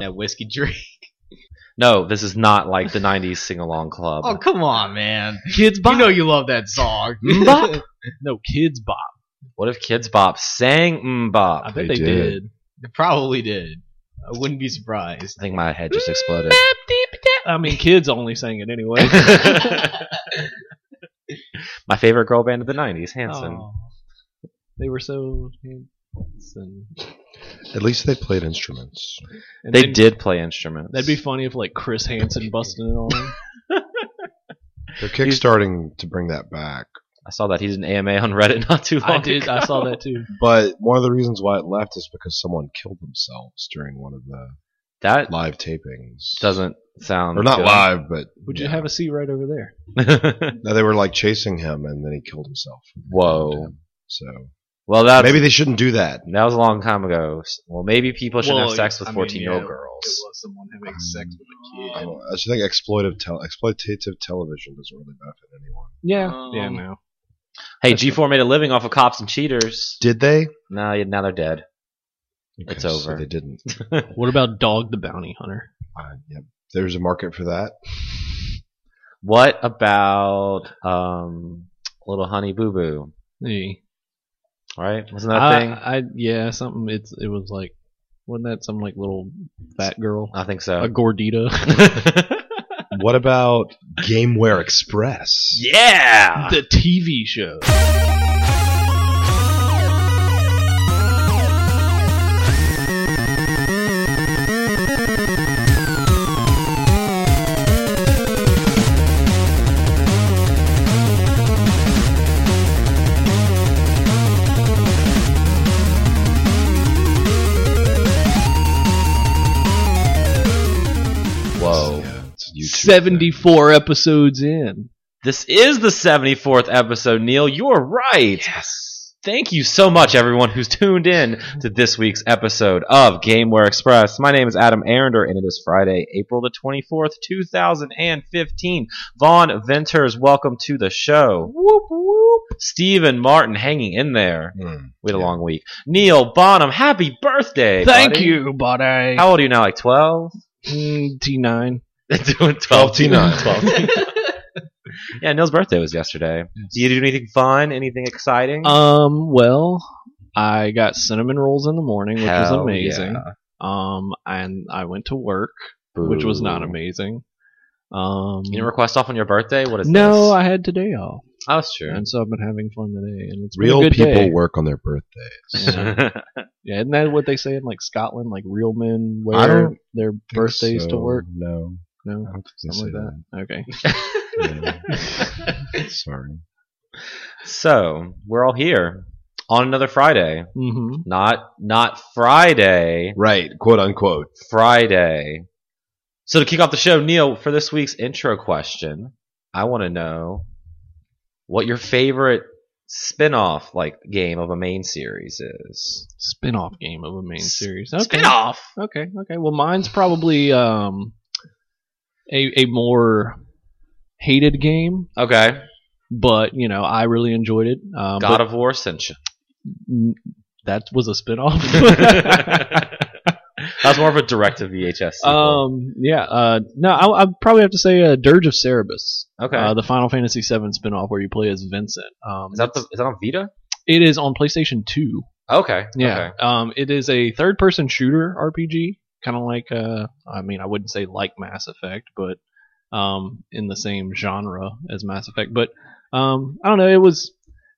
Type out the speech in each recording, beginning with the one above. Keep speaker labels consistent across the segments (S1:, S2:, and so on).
S1: that whiskey drink.
S2: No, this is not like the 90s sing along club.
S1: Oh come on, man!
S2: kids Mm,
S1: You know you love that song.
S2: Bop.
S3: No, kids bop.
S2: What if Kids Bop sang mm Bop?
S3: I
S2: I
S3: bet they,
S4: They
S3: did.
S4: did.
S1: It probably did. I wouldn't be surprised.
S2: think my head just exploded.
S3: I mean, kids only sang it anyway.
S2: my favorite girl band of the 90s, Hanson.
S3: Aw. They were so handsome.
S4: At least they played instruments.
S3: And
S2: They
S3: then-
S2: did play instruments.
S3: That'd be funny if like Chris Hansen busted it on.
S4: They're kickstarting to bring that back.
S2: I saw that he's an AMA on Reddit not too long
S3: I did. I
S2: ago.
S3: saw that too.
S4: But one of the reasons why it left is because someone killed themselves during one of the
S2: That
S4: live tapings.
S2: doesn't sound.
S4: or not
S2: good.
S4: live, but
S3: Would you
S4: yeah.
S3: have a seat right over there?
S4: No, they were like chasing him, and then he killed himself.
S2: Whoa.
S4: So
S2: Well, that
S4: maybe they shouldn't do that.
S2: that was a long time ago. Well, maybe people shouldn't
S1: Well,
S2: have sex with
S1: I mean,
S2: fourteen-year-old
S1: yeah.
S2: girls.
S1: was someone having sex with
S4: I, don't- I just think exploitative tel- exploitative television doesn't really benefit anyone.
S3: Yeah.
S1: Um,
S3: yeah. No.
S2: Hey, G four made a living off of cops and cheaters.
S4: Did they?
S2: No, you- now they're dead. It's
S4: Okay,
S2: over.
S4: So they didn't.
S3: What about Dog the Bounty Hunter?
S4: Uh, yep. There's a market for that.
S2: What about um, little honey boo boo?
S3: Hey.
S2: Right? Wasn't that a
S3: I,
S2: thing?
S3: I yeah something. It's it was like wasn't that some like little fat girl
S2: I think
S3: a
S2: so.
S3: gordita?
S4: What about GameWare Express?
S2: yeah.
S3: the TV show.
S2: Whoa.
S4: Yeah, it's a YouTube
S3: Seventy
S4: thing.
S3: four episodes in.
S2: This is the 74th episode, Neil. You're right. Yes. Thank you so much, everyone who's tuned in to this week's episode of Gameware Express. My name is Adam Arender, and it is Friday, April the 24th, 2015. Vaughn Venters, welcome to the show. Whoop, whoop. Stephen Martin hanging in there.
S4: Hmm.
S2: We had a long week. Neil Bonham, happy birthday.
S3: Thank
S2: buddy.
S3: you, buddy.
S2: How old are you now? Like 12?
S3: T nine.
S2: Doing 12
S4: 12 to 9.
S2: 12 Yeah, Neil's birthday was yesterday. Do you do anything fun? Anything exciting?
S3: Um. Well, I got cinnamon rolls in the morning, which was
S2: Hell
S3: amazing.
S2: yeah.
S3: Um. And I went to work, which was not
S2: Boo.
S3: amazing. Um.
S2: You didn't request off on your birthday? What is
S3: no,
S2: this?
S3: I had today off,
S2: Oh, that's true.
S3: and so I've been having fun today, and it's been a
S4: Real
S3: good
S4: people
S3: day.
S4: work on their birthdays.
S3: Yeah. yeah, isn't that what they say in like Scotland? Like real men
S4: I
S3: wear
S4: don't
S3: their birthdays to work.
S4: No,
S3: No,
S4: I don't think
S3: something like that.
S4: they
S3: Okay.
S4: say that. Yeah. Sorry.
S2: so we're all here on another Friday.
S3: hmm
S2: Not not Friday.
S4: Right, quote unquote.
S2: Friday. So to kick off the show, Neil, for this week's intro question, I want to know what your favorite spin-off like game of a main series is.
S3: Spin-off game of a main series.
S2: Spinoff.
S3: Okay. Okay, okay. Well, mine's probably um, a a more hated game,
S2: Okay.
S3: but you know I really enjoyed it. Um,
S2: God of War Ascension.
S3: that was a spinoff.
S2: that was more of a direct to VHS. sequel.
S3: um, yeah. Uh, no, I I'd probably have to say uh, Dirge of Cerberus,
S2: okay.
S3: uh, the Final Fantasy VII spinoff where you play as Vincent. Um,
S2: is that the, is that on Vita?
S3: it is on PlayStation Two.
S2: Okay.
S3: Yeah.
S2: Okay.
S3: Um, it is a third-person shooter RPG, kind of like uh, I mean, I wouldn't say like Mass Effect, but um, in the same genre as Mass Effect. But um, I don't know. It was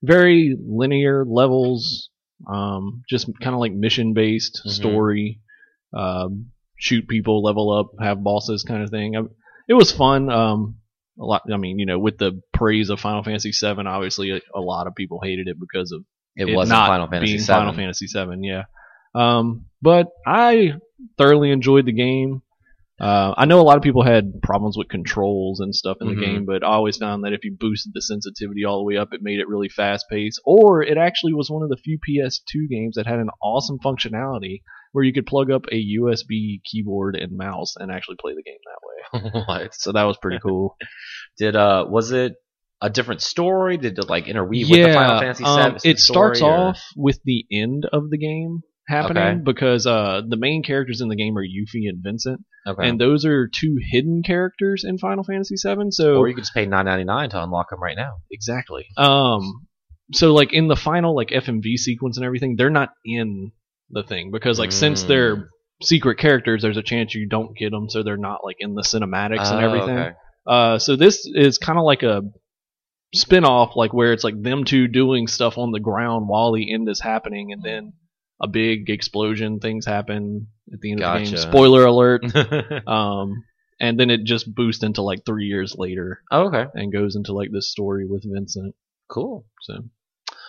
S3: very linear levels, um, just kind of like mission-based
S2: Mhm.
S3: story, um, shoot people, level up, have bosses, kind of thing. I, it was fun. Um, a lot. I mean, you know, with the praise of Final Fantasy VII, obviously a, a lot of people hated it because of
S2: It,
S3: it
S2: wasn't
S3: not
S2: Final Fantasy
S3: being
S2: VII.
S3: Final Fantasy Seven. Yeah, um, but I thoroughly enjoyed the game. Uh, I know a lot of people had problems with controls and stuff in
S2: Mhm.
S3: the game, but I always found that if you boosted the sensitivity all the way up, it made it really fast paced. Or it actually was one of the few PS2 games that had an awesome functionality where you could plug up a USB keyboard and mouse and actually play the game that way.
S2: what?
S3: So that was pretty cool.
S2: Did uh was it a different story? Did it like interweave with the Final Fantasy
S3: um,
S2: VII?
S3: it starts
S2: story, or-
S3: off with the end of the game, happening
S2: Okay.
S3: because uh, the main characters in the game are Yuffie and Vincent,
S2: Okay.
S3: and those are two hidden characters in Final Fantasy VII. So
S2: or you could just pay nine ninety nine to unlock them right now.
S3: Exactly. Um, so like in the final like FMV sequence and everything, they're not in the thing because like since
S2: Mm.
S3: they're secret characters, there's a chance you don't get them, so they're not like in the cinematics and
S2: Oh,
S3: everything.
S2: okay.
S3: Uh, so this is kind of like a spin-off like where it's like them two doing stuff on the ground while the end is happening and then a big explosion things happen at the end of the game
S2: Gotcha.
S3: spoiler alert
S2: oh,
S3: um and then it just boosts into like three years later
S2: Oh, okay.
S3: and goes into like this story with vincent
S2: Cool.
S3: so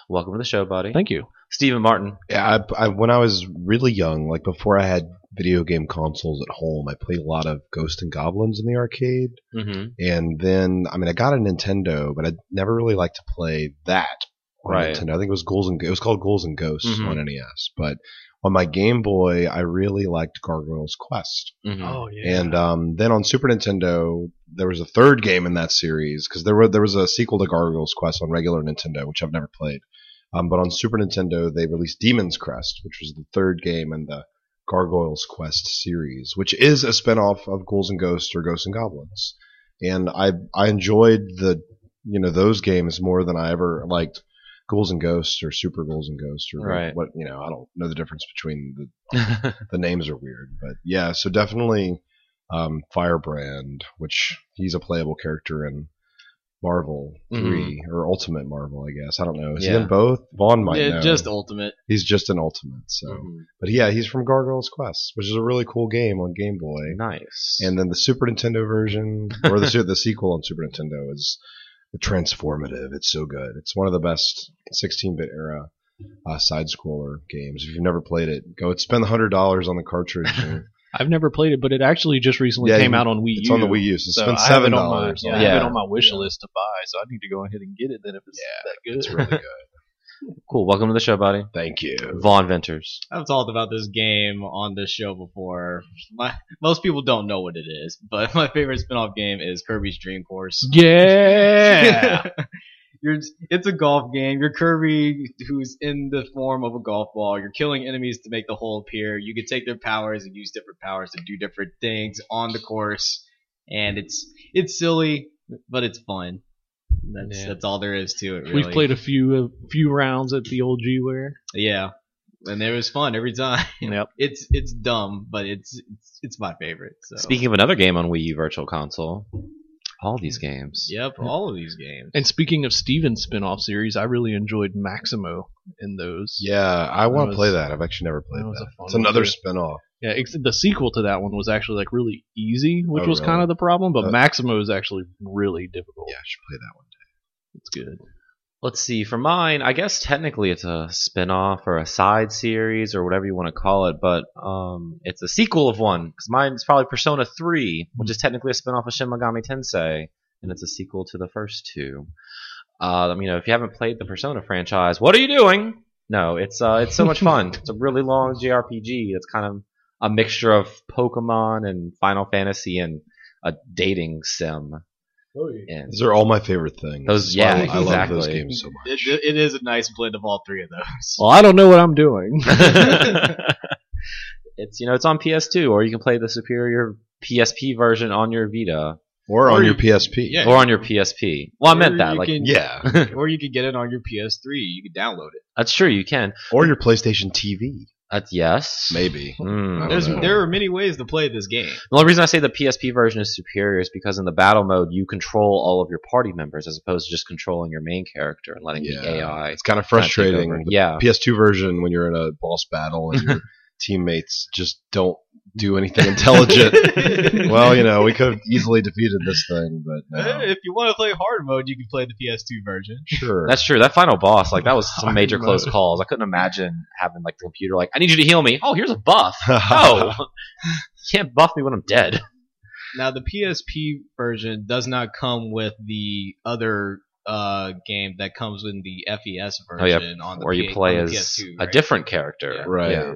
S2: Welcome to the show, buddy.
S3: Thank you.
S2: Stephen Martin.
S4: Yeah, I, I, when I was really young, like before I had video game consoles at home, I played a lot of Ghost and Goblins in the arcade.
S2: Mm-hmm.
S4: And then, I mean, I got a Nintendo, but I never really liked to play that on
S2: Right.
S4: Nintendo. I think it was Ghouls and it was called Ghouls and Ghosts
S3: Mm-hmm.
S2: Mhm.
S4: on NES. But on my Game Boy, I really liked Gargoyle's Quest.
S3: Oh
S4: And um, then on Super Nintendo, there was a third game in that series because there were there was a sequel to Gargoyle's Quest on regular Nintendo, which I've never played. Um, but on Super Nintendo, they released Demon's Crest, which was the third game in the Gargoyle's Quest series, which is a spinoff of Ghouls and Ghosts or Ghosts and Goblins. And I I enjoyed the you know those games more than I ever liked Ghouls and Ghosts or Super Ghouls and Ghosts or
S2: Right.
S4: what you know I don't know the difference between the
S2: Mm-hmm.
S4: the names are weird, but yeah, so definitely um, Firebrand, which he's a playable character in Marvel
S1: Mm-hmm.
S4: 3 or Ultimate Marvel, I guess. I don't know. Is he
S2: Yeah.
S4: in both? Vaughn might
S1: Yeah,
S4: know.
S1: just ultimate.
S4: he's just an Ultimate. So,
S2: Mm-hmm.
S4: but yeah, he's from Gargoyle's Quest, which is a really cool game on Game Boy.
S2: nice.
S4: And then the Super Nintendo version or the the sequel on Super Nintendo is transformative. It's so good. It's one of the best 16-bit era uh, side scroller games. If you've never played it, go spend hundred dollars on the cartridge. and-
S3: I've never played it, but it actually just recently
S4: Yeah,
S3: came
S4: you-
S3: out on Wii U.
S4: it's on the Wii U, so
S3: So
S4: spend
S3: I have
S4: seven
S3: it on my,
S4: dollars.
S3: yeah,
S4: on
S3: I have
S2: Yeah.
S3: it on my wish list to buy, so I need to go ahead and get it then if it's that good.
S4: It's really good.
S2: cool. Welcome to the show, buddy.
S4: Thank you.
S2: Vaughn Venters.
S1: I've talked about this game on this show before. My most people don't know what it is, but my favorite spin-off game is Kirby's Dream Course.
S3: Yeah.
S1: you're it's a golf game. You're Kirby who's in the form of a golf ball. You're killing enemies to make the hole appear. You can take their powers and use different powers to do different things on the course. And it's it's silly, but it's fun. That's
S2: Yeah.
S1: that's all there is to it. Really.
S3: We've played a few a few rounds at the old Gware.
S1: yeah, and it was fun every time.
S3: Yep.
S1: It's it's dumb, but it's it's, it's my favorite. So.
S2: Speaking of another game on Wii U Virtual Console, all these games.
S1: Yep, all of these games.
S3: And speaking of Steven's spin-off series, I really enjoyed Maximo in those.
S4: Yeah, I want
S3: was-
S4: to play that. I've actually never played
S3: that was
S4: that.
S3: a fun
S4: It's
S3: one,
S4: another
S3: too.
S4: spin-off.
S3: Yeah, ex- the sequel to that one was actually like really easy, which
S4: Oh,
S3: was
S4: really?
S3: kind of the problem, but
S4: Uh,
S3: Maximo is actually really difficult.
S4: Yeah, I should play that one.
S3: It's good.
S2: Let's see. For mine, I guess technically it's a spin-off or a side series or whatever you want to call it, but um, it's a sequel of one because mine is probably Persona Three, which is technically a spin-off of Shin Megami Tensei, and it's a sequel to the first two. Uh, you know, if you haven't played the Persona franchise, what are you doing? No, it's uh, it's so much fun. it's a really long JRPG. It's kind of a mixture of Pokemon and Final Fantasy and a dating sim. And
S4: These are all my favorite things.
S2: Those-
S4: That's why
S2: yeah,
S4: I, I love those
S2: exactly.
S4: games so much.
S1: It, it is a nice blend of all three of those.
S3: Well, I don't know what I'm doing.
S2: it's you know it's on PS2 or you can play the superior PSP version on your Vita
S4: Or on
S1: Or
S4: your
S1: you-
S4: PSP.
S1: yeah.
S2: or on your PSP. Well, I meant
S1: Or
S2: that
S1: you
S2: like
S1: can-
S4: Yeah,
S1: or you could get it on your PS3. You could download it.
S2: that's true. You can.
S4: or your PlayStation TV,
S2: That's yes.
S4: maybe.
S2: Mm.
S4: don't
S1: There's
S4: know.
S1: there are many ways to play this game.
S2: The only reason I say the PSP version is superior is because in the battle mode you control all of your party members as opposed to just controlling your main character and letting the
S4: Yeah.
S2: AI.
S4: It's kind of
S2: kinda take over.
S4: frustrating. The
S2: Yeah.
S4: PS2 version when you're in a boss battle and your teammates just don't do anything intelligent. well, you know, we could have easily defeated this thing, but no.
S1: If you want to play hard mode, you can play the PS2 version.
S4: Sure.
S2: That's true. That final boss, like that was some major
S4: Hard
S2: close
S4: mode.
S2: calls. I couldn't imagine having like the computer like, I need you to heal me. Oh, here's a buff. No,
S1: Oh.
S2: you can't buff me when I'm dead.
S1: Now, the PSP version does not come with the other uh, game that comes in the FES
S2: Oh, yeah,
S1: version on the
S2: Or you
S1: P-
S2: play
S1: on
S2: as
S1: the PS2,
S2: a
S1: right?
S2: different character.
S1: Yeah.
S4: Right.
S2: Yeah.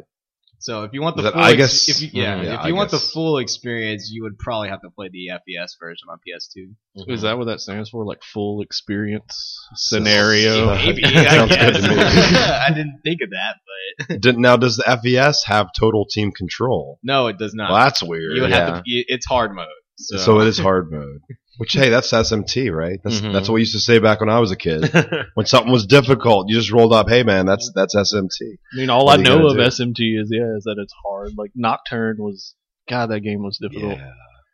S1: So if you want the
S4: That-
S1: full
S4: I
S1: ex-
S4: guess-
S1: if you, yeah,
S4: mm, yeah,
S1: if
S4: I
S1: you want the
S4: guess.
S1: full experience, you would probably have to play the FES version on PS2.
S3: Is that what that stands for? Like full experience scenario?
S4: Yeah.
S1: Maybe I
S4: Sounds good
S1: guess.
S4: to me.
S1: I didn't think of that, but
S4: Did- now, does the FES have total team control?
S1: no, it does not.
S4: Well, that's weird.
S1: you would
S2: yeah.
S1: have to. you- It's hard mode. So,
S4: so. it is hard mode. Which hey, that's SMT, right? That's
S1: Mm-hmm.
S2: Mhm.
S4: that's what we used to say back when I was a kid.
S2: That's
S4: When something was difficult, you just rolled up. Hey man, that's that's SMT.
S3: I mean, all
S4: What
S3: I
S4: are you
S3: know
S4: gonna
S3: of
S4: do?
S3: SMT is yeah, is that it's hard. Like Nocturne was, God, that game was difficult.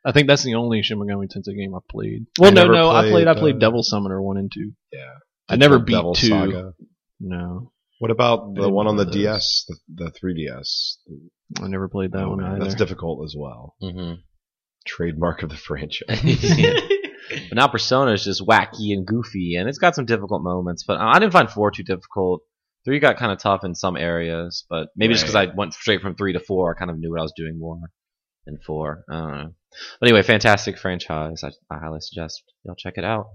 S3: I think that's the only Shin Megami Tensei game I played. Well, no,
S4: never
S3: no, I played,
S4: played,
S3: I played
S4: uh,
S3: Devil Summoner one and two.
S4: yeah.
S3: I never beat
S4: Devil
S3: two.
S4: Saga.
S3: No,
S4: What about the
S3: didn't
S4: one on the
S3: play those.
S4: DS, the, the 3DS?
S3: I never played that
S4: Oh,
S3: one
S4: man,
S3: either.
S4: That's difficult as well.
S1: Mm-hmm.
S4: Trademark of the franchise.
S2: But now Persona is just wacky and goofy, and it's got some difficult moments. But I didn't find four too difficult. Three got kind of tough in some areas, but maybe just 'cause just
S4: Right.
S2: because I went straight from three to four, I kind of knew what I was doing more than four. I don't know. But anyway, fantastic franchise. I, I highly suggest y'all check it out.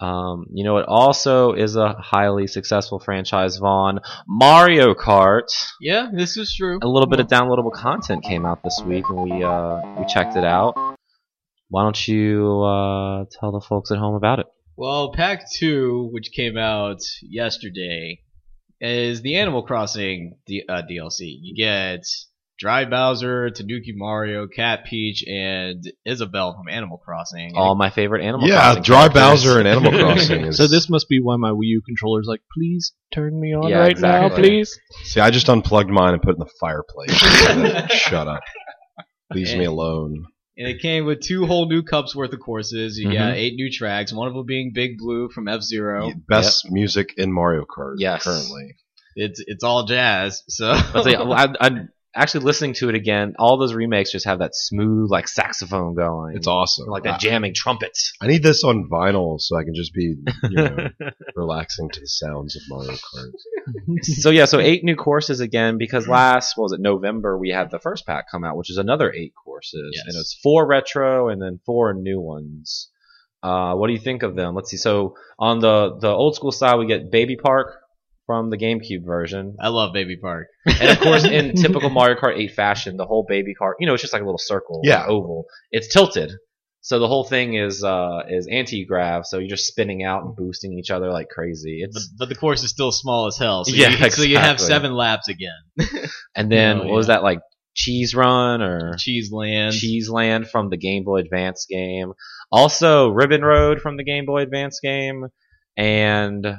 S2: Um, you know, it also is a highly successful franchise. Vaughn Mario Kart.
S1: yeah, this is true.
S2: A little bit of downloadable content came out this week, and we uh, we checked it out. Why don't you uh, tell the folks at home about it?
S1: Well, Pack 2, which came out yesterday, is the Animal Crossing D- uh, DLC. You get Dry Bowser, Tanuki Mario, Cat Peach, and Isabelle from Animal Crossing.
S2: all
S4: Um,
S2: my favorite Animal
S4: yeah,
S2: Crossing.
S4: Dry
S2: characters.
S4: Bowser and Animal Crossing. Is,
S3: So this must be why my Wii U controller's like, please turn me on
S2: Yeah,
S3: right now,
S2: exactly.
S3: please.
S4: See, I just unplugged mine and put it in the fireplace. Shut up. Leaves me alone.
S1: and it came with two whole new cups worth of courses. You
S4: Mm-hmm.
S1: got eight new tracks, one of them being Big Blue from F Zero.
S4: Best music in Mario Kart
S2: Yes.
S4: currently.
S1: It's it's all jazz, so
S2: I'll tell you, I, I'm actually listening to it again. All those remakes just have that smooth like saxophone going.
S4: It's awesome.
S2: like
S4: I,
S2: that jamming trumpets.
S4: I need this on vinyl so I can just be you know, relaxing to the sounds of Mario Kart.
S2: so yeah, so eight new courses again because last what was it November we had the first pack come out, which is another eight courses,
S1: Yes.
S2: and it's four retro and then four new ones. Uh, what do you think of them? Let's see. So on the the old school side, we get Baby Park from the GameCube version,
S1: I love Baby Park.
S2: and of course in typical Mario Kart 8 fashion, the whole Baby Kart, you know, it's just like a little circle,
S4: Yeah.
S2: like oval. It's tilted, so the whole thing is uh, is anti grav. So you're just spinning out and boosting each other like crazy.
S1: But,
S2: It's
S1: but the course is still small as hell. So
S2: Yeah,
S1: you, so you have
S2: exactly.
S1: seven laps again.
S2: And then
S1: Oh,
S2: what was that like Cheese Run or
S1: Cheese Land.
S2: Cheese Land from the Game Boy Advance game? Also Ribbon Road from the Game Boy Advance game, and uh,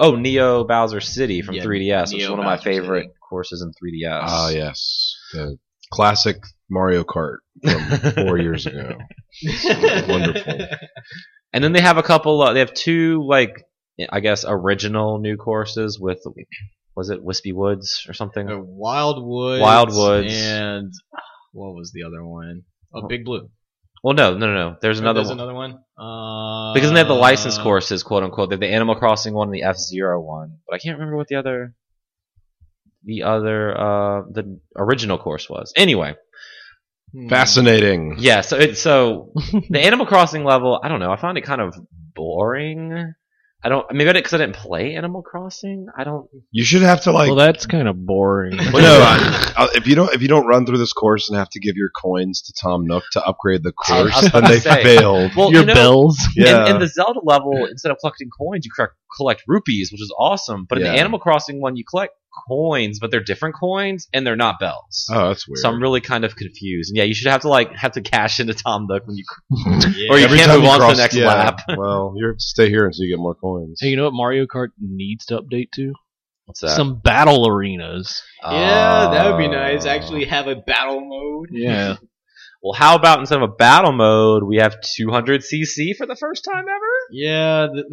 S2: oh Neo Bowser City from
S1: Yeah,
S2: 3DS, which is
S1: Neo
S2: one of my
S1: Bowser
S2: favorite
S1: City. Oh,
S2: courses in 3DS.
S4: Ah, yes. The classic Mario Kart from four years ago. Wonderful.
S2: And then they have a couple. Uh, they have two like I guess original new courses with was it Wispy Woods or something?
S1: Uh, Wild Woods.
S2: Wild Woods.
S1: And uh, what was the other one? Oh, Big Blue.
S2: Well, no, no, no, no. There's another
S1: Oh, There's
S2: one.
S1: another one. Uh,
S2: Because they have the license courses, quote unquote. They have the Animal Crossing one and the F Zero one, but I can't remember what the other, the other, uh, the original course was. Anyway,
S1: hmm.
S4: Fascinating.
S2: yeah. So it, so the Animal Crossing level, I don't know. I found it kind of boring. I don't. Maybe I did because I didn't play Animal Crossing. I don't.
S4: You should have to like.
S3: well, that's kind of boring.
S4: Well, no, I- I- if you don't if you don't run through this course and have to give your coins to Tom Nook to upgrade the
S2: I- I was
S4: course,
S2: about
S4: then they
S2: to say.
S4: failed.
S2: Well,
S3: Your
S2: you know,
S3: bells.
S4: Yeah,
S2: In, in the Zelda level, instead of collecting coins, you collect, collect rupees, which is awesome. But in
S4: Yeah.
S2: the Animal Crossing one, you collect coins, but they're different coins and they're not bells.
S4: oh, that's weird.
S2: So I'm really kind of confused. And yeah, you should have to like have to cash into Tom Nook when you
S1: Yeah.
S2: or you
S4: Every
S2: can't
S4: time
S2: move
S4: you
S2: on to
S4: cross-
S2: the next
S4: yeah,
S2: lap.
S4: well, you have to stay here until you get more coins.
S3: Hey, you know what Mario Kart needs to update to?
S2: What's that?
S3: Some battle arenas.
S1: yeah, that would be
S2: uh, Ah.
S1: nice. Actually, have a battle mode.
S3: Yeah.
S2: Well, how about instead of a battle mode, we have 200 CC for the first time ever?
S1: Yeah. th-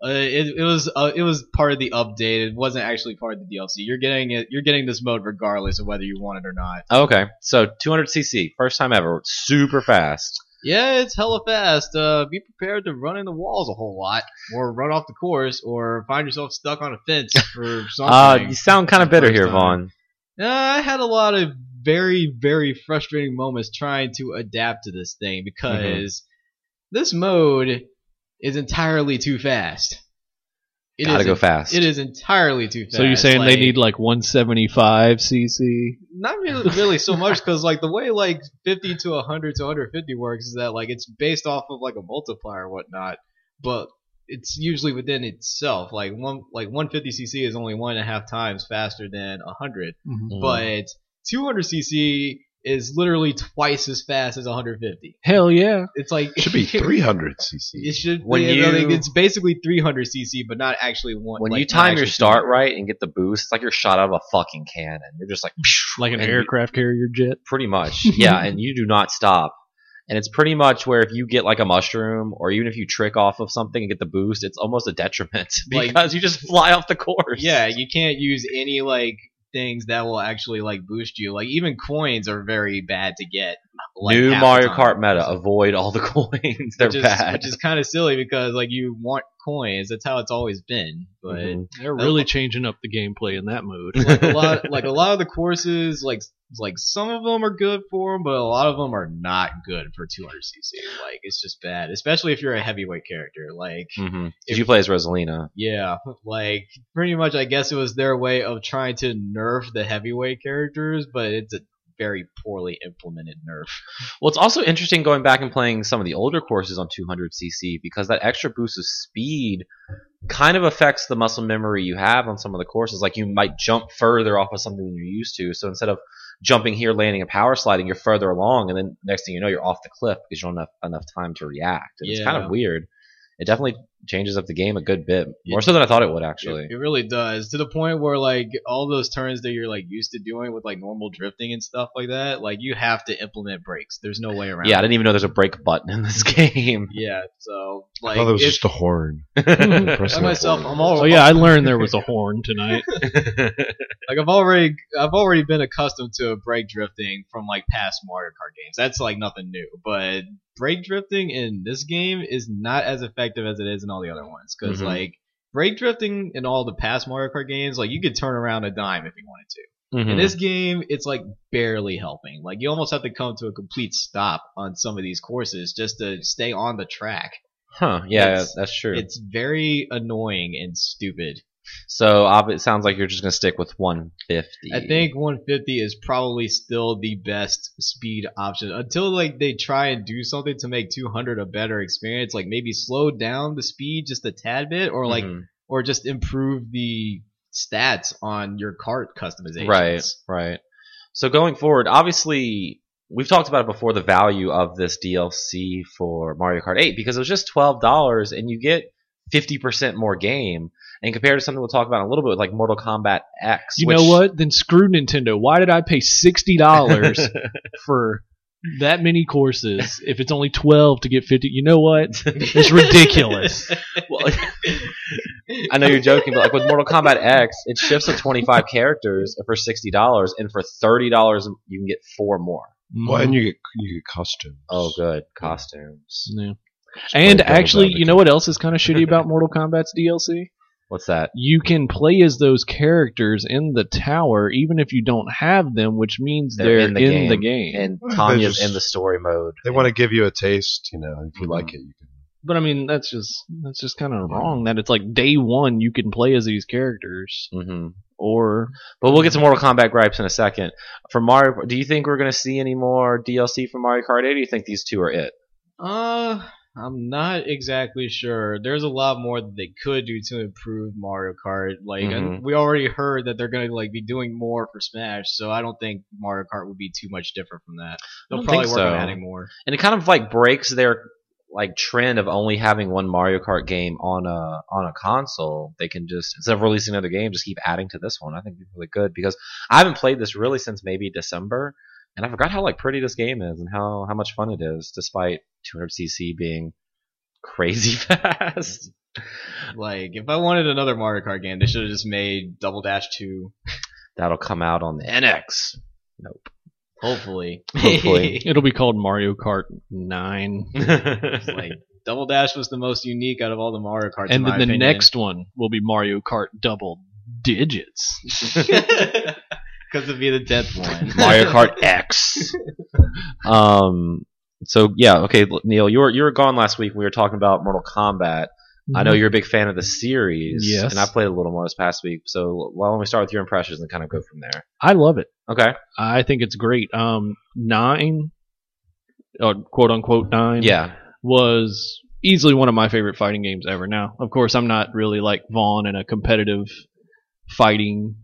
S1: uh, it, it was uh, it was part of the update. It wasn't actually part of the DLC. You're getting it. You're getting this mode regardless of whether you want it or not.
S2: Okay, so 200 CC, first time ever, super fast.
S1: Yeah, it's hella fast. Uh, be prepared to run in the walls a whole lot, or run off the course, or find yourself stuck on a fence or
S2: Uh,
S1: something.
S2: you sound kind of bitter
S1: First
S2: here, Vaughn.
S1: time. Uh, I had a lot of very, very frustrating moments trying to adapt to this thing
S3: Mm-hmm.
S1: because this mode is entirely too fast. It
S2: Gotta
S1: is
S2: go
S1: en-
S2: fast.
S1: It is entirely too fast.
S3: So you're saying they
S1: like-
S3: need like 175 cc?
S1: not really, really so much because like the way like 50 to 100 to 150 works is that like it's based off of like a multiplier or whatnot but it's usually within itself like one like 150 cc is only one and a half times faster than 100
S3: Mm-hmm.
S2: Mm.
S3: Mm.
S1: but 200 cc is literally twice as fast as 150
S3: Hell yeah!
S1: it's like
S4: It should be 300 cc.
S1: it should
S2: When
S1: when you know,
S2: you-
S1: like, it's basically 300 cc but not actually one
S2: when
S1: like,
S2: you
S1: not
S2: time your
S1: actually
S2: start
S1: 200.
S2: right and get the boost, it's like you're shot out of a fucking cannon. You're just like
S3: Like an
S2: and you-
S3: aircraft carrier jet.
S2: pretty much. yeah, and you do not stop. And it's pretty much where if you get like a mushroom, or even if you trick off of something and get the boost, it's almost a detriment
S1: Like-
S2: because you just fly off the course.
S1: Yeah, you can't use any like things that will actually like boost you. Like even coins are very bad to get. Like,
S2: New
S1: half the
S2: Mario
S1: time.
S2: Kart meta: avoid all the coins. They're
S1: which is,
S2: bad.
S1: which is kind of silly because like you want coins. That's how it's always been. But
S2: Mhm.
S3: They're really changing up the gameplay in that mode.
S1: like a lot, like a lot of the courses, like like some of them are good for them, but a lot of them are not good for 200 cc. Like it's just bad, especially if you're a heavyweight character. Like
S2: Mhm. Did you play as Rosalina?
S1: Yeah, like pretty much. I guess it was their way of trying to nerf the heavyweight characters, but it's a very poorly implemented nerf.
S2: Well, it's also interesting going back and playing some of the older courses on 200cc because that extra boost of speed kind of affects the muscle memory you have on some of the courses. Like you might jump further off of something than you're used to. So instead of jumping here, landing, and power sliding, you're further along, and then next thing you know, you're off the cliff because you don't have enough time to react. And It's kind
S1: Yeah.
S2: of weird. It definitely changes up the game a good bit more
S1: It-
S2: so than I thought it would actually.
S1: It, it really does to the point where like all those turns that you're like used to doing with like normal drifting and stuff like that, like you have to implement brakes. There's no way around.
S2: yeah, I
S1: it.
S2: didn't even know there's a break button in this game.
S1: yeah. So
S4: I
S1: like,
S4: thought that was
S1: if-
S4: just a horn.
S1: I
S4: Pressing a
S1: myself,
S4: horn.
S1: I'm all
S3: Oh yeah, I learned there was a horn tonight.
S1: Like I've already I've already been accustomed to brake drifting from like past Mario Kart games. That's like nothing new. But brake drifting in this game is not as effective as it is in all the other ones because
S2: Mhm.
S1: like brake drifting in all the past Mario Kart games, like you could turn around a dime if you wanted to.
S2: Mhm.
S1: In this game, it's like barely helping. Like you almost have to come to a complete stop on some of these courses just to stay on the track.
S2: huh? Yeah,
S1: it's-
S2: that's true.
S1: It's very annoying and stupid.
S2: So ob- it sounds like you're just gonna stick with 150.
S1: I think 150 is probably still the best speed option until like they try and do something to make 200 a better experience, like maybe slow down the speed just a tad bit, or like
S2: Mhm.
S1: or just improve the stats on your cart customizations.
S2: right, right. So going forward, obviously we've talked about it before the value of this DLC for Mario Kart 8 because it was just twelve dollars and you get 50% more game. And compared to something we'll talk about in a little bit, like Mortal Kombat X.
S3: You
S2: which-
S3: know what? Then screw Nintendo. Why did I pay sixty dollars for that many courses if it's only twelve to get fifty? You know what? It's ridiculous.
S2: Well, I know you're joking, but like with Mortal Kombat X, it shifts to 25 characters for sixty dollars, and for thirty dollars you can get four more.
S3: Mm-hmm.
S4: Well, and you get you get costumes.
S2: Oh, good costumes.
S3: Yeah.
S4: Just
S3: And
S4: play devil's
S3: actually, you
S4: advocate.
S3: know what else is kind of shitty about Mortal Kombat's DLC?
S2: What's that?
S3: You can play as those characters in the tower even if you don't have them, which means
S2: They're
S3: they're,
S2: in
S3: in,
S2: the
S3: the,
S2: game.
S3: game.
S2: and
S4: Well, they
S2: Tanya's
S4: just-
S2: in the story mode.
S4: They want to give you a taste, you know.
S2: Mm-hmm.
S4: If you like it, you can.
S3: but I mean, that's just that's just kind of wrong that it's like day 1 you can play as these characters
S2: hmm
S3: or
S2: But we'll get to Mortal Kombat gripes in a second. For Mario, do you think we're going to see any more DLC for Mario Kart 8? Or do you think these two are it?
S1: Uh, I'm not exactly sure. There's a lot more that they could do to improve Mario Kart. Like and
S2: Mhm.
S1: we already heard that they're gonna like be doing more for Smash, so I don't think Mario Kart would be too much different from that. They'll
S2: don't
S1: probably
S2: think
S1: work on
S2: so.
S1: adding more.
S2: And it kind of like breaks their like trend of only having one Mario Kart game on a on a console. They can just instead of releasing another game, just keep adding to this one. I think it's really good because I haven't played this really since maybe December, and I forgot how like pretty this game is and how how much fun it is, despite 200cc being crazy fast.
S1: Like if I wanted another Mario Kart game, they should have just made Double Dash Two.
S2: That'll come out on the NX.
S1: Hopefully,
S2: Hopefully.
S3: it'll be called Mario Kart 9.
S1: It's like Double Dash was the most unique out of all the Mario Karts. in
S3: and
S1: my
S3: then the
S1: opinion.
S3: next one will be Mario Kart double digits.
S1: because it'd be the death one.
S2: Mario Kart X. um. So yeah, okay, Neil, you were you were gone last week. We were talking about Mortal Kombat. I know you're a big fan of the series.
S3: Mm-hmm. Yes.
S2: And I played a little more this past week. So why don't we start with your impressions and kind of go from there?
S3: I love it.
S2: Okay.
S3: I think it's great. Um, nine, or quote unquote nine,
S2: Yeah.
S3: was easily one of my favorite fighting games ever. Now, of course, I'm not really like Vaughn and a competitive fighting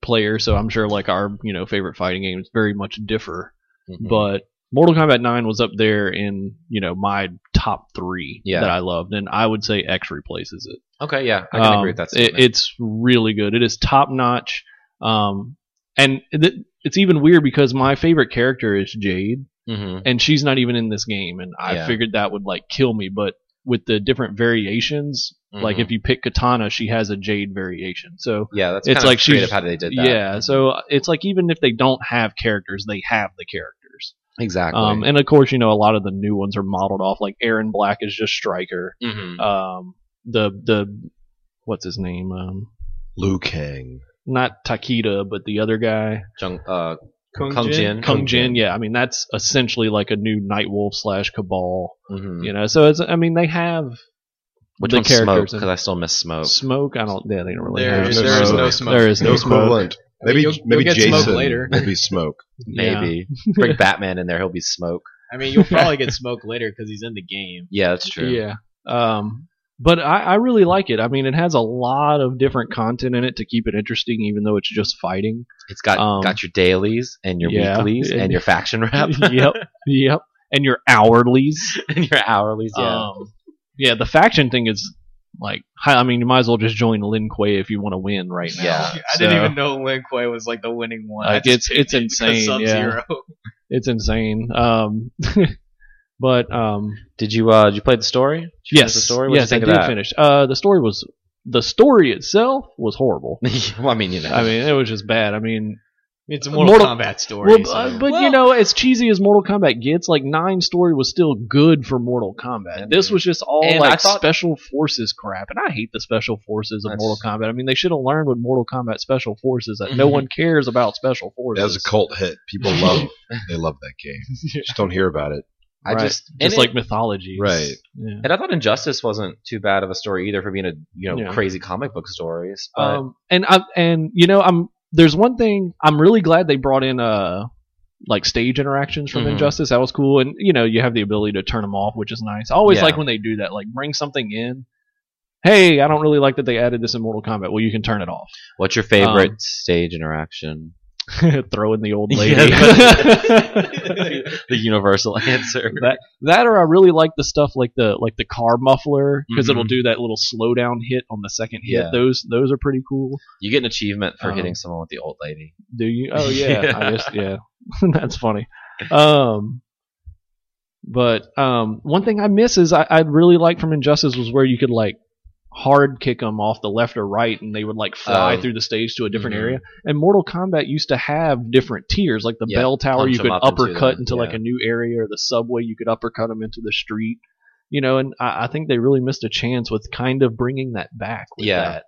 S3: player, so I'm sure like our you know favorite fighting games very much differ.
S2: Mm-hmm.
S3: But Mortal Kombat Nine was up there in you know my top three
S2: Yeah.
S3: that I loved, and I would say X replaces it.
S2: okay. Yeah. I can
S3: Um,
S2: agree with that.
S3: it-
S2: statement.
S3: it's really good. It is top notch. Um, and th- it's even weird because my favorite character is Jade,
S2: Mhm.
S3: and she's not even in this game. And I
S2: Yeah.
S3: figured that would like kill me, but with the different variations, like
S2: Mhm.
S3: if you pick Katana, she has a Jade variation. So
S2: yeah, that's
S3: it's
S2: kind of
S3: like she's-
S2: creative how they did that.
S3: yeah, so it's like even if they don't have characters, they have the characters.
S2: Exactly.
S3: Um, and of course, you know a lot of the new ones are modeled off. Like Aaron Black is just Striker.
S2: Mhm.
S3: Um, the the what's his name? Um,
S4: Liu Kang.
S3: not Takeda, but the other guy,
S2: Jung- uh,
S1: Kung,
S2: Kung
S3: Kung
S2: Jin.
S3: Jin.
S4: Kung Jin.
S3: Yeah, I mean that's essentially like a new Nightwolf slash Cabal.
S2: mhm.
S3: You know, so it's I mean they have
S2: Which
S3: the
S2: one's Smoke?
S3: characters in-
S2: Because I still miss Smoke.
S3: Smoke. I don't. Yeah, they don't really.
S1: There
S3: have
S4: is- there is no
S1: smoke.
S3: There is no,
S4: No
S3: smoke.
S4: equivalent. Maybe
S1: you'll- you'll
S4: maybe
S1: get smoke
S4: Jason
S1: later.
S4: will be smoke.
S3: Yeah.
S2: Maybe. Bring Batman in there. He'll be Smoke.
S1: I mean, you'll probably get smoked later because he's in the game.
S2: Yeah, that's true.
S3: Yeah. Um, but I, I really like it. I mean, it has a lot of different content in it to keep it interesting, even though it's just fighting.
S2: It's got
S3: Um,
S2: got your dailies and your
S3: yeah.
S2: weeklies and your faction rep
S3: yep. Yep. And your hourlies.
S2: and your hourlies. Yeah.
S3: Um, yeah. The faction thing is like, hi- I mean, you might as well just join Lin Kuei if you want to win right now.
S2: Yeah.
S1: I didn't
S3: So-
S1: even know Lin Kuei was like the winning one.
S3: Like,
S1: I just
S3: it's-
S1: picked
S3: it's
S1: it because
S3: insane, yeah.
S1: Sub-Zero.
S3: It's insane. Um, but um,
S2: Did you uh did you play the story? Did you
S3: yes,
S2: finish the story. What'd
S3: yes,
S2: you
S3: I
S2: think
S3: did
S2: of that?
S3: finish. Uh, the story was the story itself was horrible.
S2: well, I mean, you know,
S3: I mean, it was just bad. I mean,
S1: It's a Mortal,
S3: Mortal-
S1: Kombat story.
S3: well,
S1: so-
S3: uh, but you know, as cheesy as Mortal Kombat gets, like Nine Story was still good for Mortal Kombat.
S1: Mhm.
S3: This was just all
S2: And I
S3: like
S2: thought-
S3: special forces crap, and I hate the special forces of
S2: That's-
S3: Mortal Kombat. I mean, they should have learned with Mortal Kombat special forces that no
S2: Mhm.
S3: one cares about special
S4: That
S3: forces.
S4: was a cult hit. People love they love that game. Just don't hear about it.
S2: I
S3: Right.
S2: just and
S3: just
S2: it-
S3: like mythology,
S4: Right.
S3: Yeah.
S2: and I thought Injustice wasn't too bad of a story either for being a you know
S3: Yeah.
S2: crazy comic book stories. But
S3: Um, and I and you know I'm there's one thing I'm really glad they brought in uh like stage interactions from
S2: Mhm.
S3: Injustice that was cool and you know you have the ability to turn them off which is nice. I always
S2: Yeah.
S3: like when they do that like bring something in. Hey, I don't really like that they added this in Mortal Kombat. Well, you can turn it off.
S2: what's your favorite
S3: um,
S2: stage interaction?
S3: Throw in the old lady.
S2: the universal answer.
S3: that that or I really like the stuff like the like the car muffler because
S2: Mhm.
S3: it'll do that little slowdown hit on the second hit.
S2: Yeah.
S3: Those those are pretty cool.
S2: You get an achievement for
S3: Um,
S2: hitting someone with the old lady.
S3: Do you? Oh yeah,
S2: Yeah.
S3: I guess yeah. That's funny. Um, but um, one thing I miss is I, I really like from Injustice was where you could like hard kick them off the left or right, and they would like fly
S2: Oh.
S3: through the stage to a different
S2: Mhm.
S3: area. And Mortal Kombat used to have different tiers, like the
S2: Yeah,
S3: bell tower,
S2: punch
S3: you
S2: 'em
S3: could
S2: up into
S3: uppercut
S2: the-
S3: into, like
S2: yeah.
S3: a new area, or the subway, you could uppercut them into the street. You know, and I, I think they really missed a chance with kind of bringing that back. With
S2: Yeah.
S3: that.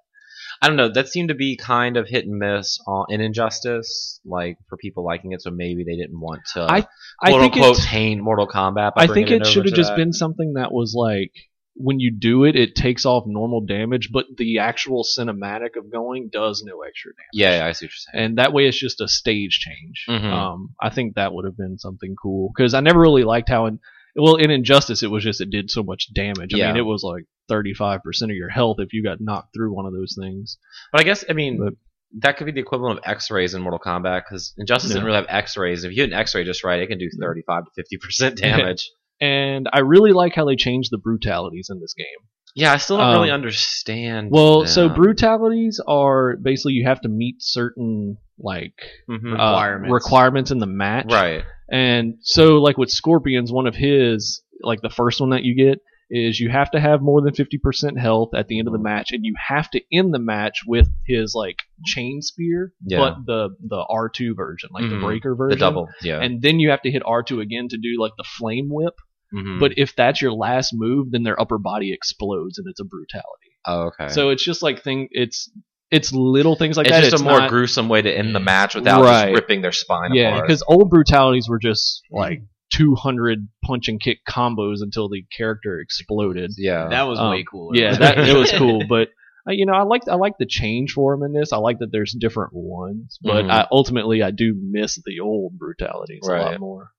S2: I don't know. That seemed to be kind of hit and miss on, in Injustice, like for people liking it. So maybe they didn't want to
S3: I- I
S2: quote
S3: think
S2: unquote
S3: it's-
S2: tame Mortal Kombat. By
S3: I think
S2: bringing
S3: it
S2: it
S3: should
S2: over
S3: have
S2: to
S3: just
S2: that.
S3: been something that was like when you do it, it takes off normal damage, but the actual cinematic of going does no extra damage,
S2: Yeah, yeah, I see what you're saying.
S3: and that way it's just a stage change.
S2: Mhm.
S3: Um, I think that would have been something cool because I never really liked how in well in Injustice it was just it did so much damage. I
S2: Yeah.
S3: mean it was like thirty five percent of your health if you got knocked through one of those things.
S2: But I guess I mean
S3: But-
S2: that could be the equivalent of X-rays in Mortal Kombat because Injustice
S3: Yeah.
S2: didn't really have X-rays. If you hit an X-ray just right, it can do 35 to 50 percent damage.
S3: And I really like how they changed the brutalities in this game.
S2: yeah, I still don't
S3: Um,
S2: really understand.
S3: Well, so
S2: them.
S3: brutalities are basically you have to meet certain like
S2: Mhm.
S3: uh,
S1: Requirements.
S3: requirements in the match.
S2: right?
S3: And so, like with Scorpions, one of his, like the first one that you get, is you have to have more than 50% health at the end of
S2: Mm-hmm.
S3: the match, and you have to end the match with his, like, chain spear,
S2: Yeah.
S3: but the, the R2 version, like
S2: Mhm.
S3: the breaker
S2: The
S3: version.
S2: double, yeah.
S3: And then you have to hit R2 again to do, like, the flame whip.
S2: Mhm.
S3: But if that's your last move, then their upper body explodes, and it's a brutality.
S2: oh, okay.
S3: So it's just like thing, it's. It's little things like
S2: it's
S3: that.
S2: just
S3: it's
S2: a more
S3: not,
S2: gruesome way to end the match without
S3: Right.
S2: just ripping their spine
S3: yeah,
S2: apart.
S1: Mm-hmm.
S3: because old brutalities were just like 200 punch and kick combos until the character exploded.
S2: Yeah.
S1: That was
S3: Um,
S1: way cooler.
S3: Yeah, that, it was cool, but uh, you know, I like I like the change for him in this. I like that there's different ones, but
S1: Mm-hmm.
S2: Mhm.
S3: I, ultimately I do miss the old brutalities a
S2: Right.
S3: lot more.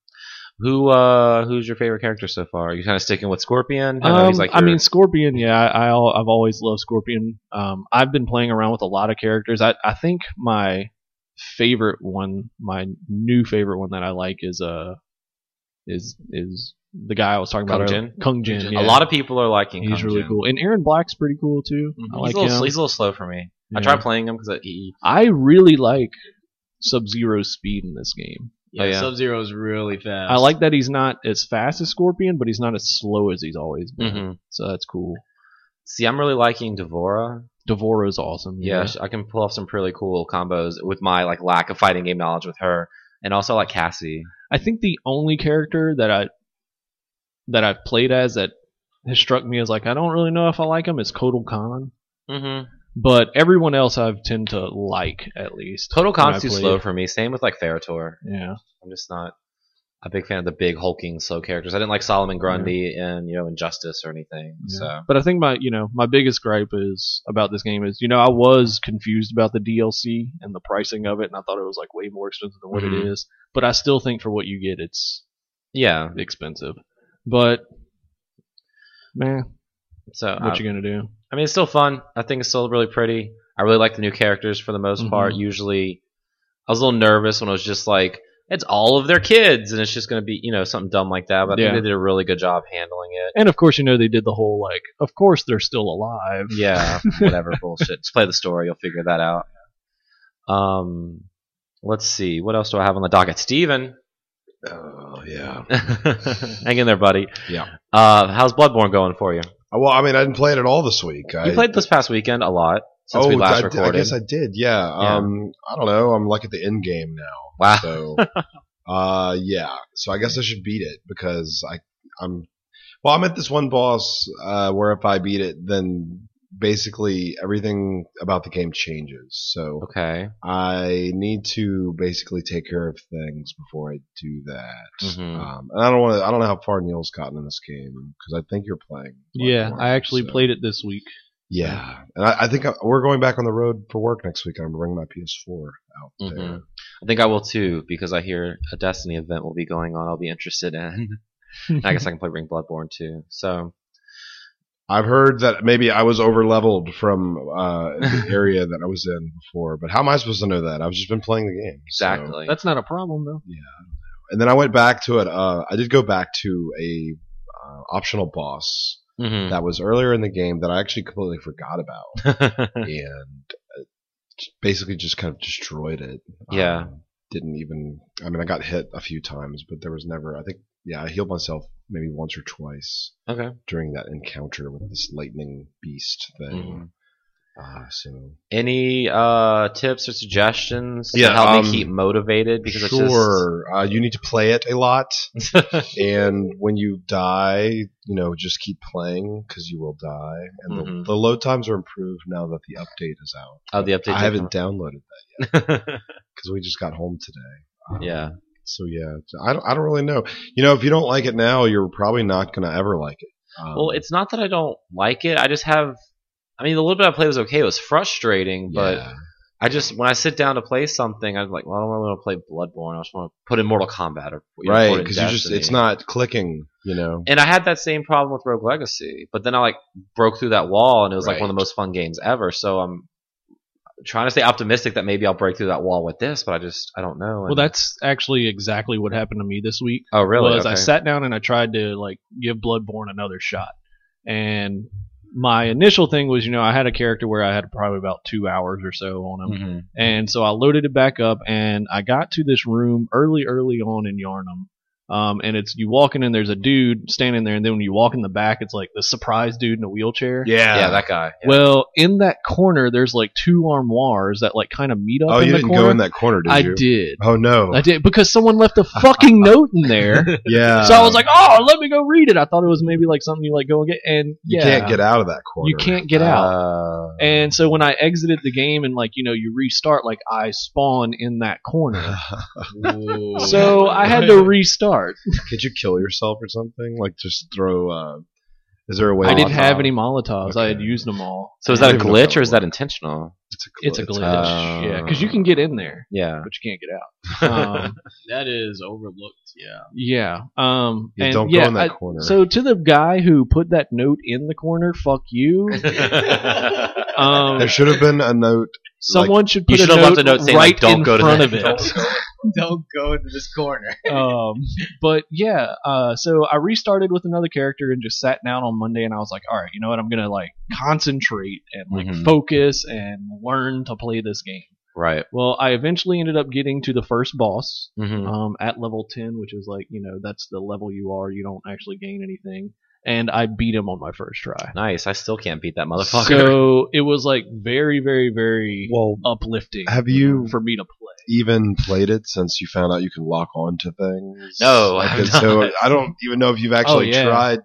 S2: Who uh who's your favorite character so far? Are you kind of sticking with Scorpion? know
S3: Um, I
S2: your-
S3: mean, Scorpion. Yeah, I, I al- I've always loved Scorpion. Um, I've been playing around with a lot of characters. I I think my favorite one, my new favorite one that I like is uh is is the guy I was talking
S2: Kung
S3: about,
S2: Jin?
S3: Kung Jin.
S2: a lot of people are liking.
S3: he's
S2: Kung
S3: really
S2: Jin.
S3: cool, and Aaron Black's pretty cool too.
S2: Mhm.
S3: I
S2: he's,
S3: like
S2: a little,
S3: him.
S2: he's a little slow for me. I
S3: Yeah.
S2: tried playing him because he.
S3: I really like Sub Zero speed in this game.
S1: yeah,
S2: Oh, yeah.
S1: Sub Zero is really fast.
S3: I like that he's not as fast as Scorpion, but he's not as slow as he's always been.
S2: Mhm.
S3: So that's cool.
S2: See, I'm really liking Devora.
S3: Devora's awesome.
S2: Yeah, sh I can pull off some really cool combos with my like lack of fighting game knowledge with her, and also like Cassie.
S3: I think the only character that I that I've played as that has struck me as like I don't really know if I like him is Kotal Khan.
S2: Mm-hmm.
S3: But everyone else I have tend to like at least.
S2: Total
S3: when I
S2: Con's too
S3: played.
S2: slow for me. Same with like Ferator.
S3: Yeah.
S2: I'm just not a big fan of the big hulking slow characters. I didn't like Solomon Grundy and you know Injustice or anything. So
S3: But I think my you know my biggest gripe is about this game is you know I was confused about the DLC and the pricing of it and I thought it was like way more expensive than what it
S2: Mhm.
S3: is. But I still think for what you get it's
S2: yeah,
S3: expensive. But man,
S2: so uh,
S3: what
S2: I,
S3: you gonna do?
S2: I mean it's still fun. I think it's still really pretty. I really like the new characters for the most part.
S3: Mhm.
S2: Usually, I was a little nervous when I was just like it's all of their kids and it's just going to be you know something dumb like that. But I
S3: Yeah.
S2: think they did a really good job handling it.
S3: And of course you know they did the whole like of course they're still alive.
S2: Yeah, whatever bullshit. Just play the story. You'll figure that out. Um, let's see. What else do I have on the docket? Steven.
S4: Oh yeah.
S2: Hang in there, buddy.
S4: Yeah.
S2: Uh, how's Bloodborne going for you?
S4: Uh, Well, I mean, I didn't play it at all this week. I,
S2: You played this past weekend a lot since
S4: oh,
S2: we last
S4: I, did-
S2: recorded.
S4: I guess I did. Yeah.
S2: Yeah.
S4: Um, I don't know. I'm like at the end game now.
S2: wow.
S4: So, uh, yeah. So I guess I should beat it because I, I'm. Well, I'm at this one boss uh, where if I beat it, then basically everything about the game changes. So
S2: Okay.
S4: I need to basically take care of things before I do that.
S2: Mhm.
S4: Um, and I don't want to. I don't know how far Neil's gotten in this game because I think you're playing.
S3: Yeah,
S4: Bloodborne,
S3: I actually
S4: so-
S3: played it this week.
S4: Yeah, and I, I think I, we're going back on the road for work next week. and I'm bringing my PS4 out there.
S2: Mhm. I think I will too because I hear a Destiny event will be going on. I'll be interested in. And I guess I can play Ring Bloodborne too. So
S4: I've heard that maybe I was over leveled from uh, the area that I was in before, but how am I supposed to know that? I've just been playing the game. so-
S2: exactly.
S3: That's not a problem though.
S4: And then I went back to it. Uh, I did go back to a uh, optional boss
S2: Mhm.
S4: that was earlier in the game that I actually completely forgot about. and uh, j- basically just kind of destroyed it.
S2: Yeah.
S4: Um, didn't even. I mean, I got hit a few times, but there was never. I think. Yeah, I healed myself maybe once or twice
S2: okay.
S4: during that encounter with this lightning beast thing.
S2: Mm-hmm.
S4: Uh, so
S2: Any uh, tips or suggestions
S4: Yeah,
S2: to help
S4: um,
S2: me keep motivated? Because it's just,
S4: sure, uh, you need to play it a lot, and when you die, you know, just keep playing because you will die. And
S2: Mhm.
S4: the, the load times are improved now that the update is out.
S2: oh, the update.
S4: I haven't downloaded that
S2: haven't.
S4: because we just got home today. Um,
S2: yeah.
S4: So yeah, I don't, I don't really know. You know, if you don't like it now, you're probably not gonna ever like it. Um,
S2: Well, it's not that I don't like it. I just have. I mean, the little bit I played was okay. It was frustrating, but
S4: yeah.
S2: I just when I sit down to play something, I'm like, well, I don't want to play Bloodborne. I just want to put in Mortal Kombat or you know,
S4: right
S2: put in
S4: because you just
S2: Destiny.
S4: it's not clicking. You know,
S2: And I had that same problem with Rogue Legacy, but then I like broke through that wall, and it was like one of
S4: Right.
S2: the most fun games ever. So I'm trying to stay optimistic that maybe I'll break through that wall with this, but I just I don't know.
S3: Well,
S2: And-
S3: that's actually exactly what happened to me this week.
S2: oh really?
S3: was I
S2: Okay.
S3: sat down and I tried to like give Bloodborne another shot. And my initial thing was, you know, I had a character where I had probably about two hours or so on him.
S2: Mhm.
S3: And so I loaded it back up and I got to this room early, early on in Yarnum. Um, and it's you walk in and there's a dude standing there, and then when you walk in the back, it's like the surprise dude in a wheelchair.
S4: yeah,
S2: yeah, that guy. Yeah.
S3: Well, in that corner, there's like two armoires that like kind of meet up.
S4: oh,
S3: in
S4: you
S3: the
S4: didn't
S3: corner.
S4: go in that corner, did
S3: I
S4: you?
S3: did.
S4: Oh no,
S3: I did because someone left a fucking note in there.
S4: yeah.
S3: So I was like, "Oh, let me go read it." I thought it was maybe like something you like go and get, and
S4: you
S3: yeah,
S4: can't get out of that corner.
S3: you can't get out.
S2: Uh,
S3: and so when I exited the game and like you know you restart, like I spawn in that corner.
S1: Ooh.
S3: so I had to
S1: hard.
S4: Could you kill yourself or something? Like just throw. Uh, is there a way?
S3: I didn't
S4: Molotov?
S3: have any Molotovs. I had
S4: Okay.
S3: used them all.
S2: So is that a
S4: don't even know if
S2: glitch
S4: that
S2: or is
S4: would
S2: that intentional?
S3: It's a glitch.
S2: Uh,
S3: yeah, because you can get in there,
S2: Yeah.
S3: but you can't get out. Um,
S1: That is overlooked. Yeah.
S3: yeah. Um,
S4: Yeah,
S3: and
S4: don't
S3: yeah,
S4: go in that
S3: I-
S4: corner.
S3: so to the guy who put that note in the corner, fuck you. Um,
S4: there should have been a note.
S3: someone should
S2: You
S3: put a
S2: should have
S3: note,
S2: left a note saying,
S3: right
S2: like, don't
S3: in
S2: go to
S3: front
S2: that
S3: of it.
S2: note.
S1: Don't go into this corner.
S3: um, but yeah, uh, so I restarted with another character and just sat down on Monday and I was like, all right, you know what? I'm gonna like concentrate and like
S4: Mm-hmm.
S2: Mhm.
S3: focus and learn to play this game.
S2: Right.
S3: Well, I eventually ended up getting to the first boss
S2: Mm-hmm.
S3: um, at level 10, which is like you know that's the level you are. You don't actually gain anything, and I beat him on my first try.
S2: Nice. I still can't beat that motherfucker.
S3: So it was like very, very, very
S4: Well,
S3: uplifting.
S4: have you-
S3: for me to play?
S4: even played it since you found out you can lock on to things.
S2: No,
S4: Like,
S2: I've
S4: and so
S2: not.
S4: I don't even know if you've actually
S3: yeah.
S4: tried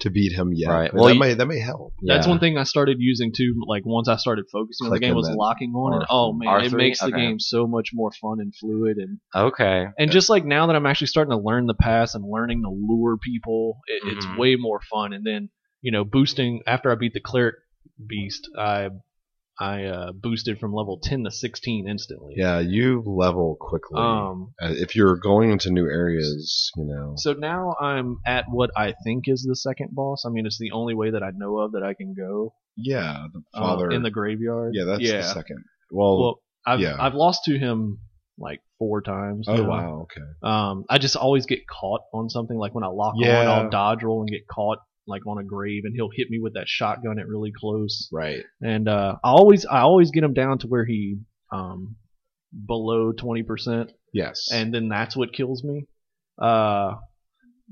S4: to beat him yet.
S2: Right.
S4: Well,
S2: Well,
S4: that
S2: you-
S4: may that may help.
S3: That's
S2: Yeah.
S3: one thing I started using too. Like once I started focusing on the
S4: Clicking
S3: game, was
S4: that
S3: locking on, and
S4: R-
S3: oh man, it
S2: R3?
S3: makes the
S2: Okay.
S3: game so much more fun and fluid. And
S2: Okay.
S3: and just like now that I'm actually starting to learn the pass and learning to lure people, it, it's
S2: Mhm.
S3: way more fun. And then you know, boosting after I beat the cleric beast, I I uh, boosted from level ten to sixteen instantly.
S4: Yeah, you level quickly.
S3: Um.
S4: Uh, if you're going into new areas, you know.
S3: So now I'm at what I think is the second boss. I mean, it's the only way that I know of that I can go
S4: Yeah, the
S3: uh,
S4: father.
S3: in the graveyard.
S4: yeah, that's
S3: yeah.
S4: the second. Well,
S3: Well, I've
S4: yeah.
S3: I've lost to him like four times.
S4: oh
S3: now.
S4: wow, okay.
S3: Um, I just always get caught on something. Like when I lock on,
S4: Yeah.
S3: I'll dodge roll and get caught like on a grave, and he'll hit me with that shotgun at really close.
S4: Right.
S3: And uh, I always I always get him down to where he um below twenty percent,
S4: Yes.
S3: and then that's what kills me. Uh.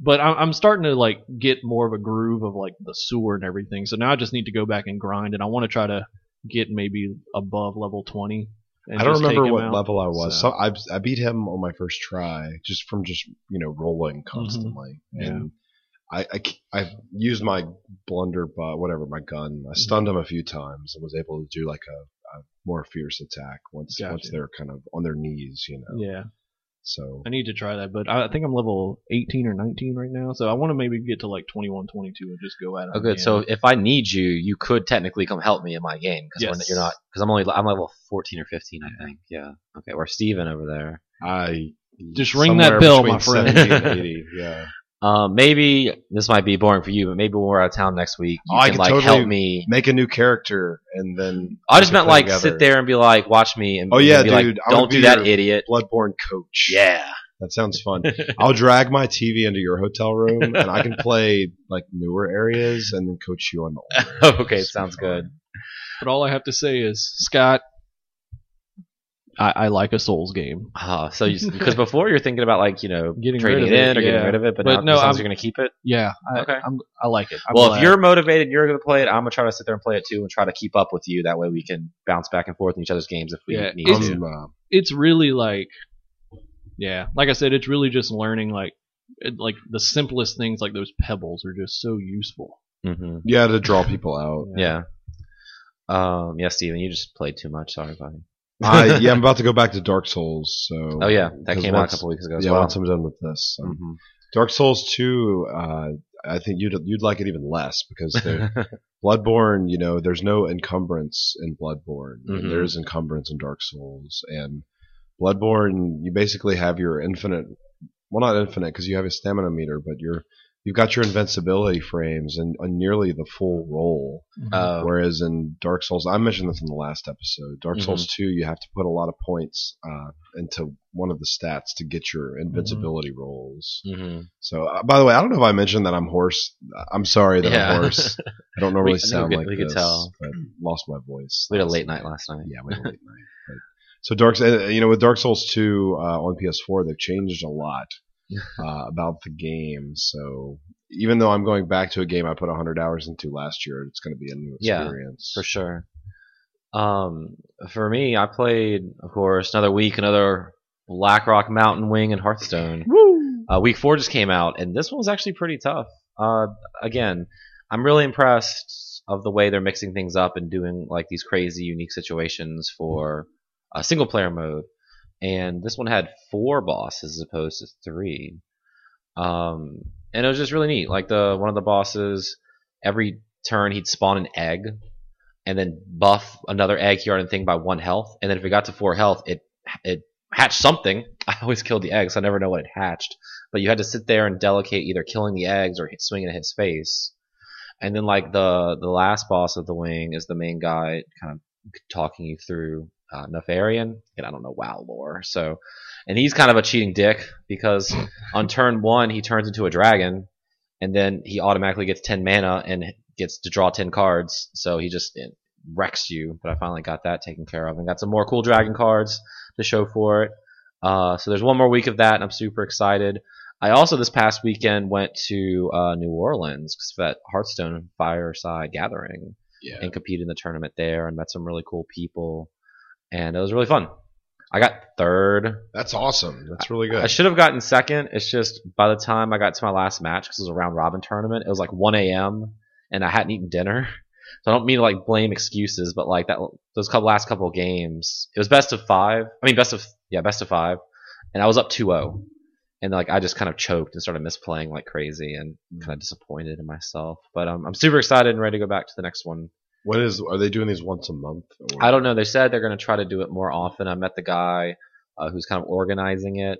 S3: But I'm I'm starting to like get more of a groove of like the sewer and everything. So now I just need to go back and grind, and I want to try to get maybe above level twenty. and
S4: I don't
S3: just take
S4: remember
S3: him
S4: what
S3: out.
S4: level I was.
S3: so-
S4: So I, I beat him on my first try, just from just you know rolling constantly,
S3: Mm-hmm. Yeah.
S4: and I, I c- I used my blunderbutt, whatever my
S3: Mm-hmm.
S4: gun. I stunned him a few times and was able to do like a, a more fierce attack once once
S3: Gotcha.
S4: they're kind of on their knees, you know.
S3: Yeah,
S4: So
S3: I need to try that, but I I think I'm level 18 or 19 right now, so I want to maybe get to like 21, 22 and just go at it.
S2: Oh, good. So if I need you, you could technically come help me in my game because
S3: Yes.
S2: you're not because I'm only I'm level 14 or 15, I think. Yeah. Okay. Or Steven over there.
S4: I
S3: Just ring that bell, my friend.
S4: yeah.
S2: Um, maybe this might be boring for you, but maybe when we're out of town next week, you
S4: Oh, I
S2: can,
S4: could
S2: like
S4: totally-
S2: help me.
S4: Make a new character and then
S2: I just
S4: we can
S2: meant
S4: play
S2: like
S4: together.
S2: sit there and be like, watch me, and
S4: Oh,
S2: and
S4: yeah,
S2: be
S4: dude,
S2: like,
S4: I wanna
S2: don't
S4: be
S2: do that,
S4: your-
S2: idiot.
S4: Bloodborne coach.
S2: Yeah.
S4: That sounds fun. I'll drag my TV into your hotel room and I can play like newer areas and then coach you on the older areas.
S2: okay,
S4: It's
S2: sounds
S4: fun.
S2: good.
S3: But all I have to say is, Scott, I, I like a Souls game.
S2: Ah, so because before you're thinking about like you know
S3: Getting
S2: trading
S3: rid
S2: it
S3: of it,
S2: in or
S3: yeah.
S2: getting rid of it, but,
S3: But
S2: now it
S3: no,
S2: sounds
S3: I'm-
S2: you're gonna keep it.
S3: Yeah, I,
S2: Okay.
S3: I'm, I like it. I'm
S2: well,
S3: glad.
S2: if you're motivated, you're gonna play it. I'm gonna try to sit there and play it too, and try to keep up with you. That way, we can bounce back and forth in each other's games if we
S3: Yeah,
S2: need
S3: it's-
S2: to.
S4: I'm, uh,
S3: it's really like, yeah, like I said, it's really just learning like, it, like the simplest things like those pebbles are just so useful.
S2: hmm
S4: yeah, to draw people out.
S2: Yeah. Um. Yeah, Steven, you just played too much. Sorry, buddy.
S4: I, yeah, I'm about to go back to Dark Souls. So
S2: Oh yeah, that
S4: 'cause
S2: came out a
S4: once-
S2: couple weeks ago. As
S4: Yeah,
S2: well.
S4: once I'm done with this, um,
S2: Mhm.
S4: Dark Souls two. Uh, I think you'd you'd like it even less because the- Bloodborne. You know, there's no encumbrance in Bloodborne.
S2: Mhm.
S4: and There is encumbrance in Dark Souls, and Bloodborne. You basically have your infinite. Well, not infinite because you have a stamina meter, but you're you've got your invincibility frames and, and nearly the full roll.
S3: Mm-hmm.
S2: Oh, Mm-hmm.
S4: Whereas in Dark Souls, I mentioned this in the last episode. Dark Souls two, you have to put a lot of points uh, into one of the stats to get your
S2: Mm-hmm.
S4: invincibility rolls.
S2: mhm.
S4: So, uh, by the way, I don't know if I mentioned that I'm hoarse. I'm sorry that
S2: Yeah.
S4: I'm hoarse. I don't normally
S2: We- I think we
S4: sound
S2: could-
S4: like
S2: we could
S4: this.
S2: tell.
S4: But lost my voice.
S2: we had a
S4: last
S2: late
S4: night.
S2: night last night.
S4: Yeah, we had a late night. But, so Dark, uh, you know, with Dark Souls two uh, on PS4, they've changed a lot uh, about the game. So even though I'm going back to a game I put 100 hours into last year, it's going to be a new
S2: Yeah,
S4: experience.
S2: for sure. Um, for me, I played, of course, another week, another Blackrock Mountain Wing and Hearthstone.
S3: Woo!
S2: Uh, week four just came out, and this one was actually pretty tough. Uh, again, I'm really impressed of the way they're mixing things up and doing like these crazy, unique situations for uh, single player mode. And this one had four bosses as opposed to three. Um, and it was just really neat. Like the one of the bosses, every turn he'd spawn an egg, and then buff another egg here and thing by one health. And then if it got to four health, it it hatched something. I always killed the eggs. I never know what it hatched. But you had to sit there and delicate either killing the eggs or hit, swinging at his face. And then like the the last boss of the wing is the main guy, kind of talking you through uh, Nefarian. And I don't know WoW lore, so and he's kind of a cheating dick because on turn one he turns into a dragon, and then he automatically gets ten mana and gets to draw ten cards. So he just it wrecks you. But I finally got that taken care of and got some more cool dragon cards to show for it. Uh, so there's one more week of that, and I'm super excited. I also this past weekend went to uh, New Orleans 'cause for that Hearthstone Fireside Gathering
S4: Yeah.
S2: and competed in the tournament there and met some really cool people, and it was really fun. I got third
S4: That's awesome. That's really
S2: I
S4: good.
S2: should have gotten second. It's just by the time I got to my last match, because it was a round robin tournament, it was like 1 a.m. and I hadn't eaten dinner. So I don't mean to like blame excuses, but like that those couple last couple of games, it was best of five. I mean, best of yeah, best of five, and I was up 2-0, and like I just kind of choked and started misplaying like crazy and
S4: Mm.
S2: kind of disappointed in myself. But um, I'm super excited and ready to go back to the next one.
S4: What is? Are they doing these once a month? Or
S2: I don't know. They said they're going to try to do it more often. I met the guy uh, who's kind of organizing it,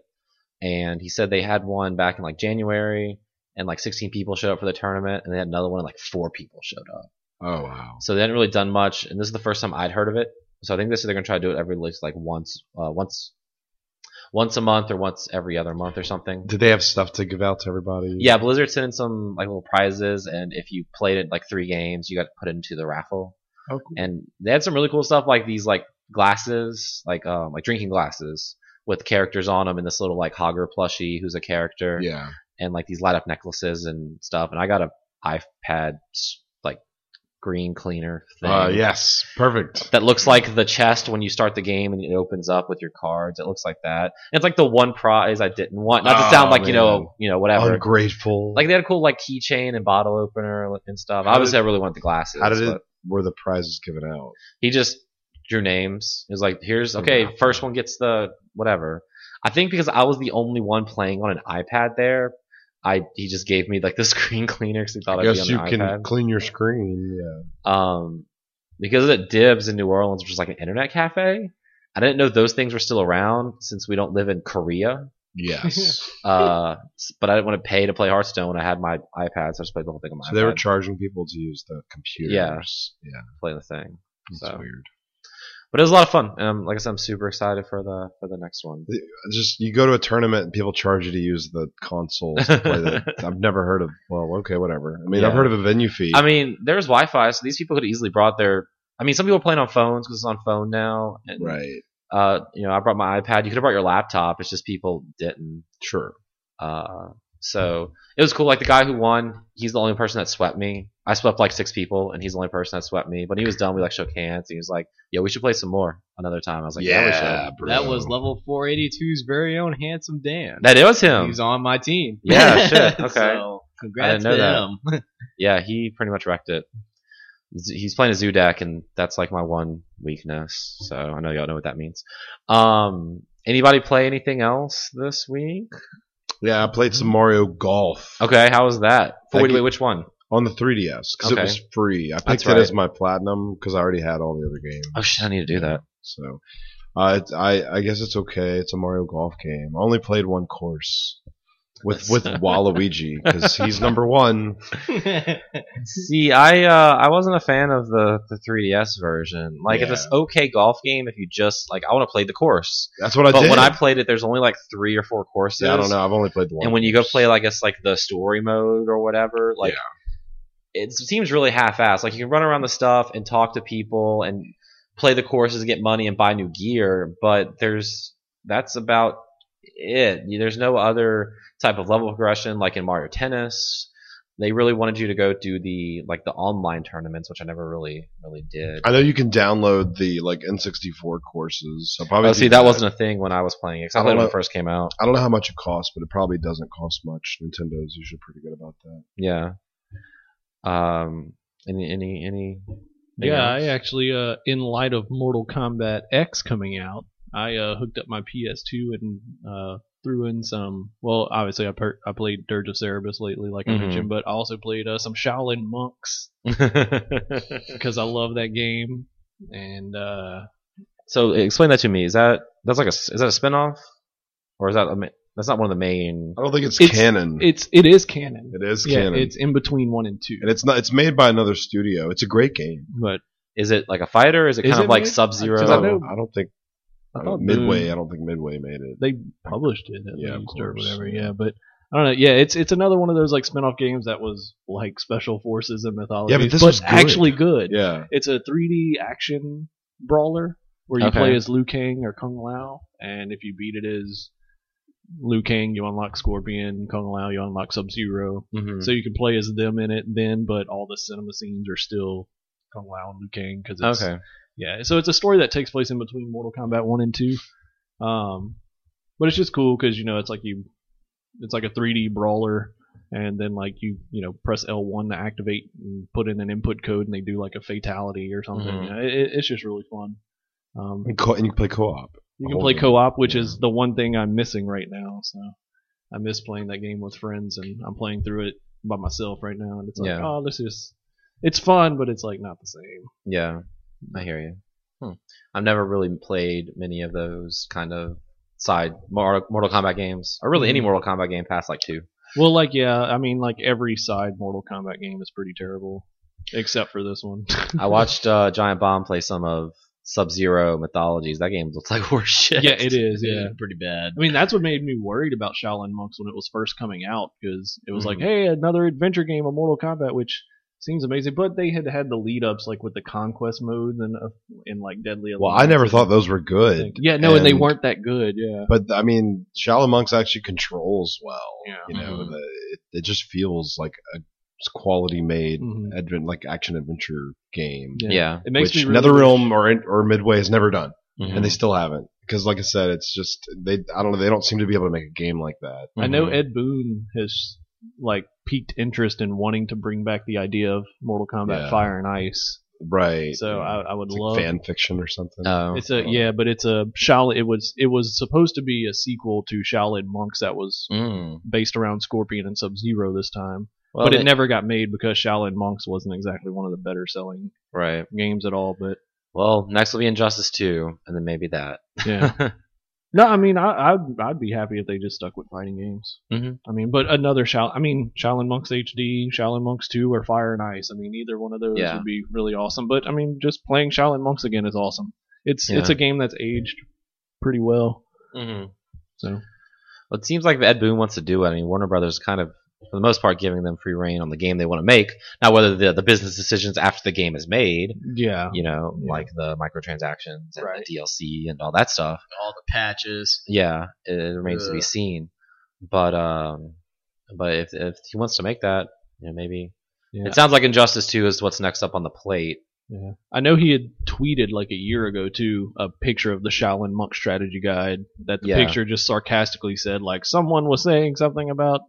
S2: and he said they had one back in like January, and like 16 people showed up for the tournament, and they had another one, and like four people showed up.
S4: Oh wow.
S2: So they hadn't really done much, and this is the first time I'd heard of it. So I think they said they're going to try to do it every at least like once, uh, once, once a month or once every other month or something.
S4: Did they have stuff to give out to everybody?
S2: Yeah, Blizzard sent in some like little prizes, and if you played it like three games, you got put into the raffle
S4: Oh, cool.
S2: and they had some really cool stuff like these like glasses like um like drinking glasses with characters on them and this little like hogger plushie who's a character
S4: Yeah.
S2: and like these light up necklaces and stuff and i got a ipad s- like green cleaner thing
S4: Uh, yes. Perfect.
S2: that looks like the chest when you start the game and it opens up with your cards it looks like that and it's like the one prize i didn't want not to
S4: Oh,
S2: sound like you
S4: man.
S2: know you know whatever
S4: Ungrateful.
S2: like they had a cool like keychain and bottle opener and stuff
S4: How
S2: obviously
S4: did-
S2: i really want the glasses
S4: how did
S2: but-
S4: it? Were the prizes given out?
S2: he just drew names. He was like, here's
S4: Oh,
S2: okay,
S4: wow.
S2: first one gets the whatever. I think because I was the only one playing on an iPad there, I he just gave me like the screen cleaner because he thought I'd be
S4: guess
S2: on
S4: you
S2: the
S4: can
S2: iPad.
S4: clean your screen. Yeah.
S2: Um, because at Dibs in New Orleans, which is like an internet cafe, I didn't know those things were still around since we don't live in Korea.
S4: Yes.
S2: Uh, s- but I didn't want to pay to play Hearthstone when I had my iPad, so I just played the whole thing on my
S4: so they were
S2: iPad.
S4: charging people to use the computers. Yeah. Yeah.
S2: play the thing.
S4: That's
S2: So.
S4: weird.
S2: But it was a lot of fun, and um, like I said, I'm super excited for the for the next one.
S4: Just you go to a tournament and people charge you to use the consoles to play that. I've never heard of. Well, okay, whatever. I mean, I've
S2: Yeah.
S4: heard of a venue fee.
S2: I mean, there's Wi-Fi, so these people could easily brought their. I mean, some people are playing on phones because it's on phone now. And,
S4: right.
S2: Uh, you know, I brought my iPad. You could have brought your laptop. It's just people didn't.
S4: Sure.
S2: Uh, so it was cool. Like the guy who won, he's the only person that swept me. I swept like six people, and he's the only person that swept me. But he was done. We like shook hands. He was like, "Yeah, we should play some more another time." I was like, "Yeah, we should."
S4: bro.
S1: That was level 482's very own handsome Dan.
S2: That is
S1: He
S2: him.
S1: was on my team.
S2: Yeah, shit, okay.
S1: so, congrats
S2: I didn't know
S1: to him.
S2: yeah, he pretty much wrecked it. Z- He's playing a zoo deck, and that's like my one weakness. So I know y'all know what that means. Um, anybody play anything else this week?
S4: Yeah, I played some Mario Golf
S2: Okay, how was that? Oh,
S4: Thank
S2: wait,
S4: you.
S2: wait, which one?
S4: on the 3DS because
S2: Okay.
S4: it was free. I
S2: That's
S4: picked
S2: right.
S4: it as my platinum because I already had all the other games.
S2: Oh shit, I need to do that.
S4: So, uh, it's, I I guess it's okay. It's a Mario Golf game. I only played one course with with Waluigi because he's number one.
S2: See, I uh, I wasn't a fan of the the 3ds version. Like, if it's okay golf game, if you just like, I want to play the course.
S4: That's what I
S2: but
S4: Oh, did.
S2: when I played it, there's only like three or four courses.
S4: Yeah, I don't know. I've only played the one.
S2: and when you go play like it's like the story mode or whatever like it seems really half-assed like you can run around the stuff and talk to people and play the courses and get money and buy new gear but there's that's about it there's no other type of level progression like in mario tennis they really wanted you to go do the like the online tournaments which i never really really did
S4: I know you can download the like N64 courses. So probably
S2: oh
S4: do
S2: see that wasn't a thing when i was playing it 'cause i
S4: I don't
S2: played it when
S4: know.
S2: it first came out
S4: I don't know how much it costs, but it probably doesn't cost much. Nintendo's usually pretty good about that.
S2: yeah um any any any
S3: Yeah, I actually, uh, in light of Mortal Kombat X coming out, I uh, hooked up my PS2 and uh, threw in some. Well, obviously I per- I played Dirge of Cerberus lately, like
S4: Mm-hmm.
S2: Mhm.
S3: I mentioned, but I also played uh, some Shaolin monks because I love that game. And uh,
S2: so explain that to me. Is that that's like a is that a spinoff, or is that a, ma- that's not one of the main?
S4: I don't think it's,
S3: It's-
S4: canon.
S3: it's it is canon.
S4: it is
S3: yeah,
S4: canon,
S3: it's in between one and two.
S4: and it's not. It's made by another studio. It's a great game.
S3: But
S2: Is it like a fighter? Is it
S3: Is
S2: kind
S3: it
S2: of like
S3: made?
S2: Sub
S3: Because I
S4: I
S2: Zero?
S3: know-
S4: don't, I don't think
S3: I
S4: I
S3: thought
S4: don't- Midway.
S3: Boom-
S4: I don't think Midway made it.
S3: they published it at
S4: Yeah, of
S3: least or
S4: course.
S3: whatever. Yeah, but I don't know. Yeah, it's it's another one of those like spin-off games that was like special forces and mythology.
S4: this was good.
S3: actually good.
S4: yeah,
S3: It's a 3D action brawler where you
S2: Okay.
S3: play as Liu Kang or Kung Lao, and if you beat it as Liu Kang, you unlock Scorpion. Kung Lao, you unlock Sub Zero.
S2: Mhm.
S3: So you can play as them in it then, but all the cinema scenes are still Kung Lao and Liu Kang because it's
S2: Okay.
S3: yeah, so it's a story that takes place in between Mortal Kombat one and two, um, but it's just cool because you know it's like you, it's like a 3D brawler, and then like you you know press L1 to activate and put in an input code, and they do like a fatality or something.
S2: Mhm.
S3: It- it- it's just really fun. Um,
S4: and, co- and you play co-op.
S3: you can
S4: hold
S3: play
S4: it.
S3: co-op, which
S4: Yeah.
S3: is the one thing I'm missing right now. So I miss playing that game with friends, and I'm playing through it by myself right now, and it's like,
S2: Yeah.
S3: oh, this is, it's fun, but it's like not the same.
S2: Yeah, I hear you. Hmm. I've never really played many of those kind of side Mortal Mortal Kombat games, or really any
S3: Mm-hmm.
S2: Mortal Kombat game past like two.
S3: Well, like yeah, I mean, like every side Mortal Kombat game is pretty terrible, except for this one.
S2: I watched uh, Giant Bomb play some of Sub Zero Mythologies. That game looks like horse shit.
S3: yeah, it is. Yeah,
S1: pretty bad.
S3: I mean that's what made me worried about Shaolin Monks when it was first coming out because it was like,
S2: Mhm.
S3: hey,
S4: Mm-hmm.
S3: another adventure game of Mortal Kombat, which seems amazing. But they had had the lead ups like with the conquest modes and uh, in like Deadly.
S4: Well,
S3: Alliance
S4: I never
S3: and
S4: thought those were good.
S3: everything. Yeah, no, and, they
S4: and-
S3: weren't that good. Yeah,
S4: But I mean, Shallow Monks actually controls well.
S3: Yeah.
S4: You know,
S2: Mhm.
S4: the, it, it just feels like a quality made
S3: Mhm.
S4: advent like action adventure game,
S3: Yeah.
S2: Yeah.
S3: it makes
S4: which
S3: me really Mm-hmm.
S4: NetherRealm or in- or Midway has never done,
S2: Mhm.
S4: and they still haven't. Because, like I said, it's just they. I don't know. They don't seem to be able to make a game like that.
S3: I know
S2: Mhm.
S3: Ed Boon has like piqued interest in wanting to bring back the idea of Mortal Kombat
S4: Yeah.
S3: Fire and Ice.
S4: Right.
S3: So I, I would
S4: it's
S3: love Uh,
S4: like fan fiction or something.
S2: Oh.
S3: Mm-hmm. It's a yeah, but it's a Shaolin. It was it was supposed to be a sequel to Shaolin Monks that was
S2: Mm.
S3: based around Scorpion and Sub Zero this time,
S2: Well,
S3: but it
S2: they-
S3: never got made because Shaolin Monks wasn't exactly one of the better selling
S2: Right.
S3: games at all. But
S2: Well, next will be Injustice Two, and then maybe that.
S3: yeah, no, I mean I I'd, I'd be happy if they just stuck with fighting games.
S2: Mhm.
S3: I mean, but another Shaolin. I mean Shaolin Monks HD, Shaolin Monks Two, or Fire and Ice. I mean either one of those
S2: Yeah.
S3: would be really awesome. But I mean just playing Shaolin Monks again is awesome. It's it's
S2: Yeah.
S3: a game that's aged pretty well.
S2: mm-hmm.
S3: So.
S2: Well, it seems like if Ed Boon wants to do it. I mean, Warner Brothers kind of, for the most part, giving them free reign on the game they want to make. Now, whether the the business decisions after the game is made,
S3: Yeah,
S2: you know, like the microtransactions and the DLC and all that stuff,
S1: All the patches.
S2: yeah, it remains to be
S1: Ugh.
S2: seen. But um, but if if he wants to make that, you know, maybe
S3: Yeah.
S2: it sounds like Injustice Two is what's next up on the plate.
S3: I know he had tweeted like a year ago too a picture of the Shaolin monk strategy guide that the
S2: Yeah.
S3: picture just sarcastically said like someone was saying something about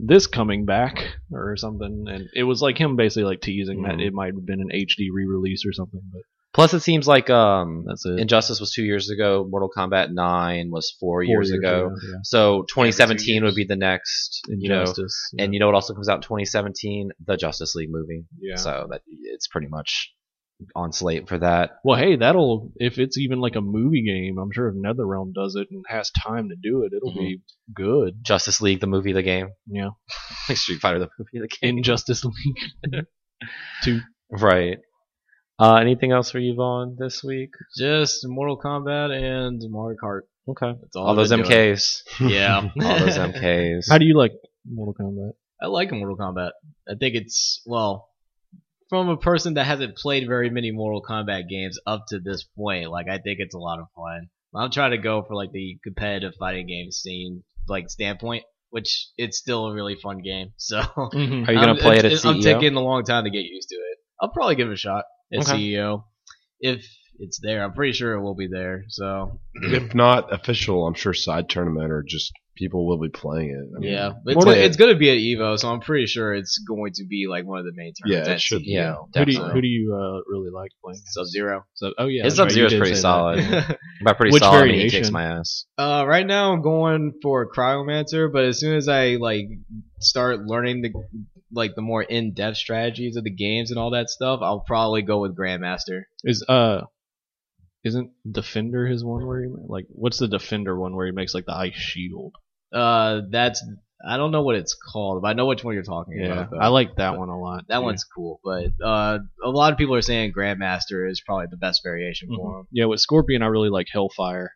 S3: this coming back or something and it was like him basically like teasing that
S2: Mhm.
S3: it might have been an HD re-release or something but
S2: Plus, it seems like um,
S3: that's it.
S2: Injustice was two years ago. Mortal Kombat Nine was four, years, ago.
S3: yeah.
S2: So 2017
S1: years.
S2: would be the next, you know,
S3: Injustice.
S2: and you know what also comes out in 2017? The Justice League movie.
S3: yeah.
S2: So that it's pretty much on slate for that.
S3: Well, hey, that'll if it's even like a movie game, I'm sure if NetherRealm does it and has time to do it, it'll
S2: Mhm.
S3: be good.
S2: Justice League, the movie, the game.
S3: Yeah.
S2: Like Street Fighter, the movie, the game.
S3: Injustice League.
S2: Right. Uh, anything else for you, Vaughn, this week?
S1: Just Mortal Kombat and Mario Kart.
S2: Okay.
S1: That's all.
S2: All
S1: I've
S2: those
S1: been doing.
S2: MKs.
S1: Yeah.
S2: All those MKs.
S3: How do you like Mortal Kombat?
S1: I like Mortal Kombat. I think it's well, from a person that hasn't played very many Mortal Kombat games up to this point, like I think it's a lot of fun. I'm trying to go for like the competitive fighting game scene like standpoint, which it's still a really fun game. So
S2: Are you gonna
S1: I'm-
S2: play it at E
S1: it's- I'm
S2: CEO?
S1: taking a long time to get used to it. I'll probably give it a shot at
S2: Okay.
S1: CEO if it's there. I'm pretty sure it will be there. So
S4: if not official, I'm sure side tournament or just people will be playing it.
S2: Mm-hmm.
S4: I mean,
S1: Yeah,
S4: we'll
S1: it's,
S4: play
S1: it's
S4: it.
S1: going to be at Evo, so I'm pretty sure it's going to be like one of the main
S4: Yeah,
S1: tournaments. E
S4: it should be.
S2: Yeah,
S3: Who do you,
S2: definitely.
S3: who do you uh, really like playing?
S1: Sub Zero.
S3: So, oh yeah,
S2: His
S3: that's right, you
S2: Sub-Zero's
S3: did
S2: pretty
S3: say that.
S2: solid. By pretty
S3: Which
S2: solid, I mean, he
S3: variation?
S2: kicks my ass.
S1: Uh, right now I'm going for Cryomancer, but as soon as I like start learning the like the more in-depth strategies of the games and all that stuff, I'll probably go with Grandmaster.
S3: Is uh, isn't Defender his one where he like what's the Defender one where he makes like the ice shield?
S1: Uh, that's I don't know what it's called, but I know which one you're talking
S3: Yeah,
S1: about. Though.
S3: I like that one a lot.
S1: that
S3: too.
S1: one's cool, but uh, a lot of people are saying Grandmaster is probably the best variation for
S3: Mhm.
S1: him.
S3: yeah. With Scorpion, I really like Hellfire.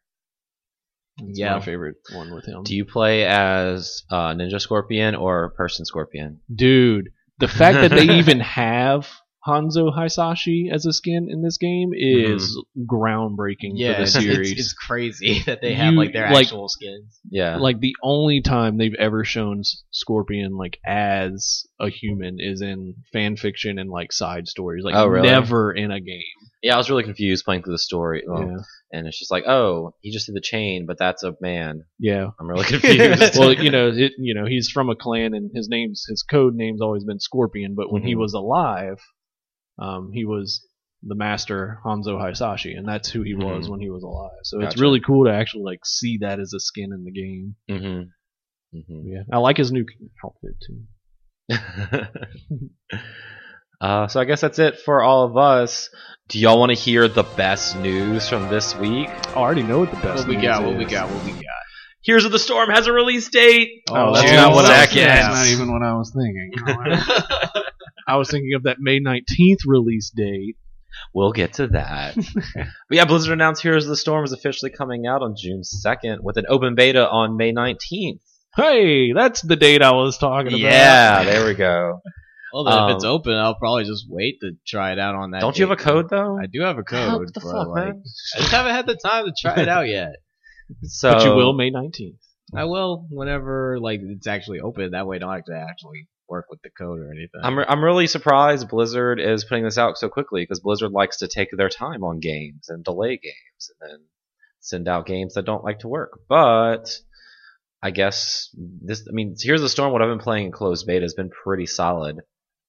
S3: It's
S1: Yeah.
S3: my favorite one with him,
S2: Do you play as uh, Ninja Scorpion or Person Scorpion?
S3: dude. The fact that they even have Hanzo Hisashi as a skin in this game is groundbreaking
S1: Yeah,
S3: for the
S1: it's,
S3: series.
S1: it's, it's crazy that they have
S3: You-
S1: like their
S3: like-
S1: actual skins.
S2: Yeah.
S3: like the only time they've ever shown S- Scorpion like as a human is in fan fiction and like side stories. Like
S2: Oh, really?
S3: never in a game.
S2: yeah, I was really confused playing through the story. well,
S3: Yeah.
S2: And it's just like, oh, he just did the chain, but that's a man.
S3: Yeah.
S2: I'm really confused.
S3: well, you know, it, you know, he's from a clan, and his name's his code name's always been Scorpion. But when he
S1: Mm-hmm.
S2: Mhm.
S3: was alive, um, he was the master Hanzo Hisashi, and that's who he was
S1: Mm-hmm.
S2: Mhm.
S3: when he was alive. So it's
S2: Gotcha.
S3: really cool to actually like see that as a skin in the game.
S2: mm-hmm. Mm-hmm.
S3: Yeah, I like his new outfit too.
S2: Mm-hmm. uh, so I guess that's it for all of us. Do y'all want to hear the best news from this week?
S3: I already know what the best.
S1: What we
S3: news
S1: got? What
S3: is.
S1: we got? What we got?
S2: Here's of the Storm has a release date.
S1: Oh,
S2: that's not what I was-
S1: second.
S3: That's not even what I was thinking. I was thinking of that May 19th release date.
S2: We'll get to that. but yeah, Blizzard announced Heroes of the Storm is officially coming out on June 2nd with an open beta on May 19th.
S3: Hey, that's the date I was talking about.
S2: Yeah, there we go.
S1: Well, then if it's
S2: Um,
S1: open, I'll probably just wait to try it out on that.
S2: Don't you have
S1: date.
S2: a code though?
S1: I do have a code.
S2: Oh, what the
S1: but,
S2: fuck,
S1: like,
S2: man?
S1: I just haven't had the time to try it out yet.
S2: So
S3: But you will May 19th.
S1: I will whenever like it's actually open. That way, I don't have to actually work with the code or anything.
S2: I'm, re- I'm really surprised Blizzard is putting this out so quickly because Blizzard likes to take their time on games and delay games and then send out games that don't like to work. But I guess this, I mean, here's the storm. What I've been playing in closed beta has been pretty solid.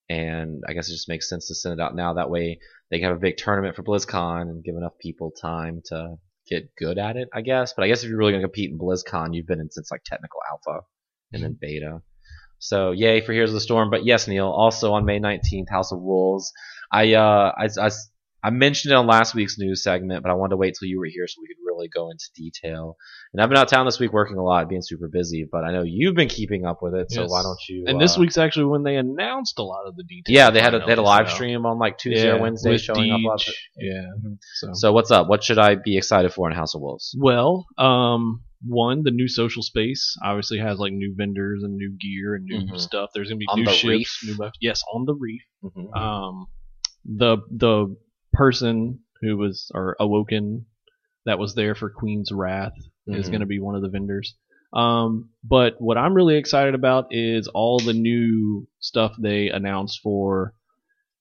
S2: And I guess it just makes sense to send it out now. That way they can have a big tournament for BlizzCon and give enough people time to get good at it, I guess. But I guess if you're really going to compete in BlizzCon, you've been in since like technical alpha and then beta. So yay for Heroes of the Storm. But yes, Neil. Also on May nineteenth, House of Wolves. I uh I, I I mentioned it on last week's news segment, but I wanted to wait till you were here so we could really go into detail. And I've been out of town this week working a lot, being super busy. But I know you've been keeping up with it, so
S3: Yes.
S2: why don't you?
S3: And this
S2: uh,
S3: week's actually when they announced a lot of the details.
S2: yeah, they had a, they had a
S3: finally,
S2: live
S3: so.
S2: stream on like Tuesday or
S3: Yeah,
S2: Wednesday
S3: with
S2: showing up. Lots of,
S3: Deej. Yeah. So.
S2: so what's up? What should I be excited for in House of Wolves?
S3: Well, um, one, the new social space obviously has like new vendors and new gear and new
S2: Mhm.
S3: stuff. There's gonna be
S2: On
S3: new
S2: the
S3: ships,
S2: reef.
S3: new buff- yes, on the reef.
S2: Mhm.
S3: um, the the person who was or awoken that was there for Queen's Wrath is
S2: Mhm.
S3: going to be one of the vendors. Um, but what I'm really excited about is all the new stuff they announced for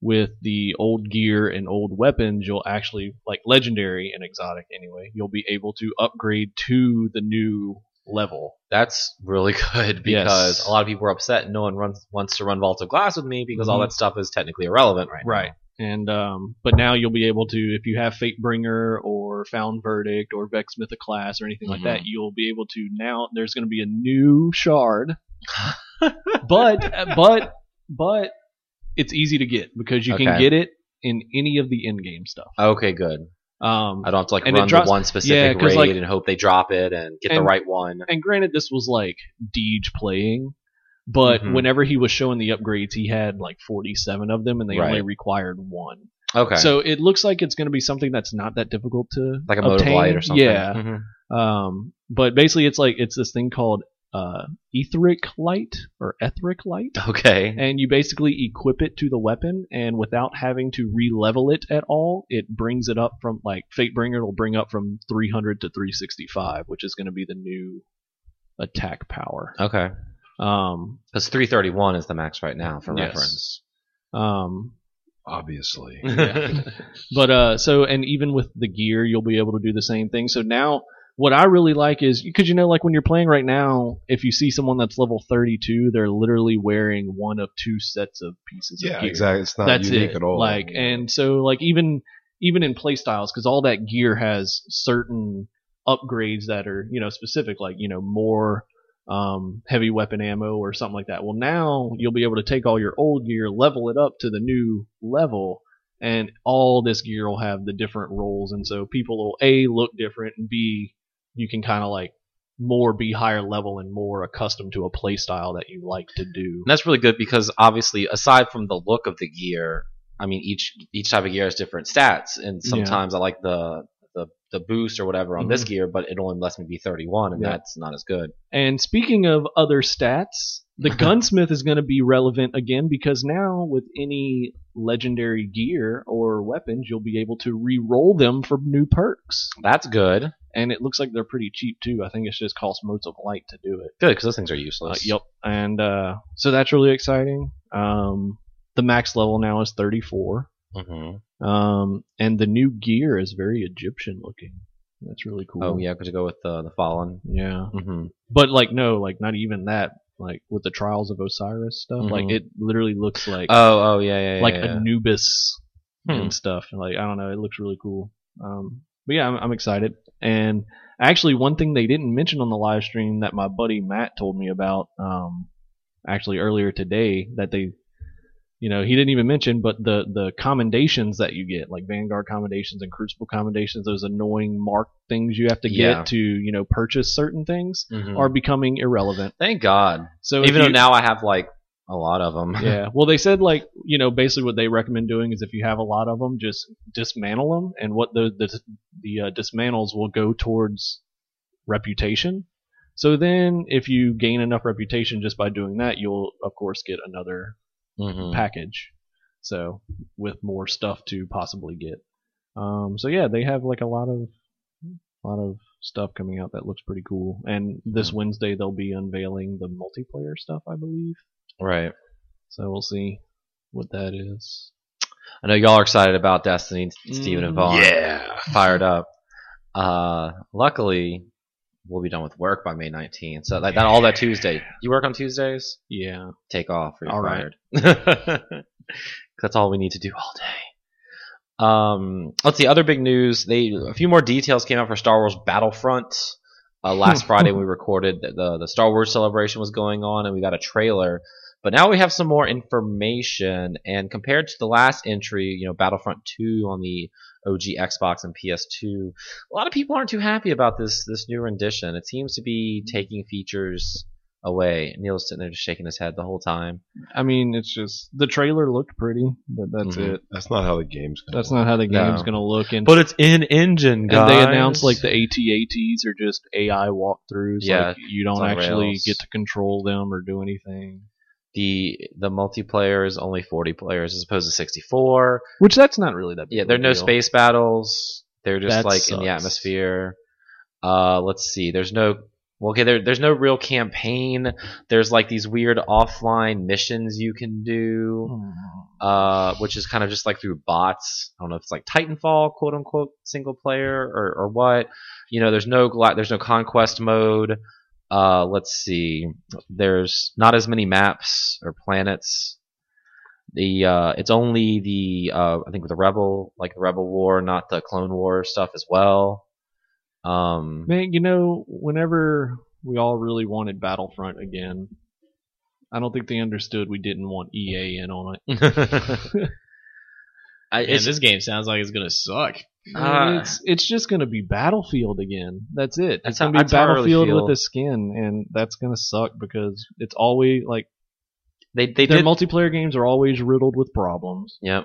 S3: with the old gear and old weapons. You'll actually like legendary and exotic anyway. You'll be able to upgrade to the new level.
S2: That's really good
S3: Yes.
S2: because a lot of people are upset and no one runs, wants to run Vault of Glass with me because all
S1: Mm-hmm.
S3: Mhm.
S2: that stuff is technically irrelevant right now.
S3: Right. And um, but now you'll be able to, if you have Fatebringer or Found Verdict or Vex Mythic class or anything like that,
S2: Mm-hmm.
S3: you'll be able to now. There's going to be a new shard, but but but it's easy to get because you can
S2: Okay.
S3: get it in any of the end game stuff.
S2: Okay, good.
S3: Um,
S2: I don't have to like
S3: And it
S2: run
S3: drops-
S2: the one
S3: yeah,
S2: specific
S3: 'cause,
S2: raid
S3: like-
S2: and hope they drop it and get the
S3: and-
S2: right one.
S3: and granted, this was like Deej playing. But
S2: Mhm.
S3: whenever he was showing the upgrades, he had like 47 of them, and they only
S2: Right.
S3: required one.
S2: Okay.
S3: So it looks like it's going to be something that's not that difficult to
S2: like a mode of
S3: obtain.
S2: light or something.
S3: Yeah.
S2: Mhm.
S3: Um, but basically, it's like it's this thing called uh, etheric light or etheric light,
S2: Uh-huh. Okay.
S3: and you basically equip it to the weapon, and without having to re-level it at all, it brings it up from like Fatebringer will bring up from 300 to 365, which is going to be the new attack power.
S2: Okay.
S3: Um,
S2: Because 331 is the max right now for
S3: Yes.
S2: reference.
S3: um,
S4: Obviously.
S3: But uh, so and even with the gear, you'll be able to do the same thing. So now what I really like is because you know, like when you're playing right now, if you see someone that's level 32, they're literally wearing one of two sets of pieces. of
S4: Yeah,
S3: gear.
S4: exactly. It's not
S3: That's
S4: unique
S3: it.
S4: at all.
S3: Like, and so like even even in play styles, because all that gear has certain upgrades that are you know specific, like you know more um, heavy weapon ammo or something like that. Well, now you'll be able to take all your old gear, level it up to the new level. And all this gear will have the different roles, and so people will a look different, and b you can kind of like more be higher level and more accustomed to a play style that you like to do.
S2: And that's really good because obviously, aside from the look of the gear, I mean, each each type of gear has different stats, and
S3: Yeah.
S2: sometimes I like the the the boost or whatever on this
S3: Mhm.
S2: gear, but it only lets me be 31, and
S3: Yeah.
S2: that's not as good.
S3: And speaking of other stats, the gunsmith is going to be relevant again because now with any legendary gear or weapons, you'll be able to re-roll them for new perks.
S2: That's good, good
S3: And it looks like they're pretty cheap too. I think it's just cost motes of light to do it.
S2: because those things are
S3: Uh,
S2: useless.
S3: yep. And uh, so that's really exciting. Um, the max level now is 34.
S2: Mhm.
S3: Um, and the new gear is very Egyptian looking. That's really cool.
S2: Oh yeah, could you go with the the fallen?
S3: Yeah.
S2: Mm-hmm.
S3: But like no, like not even that. Like with the trials of Osiris stuff, like
S2: Mhm.
S3: it literally looks like
S2: Oh oh yeah yeah yeah,
S3: like
S2: yeah.
S3: Anubis
S2: Hmm.
S3: and stuff. And, Like I don't know, it looks really cool. Um, but yeah, I'm, I'm excited. And actually, one thing they didn't mention on the live stream that my buddy Matt told me about, um, actually earlier today, that they, you know, he didn't even mention, but the the commendations that you get, like Vanguard commendations and Crucible commendations, those annoying mark things you have to
S2: Yeah.
S3: get to, you know, purchase certain things,
S2: Mhm.
S3: are becoming irrelevant.
S2: Thank God.
S3: So
S2: Even
S3: if
S2: though
S3: you-
S2: now I have like a lot of them.
S3: yeah. Well, they said like you know basically what they recommend doing is if you have a lot of them, just dismantle them, and what the the the uh, dismantles will go towards reputation. So then, if you gain enough reputation just by doing that, you'll of course get another
S2: Mhm.
S3: package. So with more stuff to possibly get. Um, so yeah, they have like a lot of lot of stuff coming out that looks pretty cool. And this
S2: Hmm.
S3: Wednesday they'll be unveiling the multiplayer stuff, I believe.
S2: Right.
S3: So we'll see what that is.
S2: I know y'all are excited about Destiny, Steven and
S3: Mm.
S2: Vaughn.
S4: yeah.
S2: Fired up. Uh, luckily, we'll be done with work by May 19th. So like that, all that Tuesday. You work on Tuesdays?
S3: Yeah.
S2: Take off or you're
S3: All right.
S2: fired. That's all we need to do all day. Um, let's see. Other big news. They a few more details came out for Star Wars Battlefront. Uh, last Friday we recorded that the the Star Wars celebration was going on, and we got a trailer. But now we have some more information, and compared to the last entry, you know, Battlefront 2 on the OG Xbox and PS2, a lot of people aren't too happy about this this new rendition. It seems to be
S3: Mm-hmm.
S2: taking features away. Neil's sitting there just shaking his head the whole time.
S3: I mean, it's just the trailer looked pretty, but that's
S2: Mhm.
S3: it.
S4: That's not how the game's going.
S3: That's not how the
S2: No.
S3: game's gonna look. And,
S2: But it's in engine,
S3: and
S2: guys.
S3: they announced like the ATATs are just AI walkthroughs.
S2: Yeah,
S3: like, you don't
S2: on
S3: actually
S2: rails.
S3: get to control them or do anything.
S2: the the multiplayer is only 40 players as opposed to 64.
S3: Which that's not really that. Big
S2: Yeah,
S3: of
S2: there are
S3: a
S2: no
S3: deal.
S2: space battles. They're just
S3: That
S2: like in the
S3: sucks.
S2: atmosphere. Uh, let's see. There's no well, okay. There, there's no real campaign. There's like these weird offline missions you can do,
S3: Hmm.
S2: uh, which is kind of just like through bots. I don't know if it's like Titanfall, quote unquote, single player or, or what. You know, there's no gla- there's no conquest mode. Uh, let's see. There's not as many maps or planets the uh, it's only the uh, I think with the rebel like the rebel war, not the Clone War stuff as well. Um,
S3: Man, you know, whenever we all really wanted Battlefront again, I don't think they understood we didn't want EA in on it.
S2: I,
S1: Man,
S2: it's,
S1: this game sounds like it's gonna suck.
S2: Ah.
S3: And it's it's just gonna be Battlefield again. That's it.
S2: That's
S3: It's
S2: how-
S3: gonna be
S2: that's how I really
S3: Battlefield
S2: feel.
S3: with a skin, and that's gonna suck because it's always like
S2: they they
S3: their
S2: did
S3: multiplayer games are always riddled with problems.
S2: Yep.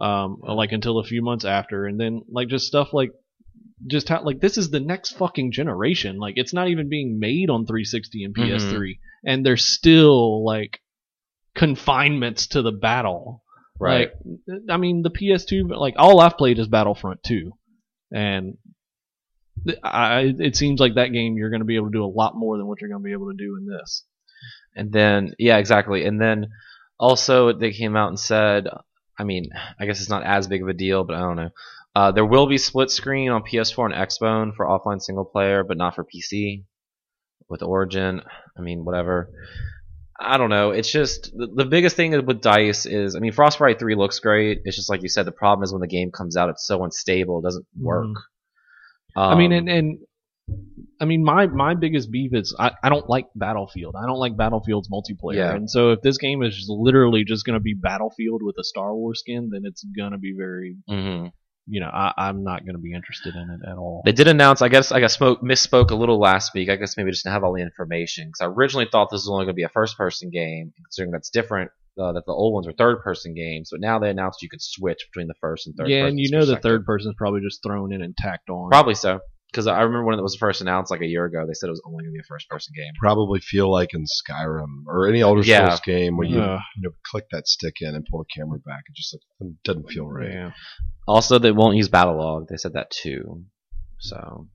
S3: Um, like until a few months after, and then like just stuff like just how like this is the next fucking generation. Like it's not even being made on 360 and
S2: Mm-hmm.
S3: PS3, and they're still like confinements to the battle.
S2: right.
S3: Like, I mean, the PS2, but like all I've played is Battlefront 2, and th- I, it seems like that game you're going to be able to do a lot more than what you're going to be able to do in this.
S2: And then yeah, exactly. And then also they came out and said, I mean, I guess it's not as big of a deal, but I don't know. Uh, there will be split screen on PS4 and Xbone for offline single player, but not for PC. With Origin, I mean, whatever. I don't know. It's just the, the biggest thing with Dice is, I mean, Frostbite 3 looks great. It's just like you said, the problem is when the game comes out, it's so unstable, it doesn't work.
S3: Mhm.
S2: Um,
S3: I mean, and, and I mean, my my biggest beef is I, I don't like Battlefield. I don't like Battlefield's multiplayer.
S2: Yeah.
S3: And so if this game is just literally just going to be Battlefield with a Star Wars skin, then it's going to be very,
S2: mhm.
S3: you know, I, I'm not going to be interested in it at all.
S2: They did announce. I guess I got spoke misspoke a little last week. I guess maybe just didn't have all the information because I originally thought this was only going to be a first-person game, considering that's different. Uh, that the old ones were third-person games, but now they announced you could switch between the first and third.
S3: yeah, and
S2: person's
S3: you know the
S2: perspective.
S3: third person's probably just thrown in and tacked on.
S2: Probably so, because I remember when it was first announced like a year ago, they said it was only going to be a first-person game.
S4: Probably feel like in Skyrim or any Elder Scrolls
S2: Yeah.
S4: game where you,
S3: Ugh.
S4: you know, click that stick in and pull the camera back. It just like doesn't feel right.
S3: Yeah.
S2: Also, they won't use battle log. They said that too. So,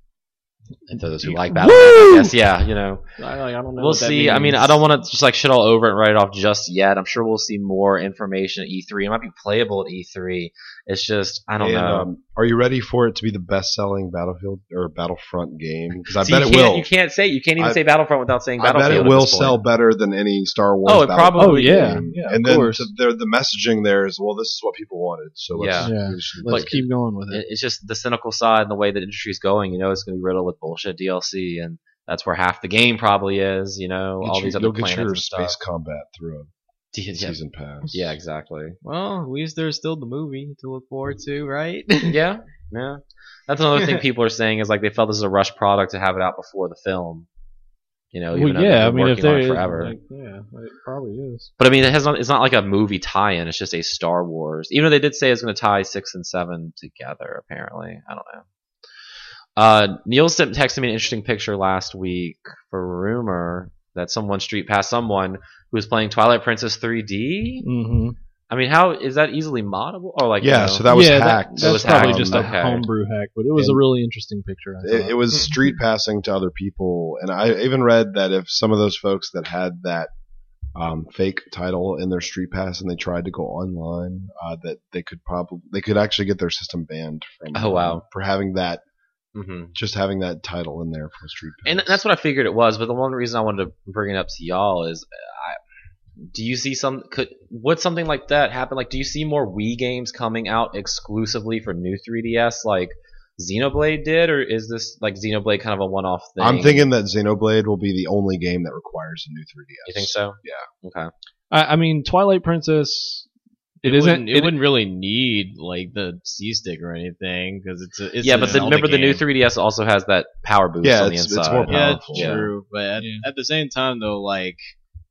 S2: and for those who like battle,
S3: Woo!
S2: I guess yeah, you know.
S3: I, like, I don't know.
S2: We'll
S3: what that
S2: see. I mean,
S3: means.
S2: I don't want to just like shit all over it and write it off just yet. I'm sure we'll see more information at E3. It might be playable at E3. It's just I don't
S4: And,
S2: know.
S4: Um, are you ready for it to be the best-selling Battlefield or Battlefront game? Because I
S2: See,
S4: bet
S2: you
S4: it
S2: can't,
S4: will.
S2: You can't say you can't even
S4: I-
S2: say Battlefront without saying
S4: I bet
S2: Battlefield.
S4: it
S2: at
S4: will
S2: this point.
S4: sell better than any Star Wars.
S2: Oh, it
S4: Battlefront
S2: probably-
S3: Oh, yeah.
S4: game.
S3: Yeah,
S4: and
S3: of
S4: then
S3: course.
S4: the- the, the messaging there is, well, this is what people wanted, so let's,
S3: Yeah. Yeah. Let's
S2: Like-
S3: keep going with it.
S2: It- It's just the cynical side and the way the industry's going. You know, it's going to be riddled with bullshit DLC, and that's where half the game probably is. You know,
S4: get
S2: all
S4: you-
S2: these other
S4: you'll get
S2: planets
S4: your
S2: and
S4: space
S2: stuff.
S4: combat through a
S2: Yeah,
S4: season pass.
S2: yeah, exactly.
S1: Well, at least there's still the movie to look forward to, right?
S2: Yeah, yeah. That's another thing people are saying is like they felt this is a rush product to have it out before the film. You know, even
S3: well,
S2: though they've
S3: yeah. I
S2: been
S3: mean, if
S2: working on
S3: there
S2: it
S3: is,
S2: forever.
S3: like, yeah, it probably is.
S2: but I mean, it has not, it's not like a movie tie-in. It's just a Star Wars. Even though they did say it's going to tie six and seven together. Apparently, I don't know. Uh, Neil sent texted me an interesting picture last week for rumor that someone street passed someone who was playing Twilight Princess 3D.
S3: Mm-hmm.
S2: I mean, how is that easily moddable? Or like, you
S4: yeah.
S2: know-
S4: So that was
S3: yeah, That,
S4: hacked.
S3: that's
S2: It was
S3: probably
S2: hacked.
S3: just a
S2: Okay.
S3: homebrew hack, but it was a
S4: And-
S3: really interesting picture. I
S4: It,
S2: Uh-huh.
S3: thought.
S4: it
S2: Hmm.
S4: was street passing to other people, and I even read that if some of those folks that had that um, fake title in their street pass and they tried to go online, uh, that they could probably they could actually get their system banned from.
S2: Oh, wow.
S4: For having that,
S2: Mhm.
S4: just having that title in there for street pass.
S2: And that's what I figured it was. But the one reason I wanted to bring it up to y'all is, I, do you see some could would something like that happen? Like, do you see more Wii games coming out exclusively for new 3DS, like Xenoblade did, or is this like Xenoblade kind of a one-off thing?
S4: I'm thinking that Xenoblade will be the only game that requires a new 3DS.
S2: You think so?
S4: Yeah.
S2: Okay.
S3: I, I mean, Twilight Princess. it isn't.
S1: Wouldn't, it,
S3: It,
S1: wouldn't really need like the C stick or anything because it's a, it's
S2: yeah,
S1: a
S2: but then
S1: Zelda
S2: remember the new
S1: game.
S2: 3DS also has that power boost
S4: Yeah,
S2: on the
S4: it's- it's
S2: inside.
S4: more
S1: Yeah, that's
S4: powerful.
S1: true. But at,
S3: Yeah.
S1: at the same time, though, like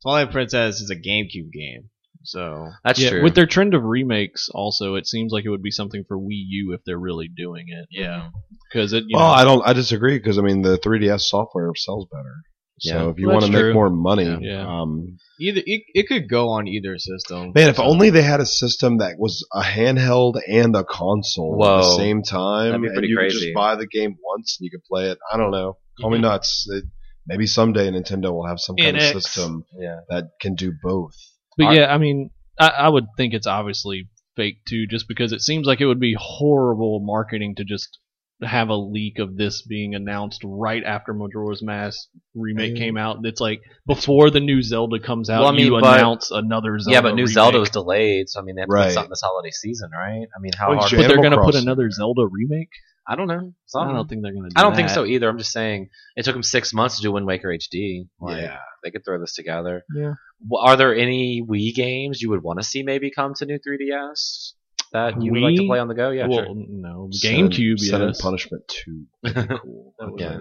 S1: Twilight Princess is a GameCube game, so
S2: That's
S3: yeah,
S2: true.
S3: With their trend of remakes, also, it seems like it would be something for Wii U if they're really doing it.
S1: yeah.
S3: because it. You
S4: Well,
S3: know,
S4: Oh, I don't. I disagree because I mean the 3DS software sells better. So
S2: Yeah.
S4: if you
S3: Well,
S4: want to
S3: that's true.
S4: make more money,
S3: Yeah.
S4: um,
S1: Either it, it could go on either system.
S4: Man, if only they had a system that was a handheld and a console at the
S2: Whoa.
S4: same time.
S2: That'd be
S4: and
S2: pretty
S4: you could
S2: crazy. Mm-hmm.
S4: just buy the game once and you could play it. I don't know. Call me nuts. It- maybe someday Nintendo will have some kind
S3: NX.
S4: of system
S2: yeah.
S4: that can do both.
S3: but
S2: I-
S3: yeah, I mean, I, I would think it's obviously fake too, just because it seems like it would be horrible marketing to just have a leak of this being announced right after Majora's Mask remake
S4: Mm.
S3: came out. It's like before the new Zelda comes out,
S2: Well, I mean,
S3: you
S2: but-
S3: announce another Zelda.
S2: yeah, but New
S3: remake.
S2: Zelda was delayed, so I mean they have to put
S4: Right.
S2: something this holiday season, right? I mean, how
S4: Well,
S2: hard?
S4: you
S3: But they're
S4: Animal
S3: gonna put
S4: Crossing.
S3: another Zelda remake.
S2: I don't know.
S3: I
S2: Something.
S3: don't think they're gonna. Do
S2: I don't think
S3: that.
S2: so either. I'm just saying it took them six months to do Wind Waker HD. Like, they could throw this together.
S3: Yeah.
S2: W- Are there any Wii games you would want to see maybe come to new 3DS that you would like to
S3: Wii?
S2: play on the go? Yeah,
S3: well,
S2: sure.
S3: no.
S4: Seven-
S3: GameCube.
S4: Seven
S3: yes.
S4: Punishment Two
S3: Cool.
S2: Yeah.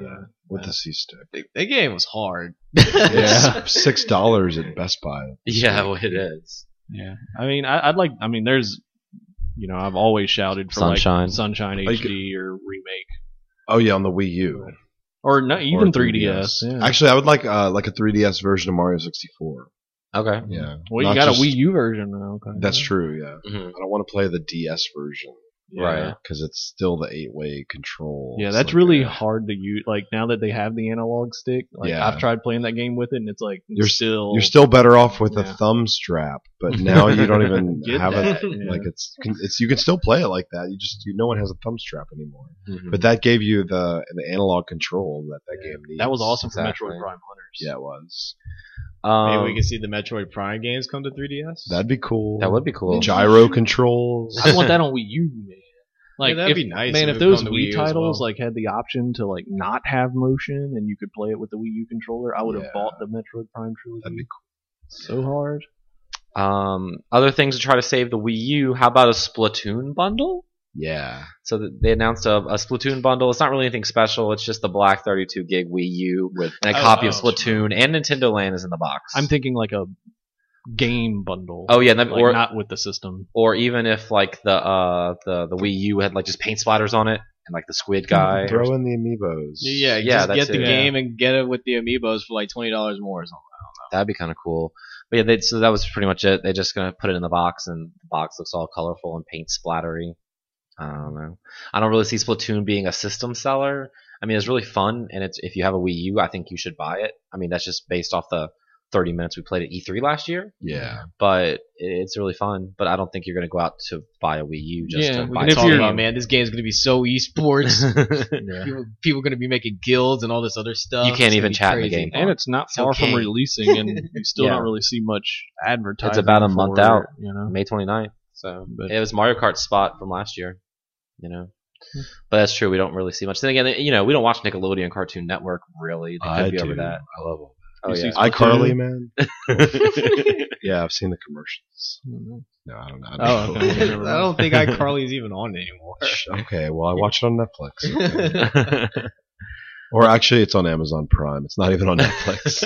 S4: with the C stick.
S1: That, that game was hard.
S4: Yeah, six dollars at Best Buy.
S2: yeah, well, it is.
S3: Yeah, I mean, I, I'd like. I mean, there's, you know, I've always shouted for
S2: Sunshine.
S3: like Sunshine
S4: Like-
S3: HD or remake
S4: Oh yeah, on the Wii U
S3: or
S2: Uh,
S3: not
S4: Or
S3: even 3DS. Yeah.
S4: Actually, I would like uh, like a 3DS version of Mario 64.
S2: Okay.
S4: Yeah,
S3: well, you
S4: Not
S3: got
S4: just-
S3: a Wii U version. now, Okay.
S4: That's true. Yeah,
S2: Mhm.
S4: I don't want to play the DS version.
S2: Right.
S4: because it's still the eight way control.
S3: Yeah,
S4: It's
S3: that's
S4: like
S3: really
S4: a-
S3: hard to use. Like now that they have the analog stick, like
S4: Yeah.
S3: I've tried playing that game with it, and it's like
S4: You're s-
S3: still
S4: You're still better off with
S3: Yeah.
S4: a thumb strap, but now you don't even
S3: Get
S4: have it.
S3: that, yeah.
S4: Like it's it's you can still play it like that. You just you, no one has a thumb strap anymore.
S2: Mhm.
S4: But that gave you the the analog control that that game needs.
S3: that was awesome
S2: Exactly.
S3: for Metroid Prime Hunters.
S4: Yeah, it was.
S2: Um,
S1: Maybe we can see the Metroid Prime games come to 3DS.
S4: That'd be cool.
S2: that would be cool.
S4: gyro controls.
S3: I want that on Wii U, man. Like
S1: Yeah, that'd
S3: if,
S1: be nice
S3: man.
S1: if
S3: If
S1: it would
S3: those
S1: come to Wii U
S3: Wii
S1: as
S3: titles
S1: well.
S3: like had the option to like not have motion and you could play it with the Wii U controller, I would have
S4: Yeah.
S3: bought the Metroid Prime trilogy.
S4: That'd be
S3: So hard.
S2: Um, other things to try to save the Wii U. How about a Splatoon bundle?
S4: yeah,
S2: So that they announced a, a Splatoon bundle. It's not really anything special. It's just the black 32 gig Wii U
S4: with
S2: and a
S1: Oh,
S2: copy of
S1: oh.
S2: Splatoon and Nintendo Land is in the box.
S3: I'm thinking like a game bundle.
S2: Oh yeah, and then-
S3: like
S2: or
S3: not with the system.
S2: or even if like the uh the the Wii U had like just paint splatters on it and like the squid guy. or-
S4: throw in the amiibos.
S2: Yeah,
S1: yeah, yeah. Just
S2: that's
S1: get the
S2: it.
S1: game and get it with the amiibos for like twenty dollars more or something.
S2: that'd be kind of cool. But yeah, they, so that was pretty much it. They're just gonna put it in the box, and the box looks all colorful and paint splattery. I don't know. I don't really see Splatoon being a system seller. I mean, it's really fun, and it's if you have a Wii U, I think you should buy it. I mean, that's just based off the 30 minutes we played at E3 last year,
S4: yeah.
S2: but it- it's really fun. But I don't think you're gonna go out to buy a Wii U just
S3: Yeah,
S2: to
S3: we
S2: buy
S3: can
S2: a
S1: And if
S3: talk
S1: you're,
S2: game.
S3: about
S1: man, this game's gonna be so esports. people, people gonna be making guilds and all this other stuff.
S2: You can't
S1: It's gonna
S2: even
S1: be
S2: chat in the
S1: crazy.
S2: game.
S3: And it's not
S2: So
S3: far
S2: gay.
S3: from releasing, and you still
S2: Yeah.
S3: don't really see much advertising.
S2: about a
S3: for
S2: month
S3: it,
S2: out.
S3: you know.
S2: May 29th.
S3: So, but
S2: It was Mario Kart's spot from last year, you know.
S3: Hmm.
S2: But that's true. We don't really see much. Then again, you know, we don't watch Nickelodeon Cartoon Network really. They could
S4: I
S2: be over
S4: do.
S2: that.
S4: I love them.
S2: Oh
S1: see
S2: yeah.
S4: iCarly, man.
S2: I
S4: Yeah, I've seen the commercials. No, I don't know. I
S3: Oh,
S4: don't know.
S3: okay.
S1: I don't think iCarly's even on anymore.
S4: Okay, well, I watched it on Netflix.
S2: don't-
S4: Or actually, it's on Amazon Prime. It's not even on Netflix.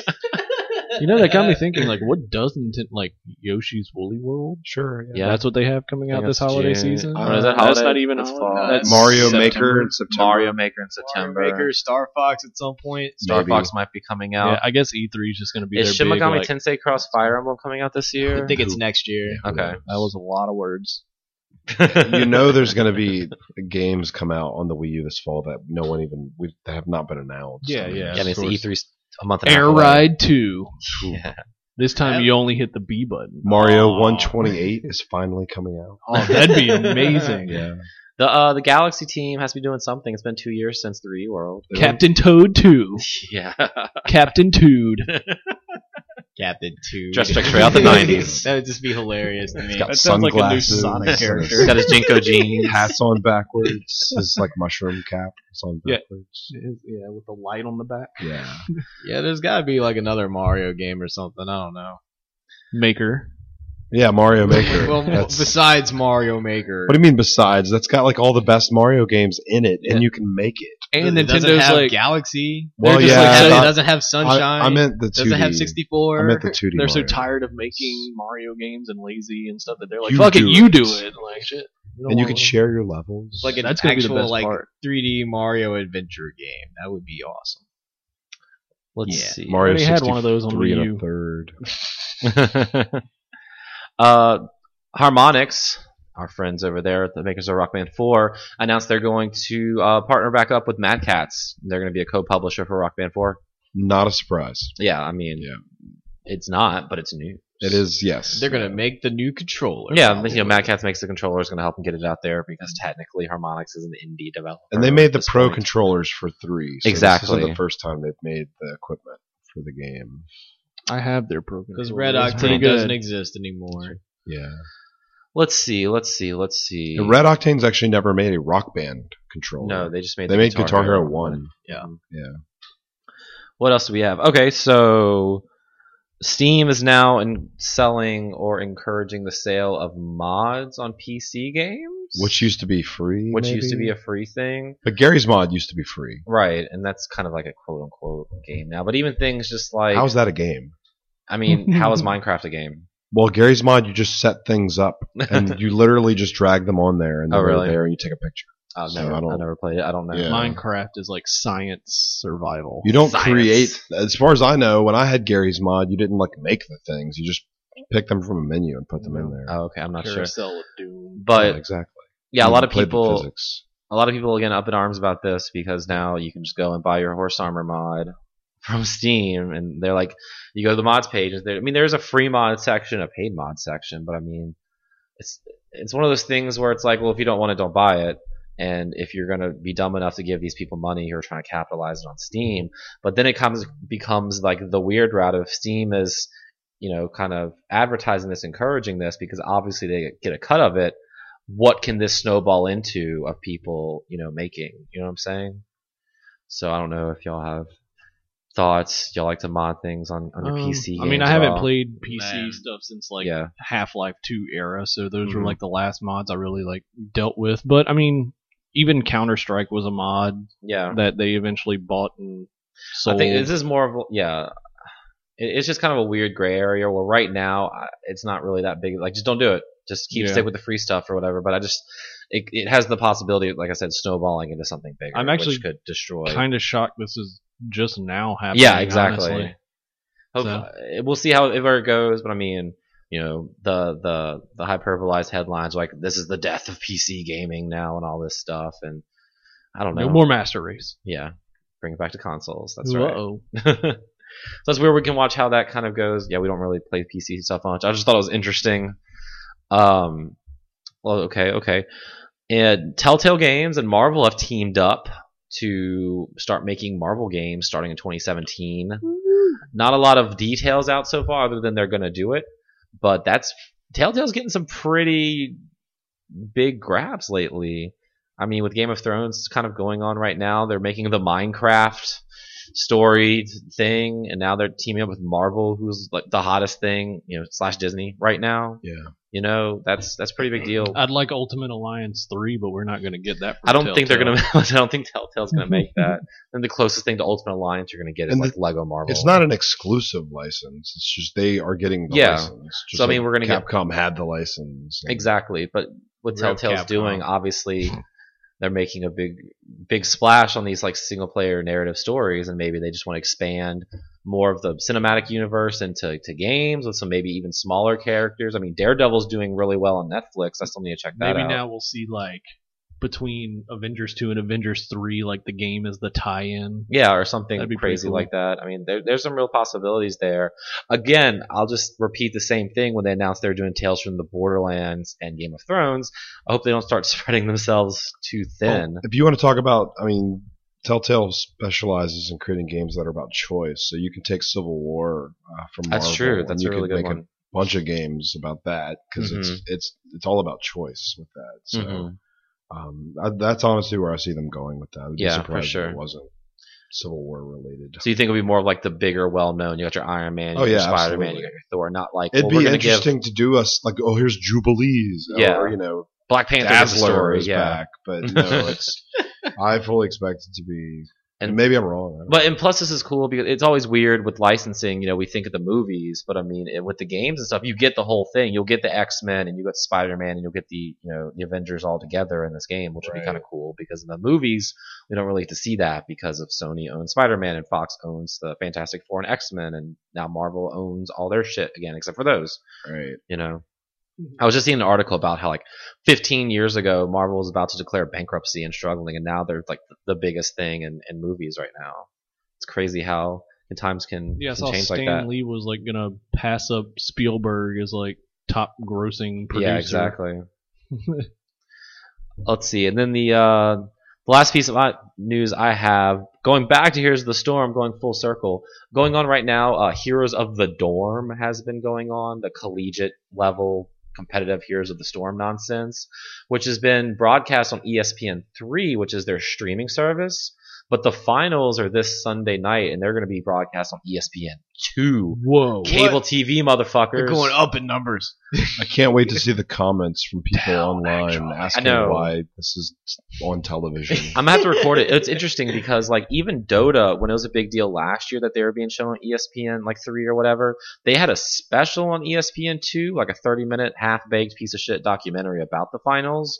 S3: you know that got me thinking. Like, what doesn't it, like Yoshi's Woolly World?
S4: sure.
S2: yeah.
S3: That's what they have coming
S2: I
S3: out
S2: think
S3: this
S2: that's
S3: holiday
S2: June.
S3: season.
S4: I don't know, is
S2: that
S3: That's
S2: holiday?
S3: not even a
S2: That's
S3: holiday.
S2: fall.
S1: That's
S4: Mario
S1: September.
S4: Maker in September.
S2: Mario Maker in September.
S1: Mario Maker, Star Fox at some point.
S2: Star
S4: maybe.
S2: Fox might be coming
S3: Yeah,
S2: out.
S3: I guess E3 is just going to be
S2: Is
S3: their
S2: Shin
S3: big.
S2: Megami
S3: Like,
S2: Tensei Cross Fire Emblem coming out this year?
S1: I think it's next year.
S2: Okay.
S3: that was a lot of words.
S4: you know, there's going to be games come out on the Wii U this fall that no one even we that have not been announced.
S3: Yeah,
S4: I mean,
S3: yeah.
S2: I mean, it's the
S3: Of course.
S2: E3 E 's a month and a half
S3: Air
S2: away.
S3: Ride 2.
S2: Yeah.
S3: This time
S1: Yeah.
S3: you only hit the B button.
S4: Mario
S3: Oh.
S4: 128 is finally coming out.
S3: Oh, that'd be amazing.
S4: Yeah,
S2: The uh, the Galaxy team has to be doing something. It's been two years since the Reworld.
S3: Captain Toad 2.
S2: Yeah.
S3: Captain Toad.
S1: Captain Two.
S2: Dressed like straight out the 90s.
S1: That would just be hilarious to me.
S4: He's got
S3: That sounds like a new
S4: sunglasses.
S3: Sonic
S4: and
S1: character.
S2: He's got his Jinko
S4: his
S2: jeans.
S4: Hats on backwards. His like mushroom cap. It's on
S3: Yeah.
S4: backwards.
S3: Yeah, with the light on the back.
S4: Yeah.
S1: yeah, there's gotta be like another Mario game or something. I don't know.
S3: Maker.
S4: Yeah, Mario Maker.
S1: Well,
S4: That's-
S1: besides Mario Maker,
S4: what do you mean besides? That's got like all the best Mario games in it, and you can make it.
S3: And
S1: it doesn't
S3: Nintendo's
S1: have
S3: like
S1: Galaxy.
S3: They're
S4: Well,
S3: just
S4: yeah.
S3: like
S1: It
S3: so-
S4: I-
S1: doesn't have Sunshine.
S4: I, I meant the 2D.
S1: doesn't have
S4: I
S1: 64.
S4: meant the 2D.
S3: they're so
S4: Mario.
S3: tired of making Mario games and lazy and stuff that they're like,
S4: You
S3: fuck it,
S4: do
S3: you
S4: it."
S3: do it. Like shit. We don't
S4: And you
S3: want-
S4: can share your levels.
S1: like an
S3: That's gonna be the
S1: actual
S3: best
S1: like
S3: part.
S1: 3D Mario adventure game. That would be awesome.
S2: Let's
S1: Yeah.
S2: see.
S4: Mario
S3: already had one of those on
S4: 63
S3: Wii
S4: and
S3: U.
S4: a third.
S2: uh, Harmonix, our friends over there, at the makers of Rock Band 4, announced they're going to uh, partner back up with Mad Cats. They're going to be a co-publisher for Rock Band 4.
S4: Not a surprise.
S2: Yeah, I mean,
S4: Yeah.
S2: it's not, but it's new.
S4: It is yes.
S1: They're gonna make the new controller.
S2: Yeah,
S1: probably.
S2: you know, Mad Cats makes the controller is going to help them get it out there because technically Harmonix is an indie developer.
S4: and they made
S2: at
S4: the
S2: this
S4: pro
S2: point.
S4: controllers for three. So This
S2: Exactly.
S4: is the first time they've made the equipment for the game.
S3: I have their program.
S1: because Red
S3: It's pretty
S1: Octane
S3: good.
S1: doesn't exist anymore.
S4: Yeah.
S2: Let's see. Let's see. Let's see.
S4: And Red Octane's actually never made a rock band controller.
S2: No, they just made.
S4: they
S2: the
S4: made Guitar, Hero one.
S2: What else do we have? Okay, so Steam is now in selling or encouraging the sale of mods on PC games,
S4: Which used to be free.
S2: which used to
S4: maybe?
S2: be a free thing,
S4: But Gary's mod used to be free.
S2: right? And that's kind of like a quote unquote game now. But even things just like
S4: How's that a game?
S2: I mean, how is Minecraft a game?
S4: Well, Gary's mod, you just set things up and you literally just drag them on there and
S2: Oh,
S4: they're
S2: really?
S4: there and you take a picture.
S2: I've
S4: So
S2: never,
S4: I
S2: I,
S4: don't-
S2: never played it. I don't know.
S4: Yeah.
S3: Minecraft is like science survival.
S4: You don't
S2: Science.
S4: create, as far as I know, when I had Gary's mod, you didn't like make the things. You just pick them from a menu and put them in there.
S2: Oh, okay, I'm not sure.
S3: Carousel of Doom.
S2: Uh, But
S4: Yeah, exactly.
S2: yeah, a lot of
S4: Played with
S2: people,
S4: physics.
S2: a lot of people again up in arms about this because now you can just go and buy your horse armor mod from Steam, and they're like, you go to the mods page. And there, I mean, there's a free mod section, a paid mod section, but I mean, it's it's one of those things where it's like, well, if you don't want it, don't buy it. And if you're gonna be dumb enough to give these people money who are trying to capitalize it on Steam, but then it comes becomes like the weird route of Steam is, you know, kind of advertising this, encouraging this because obviously they get a cut of it. What can this snowball into of people, you know, making? You know what I'm saying? So I don't know if y'all have thoughts. Y'all like to mod things on, on
S3: Um,
S2: your PC.
S3: I mean,
S2: games
S3: I
S2: at
S3: haven't
S2: all?
S3: played PC
S1: Man.
S3: stuff since like
S2: yeah,
S3: Half Life 2 era, so those were
S2: Mhm.
S3: like the last mods I really like dealt with. But I mean, even Counter Strike was a mod
S2: yeah.
S3: that they eventually bought and sold.
S2: I think this is more of a- yeah. It, it's just kind of a weird gray area where right now I- it's not really that big. Like just don't do it. Just keep
S3: Yeah.
S2: stick with the free stuff or whatever. But I just it, it has the possibility, of, like I said, snowballing into something bigger.
S3: I'm actually
S2: which could destroy.
S3: kind of shocked this is just now happening.
S2: yeah, exactly.
S3: honestly.
S2: Hope- uh, We'll see how ever it goes. But I mean, you know, the the the hyperbolized headlines like this is the death of PC gaming now and all this stuff and I don't know.
S3: No more Master Race.
S2: Yeah, bring it back to consoles. That's right.
S3: Uh-oh.
S2: so that's where we can watch how that kind of goes. Yeah, we don't really play PC stuff much. I just thought it was interesting. Um, well, okay, okay. And Telltale Games and Marvel have teamed up to start making Marvel games starting in 2017. Not a lot of details out so far, other than they're going to do it. But that's Telltale's getting some pretty big grabs lately. I mean, with Game of Thrones kind of going on right now, they're making the Minecraft story thing, and now they're teaming up with Marvel, who's like the hottest thing, you know, slash Disney right now.
S4: Yeah.
S2: You know, that's that's pretty big deal.
S3: I'd like Ultimate Alliance 3, but we're not going to get that. From
S2: I don't think they're
S3: Telltale.
S2: gonna. I don't think Telltale's gonna make that. And the closest thing to Ultimate Alliance you're gonna get is
S4: And
S2: like Lego Marvel.
S4: It's not an exclusive license. It's just they are getting the
S2: Yeah.
S4: license. Just
S2: So, I mean,
S4: like
S2: we're gonna get-
S4: Capcom had the license. and-
S2: exactly, but what
S3: Real
S2: Telltale's
S3: Capcom.
S2: doing, obviously, they're making a big, big splash on these like single player narrative stories, and maybe they just want to expand more of the cinematic universe into to games with some maybe even smaller characters. I mean, Daredevil's doing really well on Netflix. I still need to check that
S3: Maybe
S2: out.
S3: now we'll see like between Avengers 2 and Avengers 3, like the game is the tie-in.
S2: Yeah, or something
S3: That'd be pretty
S2: crazy
S3: cool.
S2: like that. I mean, there, there's some real possibilities there. Again, I'll just repeat the same thing when they announced they're doing Tales from the Borderlands and Game of Thrones. I hope they don't start spreading themselves too thin.
S4: Well, Oh, if you want to talk about, I mean, Telltale specializes in creating games that are about choice. So you can take Civil War uh, from
S2: That's
S4: Marvel,
S2: true.
S4: and
S2: That's
S4: you
S2: a really
S4: could
S2: good
S4: make
S2: one. Mm-hmm.
S4: a bunch of games about that because it's it's it's all about choice with that. So
S2: Mhm.
S4: um, I, that's honestly where I see them going with that. I'd be
S2: Yeah, for
S4: surprised
S2: sure.
S4: if it wasn't Civil War related.
S2: So you think it'll be more of like the bigger, well-known? You got your Iron Man, you
S4: Oh,
S2: got your
S4: yeah,
S2: Spider Man,
S4: absolutely.
S2: you got your Thor. Not like
S4: It'd
S2: well, we're
S4: be
S2: gonna give
S4: interesting to do us like, oh, here's Jubilees,
S2: Yeah.
S4: or you know,
S2: Black Panther has a
S4: Dazzler
S2: story,
S4: is
S2: yeah.
S4: back, but no, it's. I fully expect it to be,
S2: And-
S4: and maybe I'm wrong. I don't
S2: But and plus, this is cool because it's always weird with licensing. You know, we think of the movies, but I mean, it, with the games and stuff, you get the whole thing. You'll get the X Men, and you get Spider Man, and you'll get the you know the Avengers all together in this game, which would be
S4: Right.
S2: kind of cool because in the movies we don't really get to see that because of Sony owns Spider Man and Fox owns the Fantastic Four and X Men, and now Marvel owns all their shit again except for those
S4: know. right.
S2: you know
S3: Mm-hmm.
S2: i was just seeing an article about how like 15 years ago marvel was about to declare bankruptcy and struggling and now they're like the biggest thing in, in movies right now it's crazy how the times can,
S3: Yeah, I
S2: can
S3: saw
S2: change
S3: Stan
S2: like that
S3: Lee was like gonna pass up Spielberg as like top grossing producer.
S2: yeah exactly let's see and then the uh the last piece of uh, news i have going back to here's the storm going full circle going on right now uh heroes of the dorm has been going on the collegiate level competitive heroes of the storm nonsense which has been broadcast on E espn3 which is their streaming service but the finals are this sunday night and they're going to be broadcast on E espn2
S3: Whoa.
S2: cable tv motherfuckers
S1: They're going up in numbers.
S4: I can't wait to see the comments from people
S1: Down,
S4: online
S1: actually.
S4: asking
S2: I know.
S4: why this is on television.
S2: I'm gonna have to record it. It's interesting because like even Dota, when it was a big deal last year that they were being shown on E ESPN like three or whatever, they had a special on E ESPN two, like a 30 minute half baked piece of shit documentary about the finals.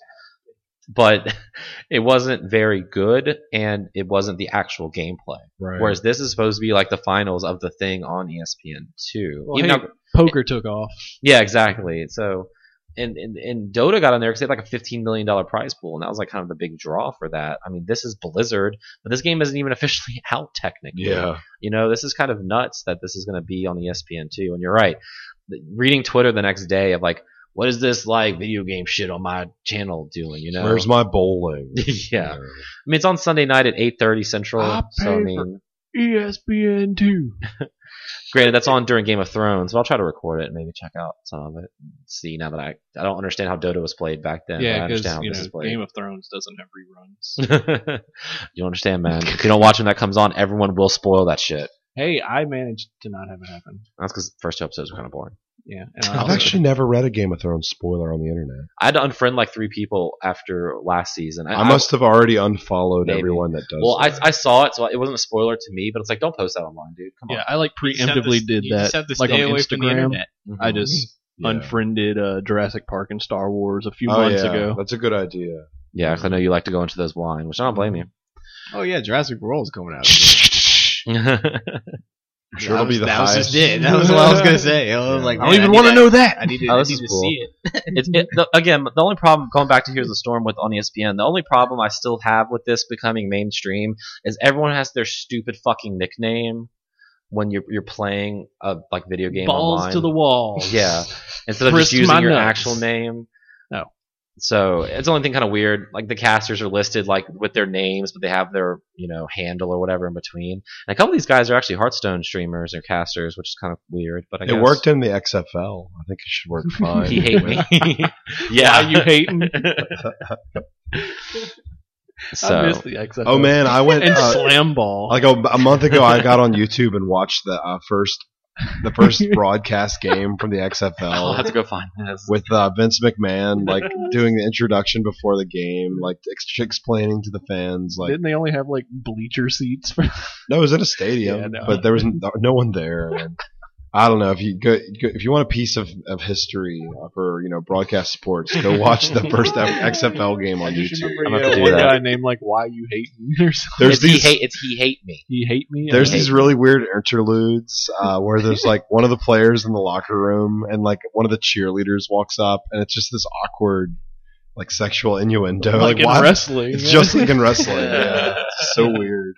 S2: But it wasn't very good, and it wasn't the actual gameplay.
S4: right.
S2: Whereas this is supposed to be like the finals of the thing on E ESPN two.
S3: Well, hey, poker took off.
S2: yeah, exactly. So and, and, and Dota got on there because they had like a fifteen million dollar prize pool, and that was like kind of the big draw for that. I mean, this is Blizzard, but this game isn't even officially out technically.
S4: Yeah.
S2: You know, this is kind of nuts that this is going to be on E ESPN too. And you're right. The- Reading Twitter the next day of like, what is this like video game shit on my channel doing? You know,
S4: Where's my bowling?
S2: yeah. I mean, it's on Sunday night at eight thirty Central.
S3: I
S2: so I
S3: pay
S2: mean,
S3: for- E ESPN two.
S2: Granted, that's on during Game of Thrones, but I'll try to record it and maybe check out some of it. and See now that I I don't understand how Dota was played back then. but I
S3: Yeah, because
S2: understand how
S3: you
S2: this is
S3: know
S2: played.
S3: Game of Thrones doesn't have reruns.
S2: you don't understand, man. If you don't watch when that comes on, everyone will spoil that shit.
S3: hey, I managed to not have it happen.
S2: That's because the first two episodes were kind of boring.
S3: Yeah, and I
S4: I've
S3: also-
S4: actually never read a Game of Thrones spoiler on the internet.
S2: I had to unfriend like three people after last season.
S4: I, must have already unfollowed
S2: Maybe.
S4: everyone that does.
S2: well, I,
S4: that.
S2: I saw it, so it wasn't a spoiler to me, but it's like, don't post that online, dude. Come on.
S3: yeah, I like
S1: You just have
S3: preemptively
S1: to-
S3: did
S1: you
S3: that.
S1: just have to
S3: like
S1: stay
S3: on
S1: away
S3: Instagram,
S1: from the internet.
S3: I just
S4: Yeah.
S3: unfriended uh, Jurassic Park and Star Wars a few
S4: Oh,
S3: months
S4: yeah,
S3: ago.
S4: That's a good idea.
S2: Yeah, 'cause I know you like to go into those blind, which I don't blame you.
S1: Oh yeah, Jurassic World's coming out.
S2: I
S4: I'm sure it'll be the
S1: that
S4: highest.
S1: was just it. That was what I was gonna say. I was
S4: Yeah.
S1: like,
S4: I
S1: man,
S4: don't even
S1: need
S4: want to
S1: that-
S4: know that.
S1: I need to,
S2: Oh,
S1: I
S2: this
S1: need
S2: is
S1: to
S2: cool.
S1: see it.
S2: it's it, the, again the only problem going back to here's the storm with on E ESPN. The only problem I still have with this becoming mainstream is everyone has their stupid fucking nickname when you're you're playing a like video game
S3: Balls
S2: online.
S3: to the wall.
S2: yeah, instead of
S3: Frisk
S2: just using
S3: my
S2: your
S3: nuts.
S2: actual name.
S3: No.
S2: So it's the only thing kind of weird. Like the casters are listed like with their names, but they have their you know handle or whatever in between. And a couple of these guys are actually Hearthstone streamers or casters, which is kind of weird. But I
S4: it
S2: guess.
S4: worked in the XFL. I think it should work fine.
S2: He hate me. yeah,
S3: Why you hating?
S2: so.
S3: I missed the XFL.
S4: Oh man, I went
S3: and
S4: uh,
S3: slam ball.
S4: like a, a month ago. I got on YouTube and watched the uh, first the first broadcast game from the
S2: I'll have
S4: XFL
S2: to go find this.
S4: with uh, Vince McMahon, like doing the introduction before the game, like ex- explaining to the fans, like
S3: Didn't they only have like bleacher seats for?
S4: no, it was in a stadium,
S3: Yeah, no.
S4: but there was n- no one there. And I don't know if you go, go- if you want a piece of, of history uh, for you know broadcast sports, go watch the first XFL game on
S3: I just
S4: YouTube.
S3: remember
S2: I'm
S3: you
S2: gonna
S3: had
S2: do
S3: one
S2: that.
S3: guy named like "Why you hating?" or something.
S4: There's
S2: it's he
S4: these-
S2: hate. It's he hate me.
S3: He hate me.
S4: There's
S3: I hate
S4: these really weird interludes uh, where there's like one of the players in the locker room and like one of the cheerleaders walks up and it's just this awkward like sexual innuendo.
S3: you. like, in
S4: why-
S3: wrestling.
S4: It's just like in wrestling. yeah.
S2: Yeah.
S4: It's so weird.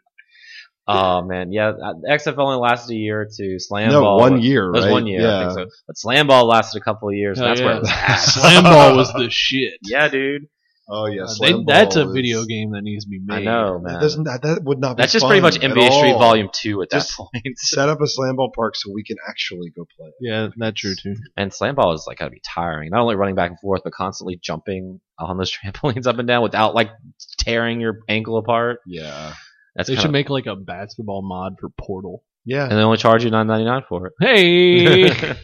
S2: Oh man, yeah. uh, XFL only lasted a year or two. Slam
S4: no,
S2: ball.
S4: one year,
S2: It was
S4: right?
S2: one year, I
S4: Yeah.
S2: think so. But slam ball lasted a couple of years. And
S3: Hell
S2: that's where it was. at.
S3: slam ball was the shit.
S2: yeah, dude.
S4: Oh yeah,
S3: Uh, they-
S4: slam
S3: that's a
S4: ball
S3: video
S4: is-
S3: game that needs to be made.
S2: I know,
S4: That,
S2: man.
S4: doesn't, that, that would not. Be
S2: That's just pretty much
S4: fun at
S2: NBA Street
S4: all.
S2: Volume Two at that
S4: Just-
S2: point.
S4: Set up a slam ball park so we can actually go play. it.
S3: Yeah, that's true too.
S2: And slam ball is like gotta be tiring. Not only running back and forth, but constantly jumping on those trampolines up and down without like tearing your ankle apart.
S4: Yeah,
S2: That's
S3: they
S2: kinda-
S3: should make like a basketball mod for Portal.
S4: yeah.
S2: and they only charge you nine ninety nine for it.
S3: Hey,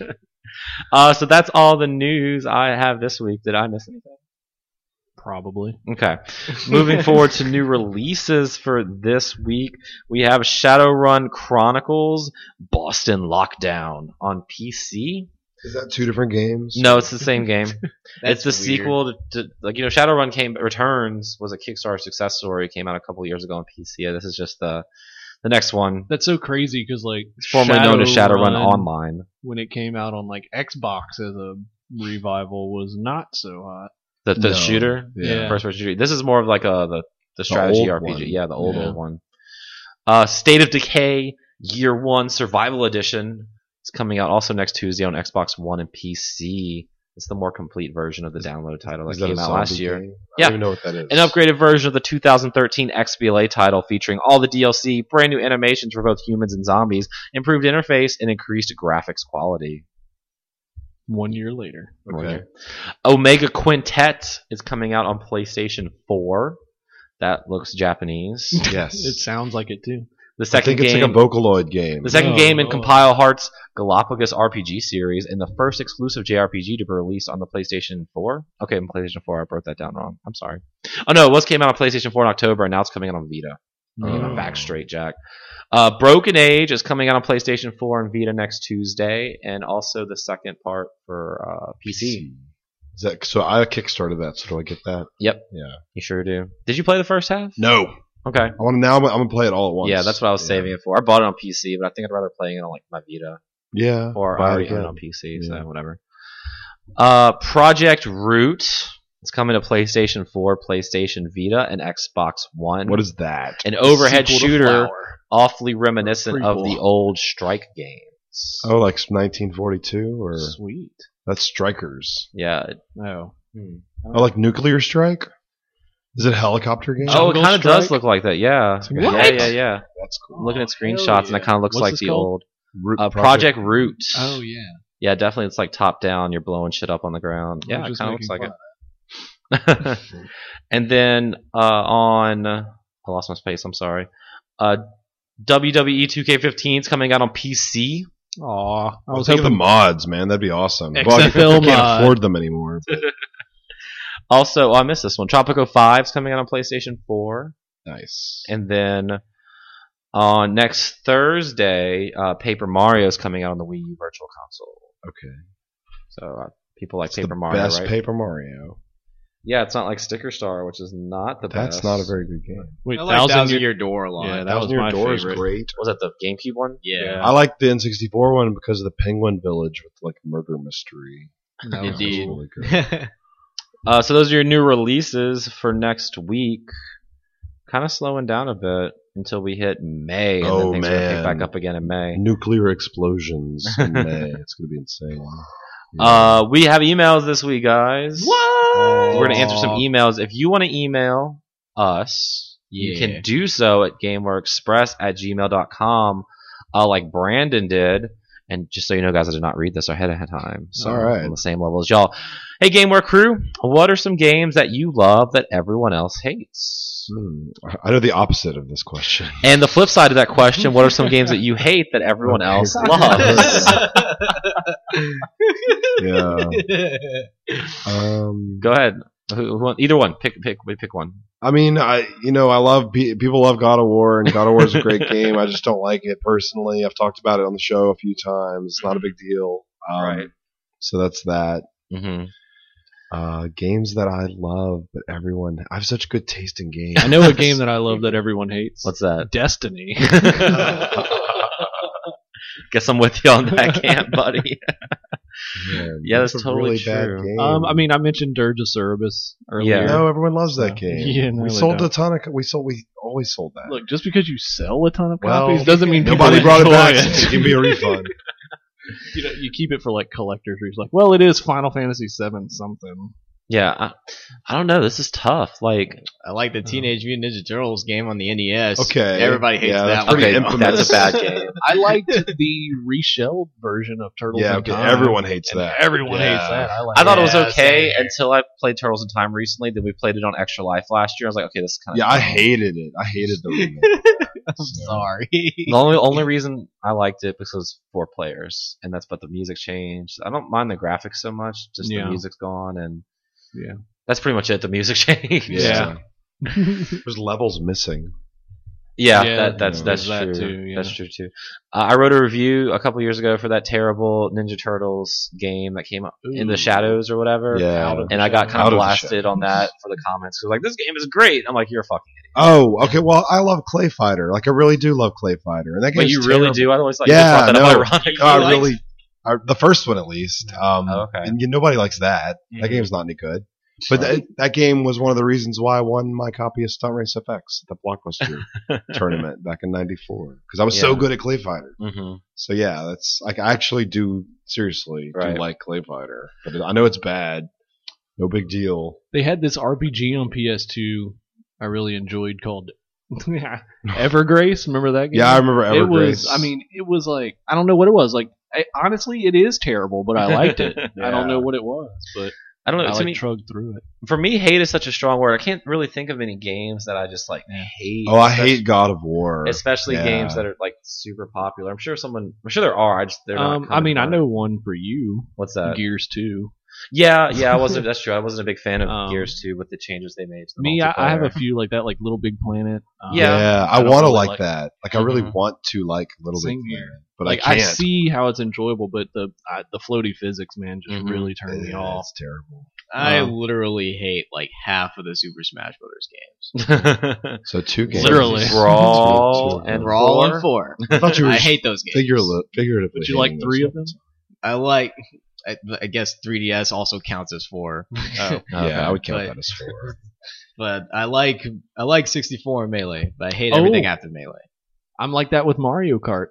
S2: uh, so that's all the news I have this week. Did I miss anything?
S3: probably.
S2: Okay. Moving forward to new releases for this week, we have Shadowrun Chronicles Boston Lockdown on PC.
S4: Is that two different games?
S2: No, it's the same game. it's
S1: That's
S2: the
S1: weird.
S2: sequel to, to like you know Shadowrun came Returns was a Kickstarter success story. It came out a couple years ago on PC. Yeah, this is just the the next one,
S3: That's so crazy because like
S2: it's formerly known as Shadowrun
S3: Shadowrun,
S2: Online.
S3: when it came out on like Xbox as a revival was not so hot.
S2: The, the
S4: No.
S2: shooter,
S3: Yeah.
S2: first person shooter. This is more of like a the, the strategy
S4: old
S2: RPG.
S4: one.
S2: Yeah, the old
S3: Yeah.
S2: old one. Uh, State of Decay Year One Survival Edition. It's coming out also next Tuesday on Xbox One and PC. It's the more complete version of the download title that,
S4: Is
S2: came
S4: a
S2: out last
S4: zombie
S2: year.
S4: game? I
S2: Yeah.
S4: don't even know what that is.
S2: An upgraded version of the 2013 XBLA title featuring all the DLC, brand new animations for both humans and zombies, improved interface, and increased graphics quality.
S3: One year later,
S4: Okay.
S2: Omega Quintet is coming out on PlayStation 4. That looks Japanese.
S4: Yes.
S3: it sounds like it too.
S2: The
S4: I
S2: second
S4: think it's
S2: game,
S4: like a Vocaloid game.
S2: the second
S3: Oh,
S2: game in
S3: oh.
S2: Compile Heart's Galapagos RPG series, and the first exclusive JRPG to be released on the PlayStation 4. Okay, on PlayStation 4, I wrote that down wrong. I'm sorry. Oh no, it was came out on PlayStation 4 in October, and now it's coming out on Vita.
S3: Uh,
S2: You know,
S3: Mm.
S4: Oh.
S2: back straight, Jack. Uh, Broken Age is coming out on PlayStation 4 and Vita next Tuesday, and also the second part for uh, PC.
S4: Is that, so I kickstarted that. So do I get that?
S2: Yep.
S4: Yeah.
S2: You sure do. Did you play the first half?
S4: No. I
S2: Okay.
S4: want to now. I'm, gonna play it all at once.
S2: Yeah, that's what I was
S4: Yeah.
S2: saving it for. I bought it on PC, but I think I'd rather play it on like my Vita.
S4: Yeah.
S2: or
S4: Buy
S2: I
S4: it
S2: already own
S4: again.
S2: it on PC, so
S4: Yeah.
S2: whatever. Uh, Project Root. It's coming to PlayStation 4, PlayStation Vita, and Xbox One.
S4: What is that?
S2: an overhead
S3: Sequel to
S2: shooter
S3: Flower.
S2: awfully reminiscent of
S3: Prequel.
S2: the old Strike games?
S4: Oh, like 1942 or
S3: Sweet.
S4: that's Strikers.
S2: Yeah.
S3: Oh.
S1: hmm.
S4: Oh, like Nuclear Strike. Is it a helicopter game?
S2: Oh, it
S3: Jungle
S2: kind of does
S3: Strike?
S2: look like that. Yeah.
S4: It's like a-
S2: Yeah, yeah, yeah.
S4: That's
S2: I'm
S4: cool.
S2: looking at
S3: Oh,
S2: screenshots,
S3: hell
S2: and it kind of looks
S3: What's
S2: like
S3: this
S2: the
S3: called?
S2: old
S4: Root
S2: uh, Project Root.
S3: Oh yeah.
S2: Yeah, definitely. It's like top down. You're blowing shit up on the ground. Yeah, it
S3: just
S2: kind of looks
S3: making
S2: like
S3: fun
S2: it. and then uh, on, I lost my space. I'm sorry. Uh, E WWE 2K15 is coming out on PC.
S3: Aw, I
S4: I
S3: was
S4: was thinking the
S3: hoping.
S4: mods, man. That'd be awesome.
S3: XFL
S4: Well, you can't
S3: mod.
S4: afford them anymore. but-
S2: Also, oh, I missed this one. Tropico 5 is coming out on PlayStation 4.
S4: nice.
S2: And then on next Thursday, uh, Paper Mario is coming out on the Wii U Virtual Console.
S4: Okay.
S2: So uh, people like
S4: It's
S2: Paper
S4: the
S2: Mario,
S4: Best
S2: right?
S4: Paper Mario.
S2: yeah, it's not like Sticker Star, which is not the
S4: That's
S2: best.
S4: not a very good game.
S3: Wait,
S1: I like
S3: thousand
S1: Thousand
S3: year.
S1: Year Door a lot.
S3: Yeah, that
S4: Thousand
S3: was
S4: Year
S3: my
S4: Door
S3: favorite.
S4: is great.
S2: Was that the GameCube one?
S1: yeah.
S4: I like the N64 one because of the Penguin Village with like murder mystery.
S3: No.
S4: That was
S1: Indeed.
S4: really good.
S2: Uh, so those are your new releases for next week. Kind of slowing down a bit until we hit May, and
S4: Oh,
S2: then things are gonna pick
S4: man.
S2: back up again in May.
S4: Nuclear explosions in May. It's going to be insane. Yeah.
S2: Uh, we have emails this week, guys.
S1: what?
S2: We're gonna answer some emails. If you want to email us, you
S1: Yeah.
S2: can do so at gameworkexpress at gmail.com, uh, like Brandon did. And just so you know, guys, I did not read this ahead of time. So
S4: All right.
S2: I'm on the same level as y'all. Hey, Gamework crew, what are some games that you love that everyone else hates?
S4: Hmm. I- I know the opposite of this question.
S2: And the flip side of that question, what are some games that you hate that everyone else loves?
S4: Yeah. Um,
S2: Go ahead. Who- who- Either one. Pick pick pick one.
S4: I mean, I you know I love pe- people love God of War and God of War is a great game. I just don't like it personally. I've talked about it on the show a few times. It's not a
S3: Mm-hmm.
S4: big deal. Um,
S2: Right.
S4: So that's that.
S2: Mm-hmm.
S4: Uh, games that I love, but everyone I have such good taste in games.
S3: I know a game that I love that everyone hates.
S2: What's that?
S3: Destiny.
S2: Guess I'm with you on that camp, buddy.
S4: Man,
S2: Yeah, that's
S4: a
S2: totally true.
S4: game.
S3: um, I mean, I mentioned Dirge of Cerberus earlier.
S2: Yeah.
S4: no, everyone loves that
S3: Yeah.
S4: game.
S3: Yeah, no,
S4: we
S3: they
S4: sold a
S3: don't.
S4: ton of. co- We sold. We always sold that.
S3: Look, just because you sell a ton of
S4: Well,
S3: copies doesn't mean people
S4: Nobody brought it
S3: enjoy
S4: back. so Give me a refund.
S3: you, know, you keep it for like collectors. Where you're like, well, it is Final Fantasy VII something.
S2: Yeah, I, I don't know. This is tough. Like,
S1: I like the Teenage Mutant Ninja Turtles game on the NES.
S4: Okay.
S1: Everybody hates
S4: Yeah,
S1: that
S4: that's
S1: one.
S4: pretty
S2: Okay,
S4: infamous.
S2: that's a bad game.
S3: I liked the reshelled version of Turtles.
S4: yeah,
S3: in
S4: okay,
S3: Time.
S4: everyone hates that.
S3: Everyone
S4: Yeah.
S3: hates that. I, like
S2: I thought
S3: that.
S2: it was
S1: Yeah,
S2: okay
S1: same here.
S2: until I played Turtles in Time recently. Then we played it on Extra Life last year. I was like, okay, this is kind of
S4: Yeah, I hated it. I hated the remake.
S1: I'm
S4: So-
S1: sorry.
S2: The only only reason I liked it because it was four players, and that's but the music changed. I don't mind the graphics so much, just
S3: Yeah.
S2: the music's gone, and
S3: Yeah.
S2: that's pretty much it. The music changed.
S3: Yeah.
S4: There's levels missing.
S2: Yeah,
S3: Yeah,
S2: that, that's
S4: yeah.
S2: that's
S3: There's
S2: true.
S3: that too, yeah.
S2: That's true too. Uh, I wrote a review a couple years ago for that terrible Ninja Turtles game that came out in the
S3: Ooh.
S2: shadows or whatever.
S4: Yeah.
S2: And I got kind
S4: Out of
S2: of
S4: the
S2: blasted on
S4: shadows.
S2: that for the comments. It was like, "This game is great." I'm like, "You're a fucking."
S4: Oh, okay. Well, I love Clay Fighter. Like I really do love Clay Fighter, and that game.
S2: But you really do. I always like
S4: Yeah,
S2: just thought that
S4: no.
S2: up ironic.
S4: I
S1: You liked-
S4: really, I, the first one at least. Um,
S2: Oh, okay.
S4: And you, nobody likes that. That
S1: Mhm.
S4: game's not any good. But that, that game was one of the reasons why I won my copy of Stunt Race FX at the Blockbuster tournament back in '94 because I was so
S2: Yeah.
S4: good at Clay Fighter.
S2: hmm
S4: So yeah, that's like I actually do seriously
S2: Right.
S4: do like Clay Fighter, but I know it's bad. No big deal.
S3: They had this RPG on PS2. I really enjoyed called Evergrace. Remember that game?
S4: Yeah, I remember Evergrace.
S3: It was. I mean, it was like I don't know what it was. Like I, honestly, it is terrible, but I liked it. I don't know what it was, but
S2: I don't
S3: I
S2: know. to
S3: like
S2: me,
S3: trudged through it.
S2: for me, hate is such a strong word. I can't really think of any games that I just like
S3: Yeah.
S2: hate.
S4: oh, I
S2: especially-
S4: hate God of War.
S2: especially
S4: Yeah.
S2: games that are like super popular. I'm sure someone. I'm sure there are. I just they're not.
S3: Um, I mean, I
S2: coming to mind.
S3: know one for you,
S2: what's that.
S3: Gears Two.
S2: Yeah, yeah, I wasn't. That's true. I wasn't a big fan of
S3: Um,
S2: Gears Two with the changes they made. To the
S3: Me, I, I have a
S2: multiplayer.
S3: few like that, like Little Big Planet. Um,
S2: Yeah.
S4: Yeah,
S3: I
S4: I,
S3: don't
S4: want to
S3: really
S4: like,
S3: like- Mm-hmm.
S4: that. Like, I really
S2: Mhm.
S4: want to like Little Big
S3: Same
S4: Planet,
S3: here.
S4: but
S3: like
S4: I
S3: I,
S4: can't.
S3: see how it's enjoyable, but the I, the floaty physics man just
S4: Mm-hmm.
S2: Mhm.
S3: really turned me
S4: Yeah,
S3: off.
S4: It's terrible.
S1: I
S3: Um,
S1: literally hate like half of the Super Smash Brothers games.
S4: So two games,
S3: Literally.
S2: Brawl
S4: Two- two-
S2: and
S1: Brawl
S2: four.
S1: and four.
S4: I thought you were
S1: I
S4: just
S1: hate those games.
S4: figurali- figuratively.
S3: But you like
S4: hating
S3: three of
S4: yourself.
S1: I like I, I guess 3DS also counts as four. Oh,
S4: Yeah,
S2: Okay.
S4: I would count
S1: but-
S4: that as four.
S1: but I like I like 64 and melee, but I hate
S3: Oh.
S1: everything after melee.
S3: I'm like that with Mario Kart.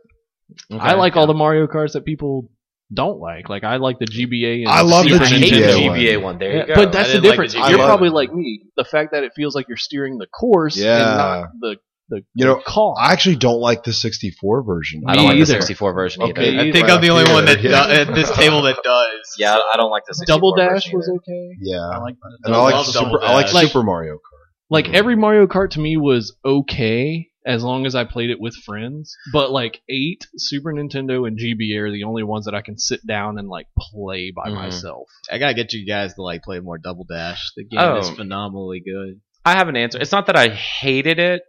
S2: Okay.
S3: I like all the Mario Karts that people don't like. Like I like the GBA. And
S4: I love the
S2: I
S3: Super
S2: hate
S3: Nintendo.
S2: the
S4: one.
S2: GBA one. There you
S3: Yeah,
S2: go.
S3: But
S2: I
S3: that's the
S2: didn't like
S3: difference.
S4: I
S2: GBA
S3: You're
S4: love
S2: one.
S3: probably like me. The fact that it feels like you're steering the course
S4: Yeah.
S3: and not the the
S4: You know,
S3: car.
S4: I actually don't like the 64 version.
S2: I don't like
S3: Me
S2: the
S3: either.
S2: 64 version either.
S4: Okay.
S1: I think
S4: Right
S1: I'm the only
S4: up
S1: one that
S4: here,
S1: do-
S4: yeah.
S1: at this table that does.
S2: Yeah, I don't like the 64
S3: Double Dash
S2: version
S3: was
S2: either.
S3: okay. I
S4: Yeah,
S3: like
S4: and I like
S1: love Double
S4: super. I like,
S1: Dash.
S3: Like-
S4: Super Mario Kart.
S3: like every Mario Kart to me was okay as long as I played it with friends. But like eight Super Nintendo and GBA are the only ones that I can sit down and like play by
S2: Mhm.
S3: myself.
S1: I gotta get you guys to like play more Double Dash. The game is
S2: Oh.
S1: phenomenally good.
S2: I have an answer. It's not that I hated it,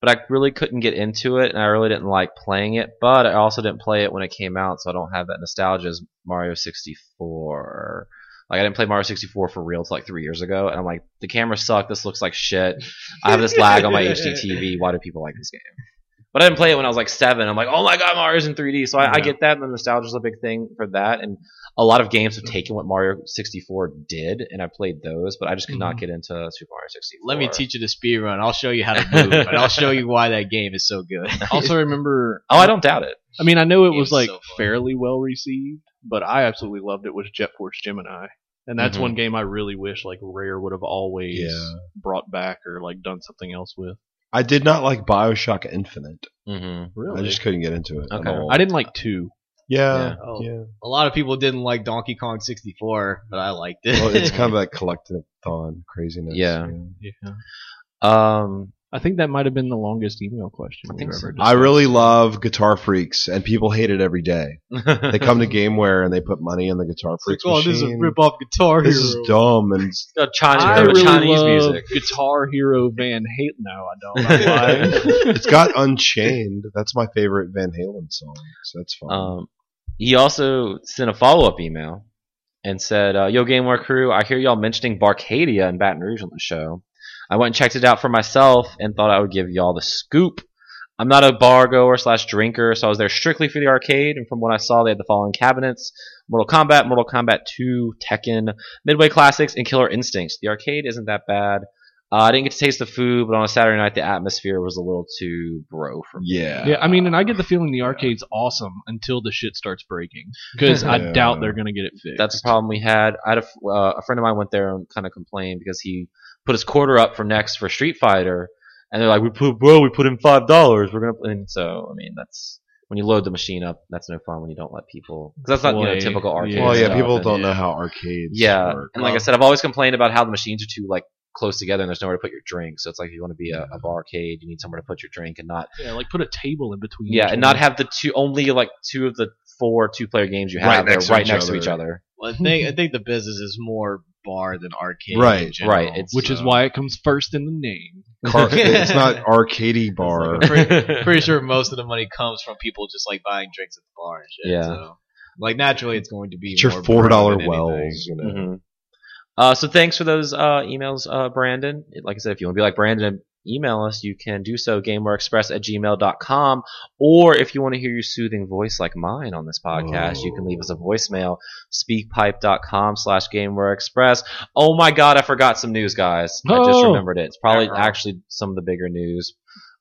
S2: but I really couldn't get into it, and I really didn't like playing it. But I also didn't play it when it came out, so I don't have that nostalgia as Mario 64. Like I didn't play Mario 64 for real till like three years ago, and I'm like, the camera sucked. This looks like shit. I have this lag on my HD TV. Why do people like this game? But I didn't play it when I was like seven. I'm like, oh my god, Mario's in 3D. So I, I
S3: Yeah.
S2: get that, and the nostalgia is a big thing for that. And a lot of games have taken what Mario 64 did, and I played those, but I just could not
S3: Mhm.
S2: get into Super Mario 64.
S1: Let me teach you the speed run. I'll show you how to move, and I'll show you why that game is so good.
S3: Also remember
S2: Oh, I don't doubt it.
S3: I mean I know it
S1: It
S3: was
S1: was
S3: like
S1: so fun.
S3: fairly well received, but I absolutely loved it was Jet Force Gemini. And that's
S2: Mhm.
S3: one game I really wish like Rare would have always
S4: Yeah.
S3: brought back or like done something else with.
S4: I did not like Bioshock Infinite.
S2: Mm-hmm.
S3: Really?
S4: I just couldn't get into it. at
S2: Okay.
S4: all.
S3: I didn't like two.
S4: Yeah,
S1: Oh.
S4: yeah.
S1: A lot of people didn't like Donkey Kong 64, but I liked it.
S4: Well, it's kind of like collectathon craziness.
S2: Yeah.
S3: Yeah.
S2: Um,
S3: I think that might have been the longest email question
S2: I
S3: we've
S2: think so.
S3: ever
S4: I really love Guitar Freaks, and people hate it every day. They come to GameWare and they put money in the Guitar
S1: It's like,
S4: Freaks
S1: oh,
S4: machine.
S1: this is a rip-off guitar.
S4: This
S1: Hero.
S4: is dumb, and it's-
S2: Uh, Chinese,
S3: I
S2: uh,
S3: really
S2: Chinese
S3: love
S2: music.
S3: Guitar Hero Van Halen. No, I don't. I'm lying.
S4: it's got Unchained. That's my favorite Van Halen song, so that's fun.
S2: Um, he also sent a follow up email and said, uh, "Yo, GameWare crew, I hear y'all mentioning Barcadia in Baton Rouge on the show. I went and checked it out for myself and thought I would give y'all the scoop. I'm not a bar goer slash drinker, so I was there strictly for the arcade. And from what I saw, they had the following cabinets: Mortal Kombat, Mortal Kombat 2, Tekken, Midway Classics, and Killer Instincts. The arcade isn't that bad." Uh, I didn't get to taste the food, but on a Saturday night, the atmosphere was a little too bro for me.
S4: yeah.
S3: yeah, I mean, and I get the feeling the arcade's awesome until the shit starts breaking because I
S4: Yeah.
S3: doubt they're gonna get it fixed.
S2: that's a problem we had. I had a, f- uh, a friend of mine went there and kind of complained because he put his quarter up for next for Street Fighter, and they're like, "We put bro, we put in five dollars. We're gonna." And so I mean, that's when you load the machine up. That's no fun when you don't let people. Because that's not you know
S3: Play.
S2: typical arcade.
S4: Well, yeah,
S2: stuff.
S4: people
S2: And-
S4: don't know how arcades
S2: Yeah,
S4: work.
S2: and like I said, I've always complained about how the machines are too like close together and there's nowhere to put your drink. So it's like if you want to be a, a barcade, you need somewhere to put your drink and not
S3: yeah, like put a table in between.
S2: yeah,
S3: each
S2: and not
S3: one.
S2: have the two only like two of the four two player games you have
S4: Right
S2: they're
S4: next to
S2: right
S4: each
S2: next to
S4: other.
S2: each other.
S1: Well, I think I think the business is more bar than arcade.
S4: Right,
S1: in general,
S2: right, it's-
S3: which is why it comes first in the name.
S4: Car- it's not arcadey bar.
S1: It's like I'm pretty sure most of the money comes from people just like buying drinks at the bar and shit.
S2: Yeah.
S1: So. Like naturally, it's going to be
S4: It's your
S1: more bar
S4: four dollar
S1: than anything.
S4: wells, you know.
S2: Mhm. Uh, so thanks for those uh, emails, uh, Brandon. Like I said, if you want to be like Brandon and email us, you can do so, gamewareexpress at gmail.com. Or if you want to hear your soothing voice like mine on this podcast, you can leave us a voicemail, speakpipe.com slash gamewareexpress. Oh my God, I forgot some news, guys. I just
S3: Oh.
S2: remembered it. It's probably
S3: Uh-oh.
S2: actually some of the bigger news.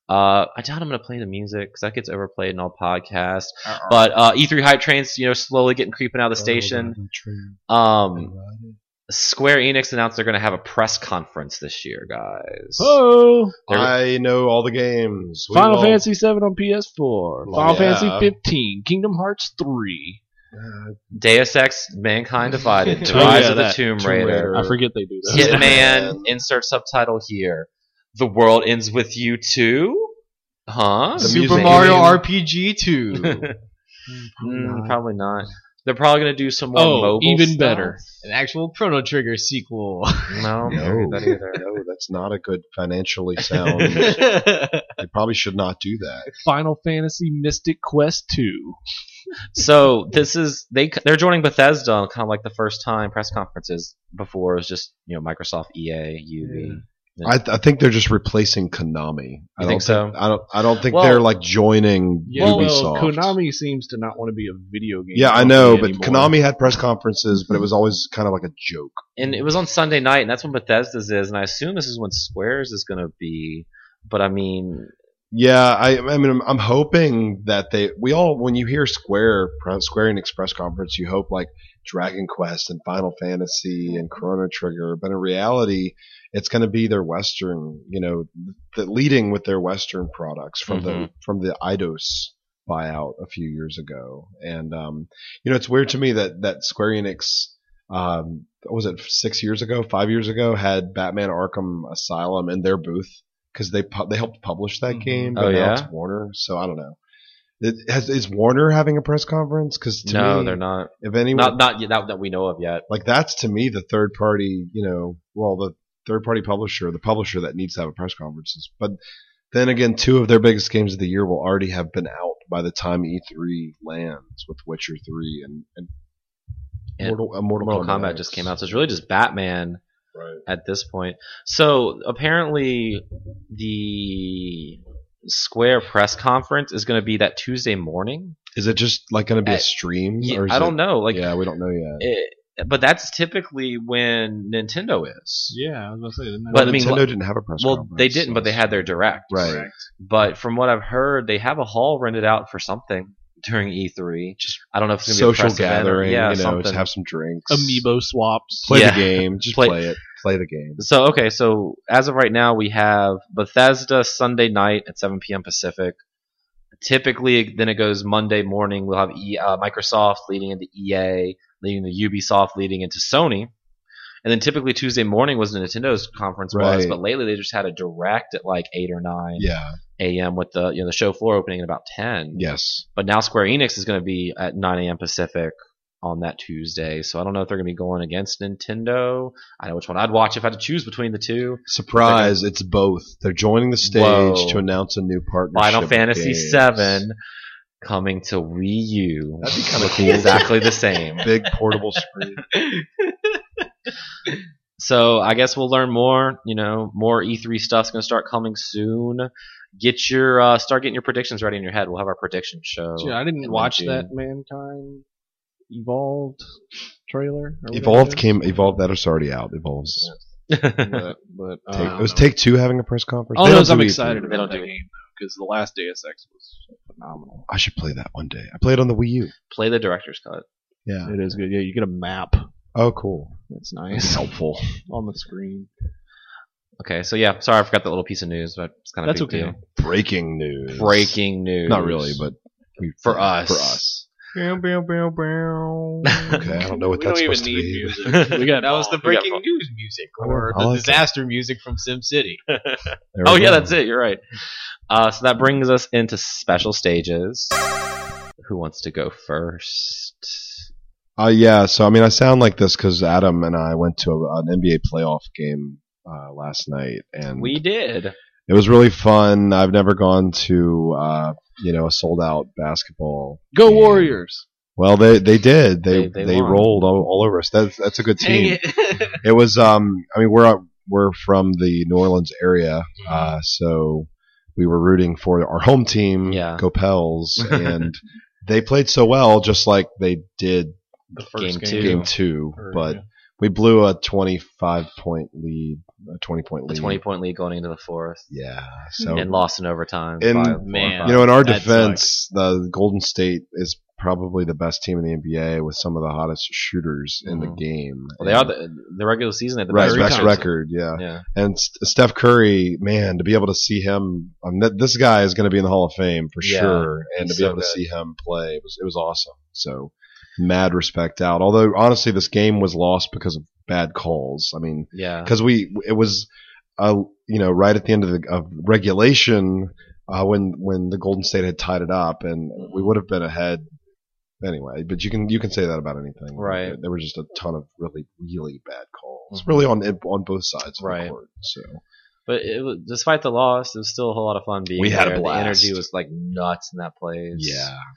S2: Uh, I doubt I'm going to play the music because that gets overplayed in all podcasts. But uh, E3 hype trains, you know, slowly getting creeping out of the
S4: Oh,
S2: station. Um, Square Enix announced they're going to have a press conference this year, guys.
S3: Oh,
S2: There-
S4: I know all the games. We
S3: Final
S4: will-
S3: Fantasy Seven on PS4,
S4: Well,
S3: Final
S4: yeah.
S3: Fantasy Fifteen, Kingdom Hearts Three.
S2: Deus Ex: Mankind Divided,
S3: Oh,
S2: Rise
S3: yeah,
S2: of the
S3: that.
S2: Tomb
S4: Tomb
S2: Raider,
S4: Raider.
S3: I forget they do that.
S4: Yeah.
S2: Hitman.
S4: Hitman.
S2: Insert subtitle here. The world ends with you too, huh?
S4: The
S1: Super
S4: music.
S1: Mario
S4: Game.
S1: RPG two,
S2: Mm, probably not. They're probably going to do some more
S3: Oh,
S2: mobile.
S3: even
S2: stuff.
S3: better.
S1: an actual Chrono Trigger sequel.
S2: No,
S4: No.
S2: that either.
S4: no, that's not a good financially sound. they
S1: That's
S4: probably should not do that.
S3: Final Fantasy Mystic Quest Two.
S2: So this is they they're joining Bethesda E on kind of like the first time press conferences before it was just you know Microsoft, EA, UV. Yeah.
S4: I, th- I think they're just replacing Konami. I
S2: You
S4: don't
S2: think so?
S4: I don't. I don't think
S2: Well-
S4: they're like joining
S3: Yeah, well,
S4: Ubisoft.
S3: Konami seems to not want to be a video game.
S4: yeah, I know, but
S3: company anymore.
S4: Konami had press conferences, but it was always kind of like a joke.
S2: and it was on Sunday night, and that's when Bethesda's is, and I assume this is when Squares is going to be. But I mean,
S4: Yeah, I, I mean, I'm, I'm hoping that they. We all, when you hear Square pre- Square Enix press conference, you hope like Dragon Quest and Final Fantasy and Chrono Trigger, but in reality, it's going to be their Western, you know, the leading with their Western products from the from the Eidos buyout a few years ago, and um, you know, it's weird to me that that Square Enix. Um, what was it six years ago, five years ago? Had Batman Arkham Asylum in their booth because they pu- they helped publish that
S3: Mhm.
S4: game, but
S2: Oh,
S4: now
S2: yeah?
S4: it's Warner. So I don't know. It, has, is Warner having a press conference? Because
S2: no,
S4: me,
S2: they're not.
S4: If anyone,
S2: Not not yet, that, that we know of yet.
S4: like that's to me the third party, you know, well the third party publisher, the publisher that needs to have a press conference. is- But then again, two of their biggest games of the year will already have been out by the time E3 lands with Witcher three and and,
S2: And
S4: Mortal, uh, Mortal,
S2: Mortal Kombat
S4: X.
S2: just came out, so it's really just Batman
S4: Right.
S2: at this point. So apparently, the Square press conference is going to be that Tuesday morning.
S4: Is it just like going to be
S2: I-
S4: a stream?
S2: Yeah,
S4: or is
S2: I don't
S4: it,
S2: know, like,
S4: yeah, we don't know yet.
S2: it, but that's typically when Nintendo is.
S3: Yeah, I was gonna say. didn't
S2: But
S3: they-
S2: I mean,
S4: Nintendo
S2: what-
S4: didn't have a press.
S2: Well,
S4: conference
S2: they didn't, but they
S4: last
S2: had their direct.
S4: Right.
S2: But from what I've heard, they have a hall rented out for something during E3. Just I don't know if it's going to be a
S4: social
S2: press event or-
S4: gathering.
S2: yeah,
S4: you know, just
S2: something.
S4: have some drinks.
S3: amiibo swaps.
S4: Play
S2: Yeah.
S4: the game. Just
S2: Play-
S4: play, it. Play the game.
S2: So okay, so as of right now, we have Bethesda Sunday night at 7 p.m. Pacific. Typically, then it goes Monday morning. We'll have e, uh, Microsoft leading into EA, leading to Ubisoft, leading into Sony, and then typically Tuesday morning was the Nintendo's conference was.
S4: Right.
S2: But lately, they just had a direct at like eight or nine
S4: Yeah.
S2: a.m. with the you know the show floor opening at about ten.
S4: Yes.
S2: But now Square Enix is going to be at 9 a.m. Pacific on that Tuesday. So I don't know if they're going to be going against Nintendo. I know which one I'd watch if I had to choose between the two.
S4: Surprise! It's both. They're joining the stage
S2: Whoa.
S4: to announce a new partnership.
S2: Final
S4: with
S2: Fantasy
S4: games.
S2: VII coming to Wii U.
S4: That'd be kinda
S2: Looking
S4: cool.
S2: Exactly the same.
S4: Big portable screen.
S2: So I guess we'll learn more. You know, more E3 stuff's going to start coming soon. Get your uh, start getting your predictions ready in your head. We'll have our prediction show.
S3: Dude, I
S2: in
S3: didn't watch
S2: June.
S3: that Mankind Evolved trailer. or
S4: Evolved
S3: whatever.
S4: came. Evolved. That is already out. Evolves.
S3: but, but uh,
S4: Take,
S3: I
S4: it was
S3: don't know.
S4: Take Two having a press
S2: Oh,
S4: conference.
S3: All
S4: They
S3: I know
S4: don't
S3: is Oh, I'm
S4: do E3.
S3: excited
S2: They
S3: about
S2: don't
S3: that
S2: do it.
S3: game because the last Deus Ex was phenomenal.
S4: I should play that one day. I played on the Wii U.
S2: Play the director's cut.
S4: Yeah.
S3: It is good. Yeah, you get a map.
S4: Oh, cool.
S3: That's
S4: It's
S3: nice
S4: helpful.
S3: on the screen.
S2: Okay, so yeah, sorry I forgot that little piece of news, but it's kind of
S3: That's
S2: big
S3: okay.
S2: deal.
S4: Breaking news.
S2: breaking news.
S4: Not really, but we,
S2: for us.
S4: For us.
S2: but
S4: Okay. I don't know what that's supposed to be.
S3: music. We got
S1: That was the
S3: we got
S1: breaking
S3: Bond.
S1: news music
S4: I
S1: or the
S4: like it.
S1: disaster music from SimCity.
S4: There
S2: oh
S4: we
S2: yeah,
S4: go.
S2: that's it. You're right. Uh, so that brings us into special stages. Who wants to go first?
S4: Uh, yeah, so I mean, I sound like this because Adam and I went to a, an NBA playoff game uh, last night, and
S2: We did.
S4: it was really fun. I've never gone to uh, you know a sold out basketball.
S3: Go
S4: game.
S3: Warriors.
S4: Well, they they did. They
S2: They-
S4: they,
S2: they won.
S4: rolled all, all over us. That's that's a good team.
S1: Dang it.
S4: It was. Um, I mean, we're up, we're from the New Orleans area, uh, so we were rooting for our home team,
S2: Yeah.
S4: Copels, and they played so well, just like they did
S3: The
S2: Game
S3: first game.
S2: two.
S4: game two.
S3: Or,
S4: But
S3: yeah.
S4: we blew a twenty-five point lead, a twenty-point
S2: A
S4: lead.
S2: 20 point lead going into the fourth
S4: yeah. So
S2: and lost in overtime.
S4: And,
S2: by four or
S1: man,
S2: five.
S4: you know, in our
S1: That
S4: defense, the Golden State is probably the best team in the NBA with some of the hottest shooters in
S2: Mhm.
S4: the game.
S2: well, they are the, the regular season at the
S4: right
S2: best
S4: best
S2: record.
S4: record. Yeah.
S2: Yeah.
S4: And S- Steph Curry, man, to be able to see him, um, th- this guy is going to be in the Hall of Fame for
S2: Yeah,
S4: sure. And to
S2: he's
S4: be
S2: so
S4: able to
S2: good.
S4: see him play was it was awesome. So mad respect out. Although honestly, this game was lost because of bad calls. I mean,
S2: Yeah.
S4: because we it was uh, you know right at the end of the of regulation uh, when when the Golden State had tied it up and we would have been ahead anyway. But you can you can say that about anything,
S2: Right.
S4: There, there were just a ton of really really bad calls,
S2: Mhm.
S4: really on on both sides of
S2: Right.
S4: the court. So
S2: But it, was- despite the loss, it was still a whole lot of fun being
S4: We had a
S2: there.
S4: blast.
S2: The energy was like nuts in that place.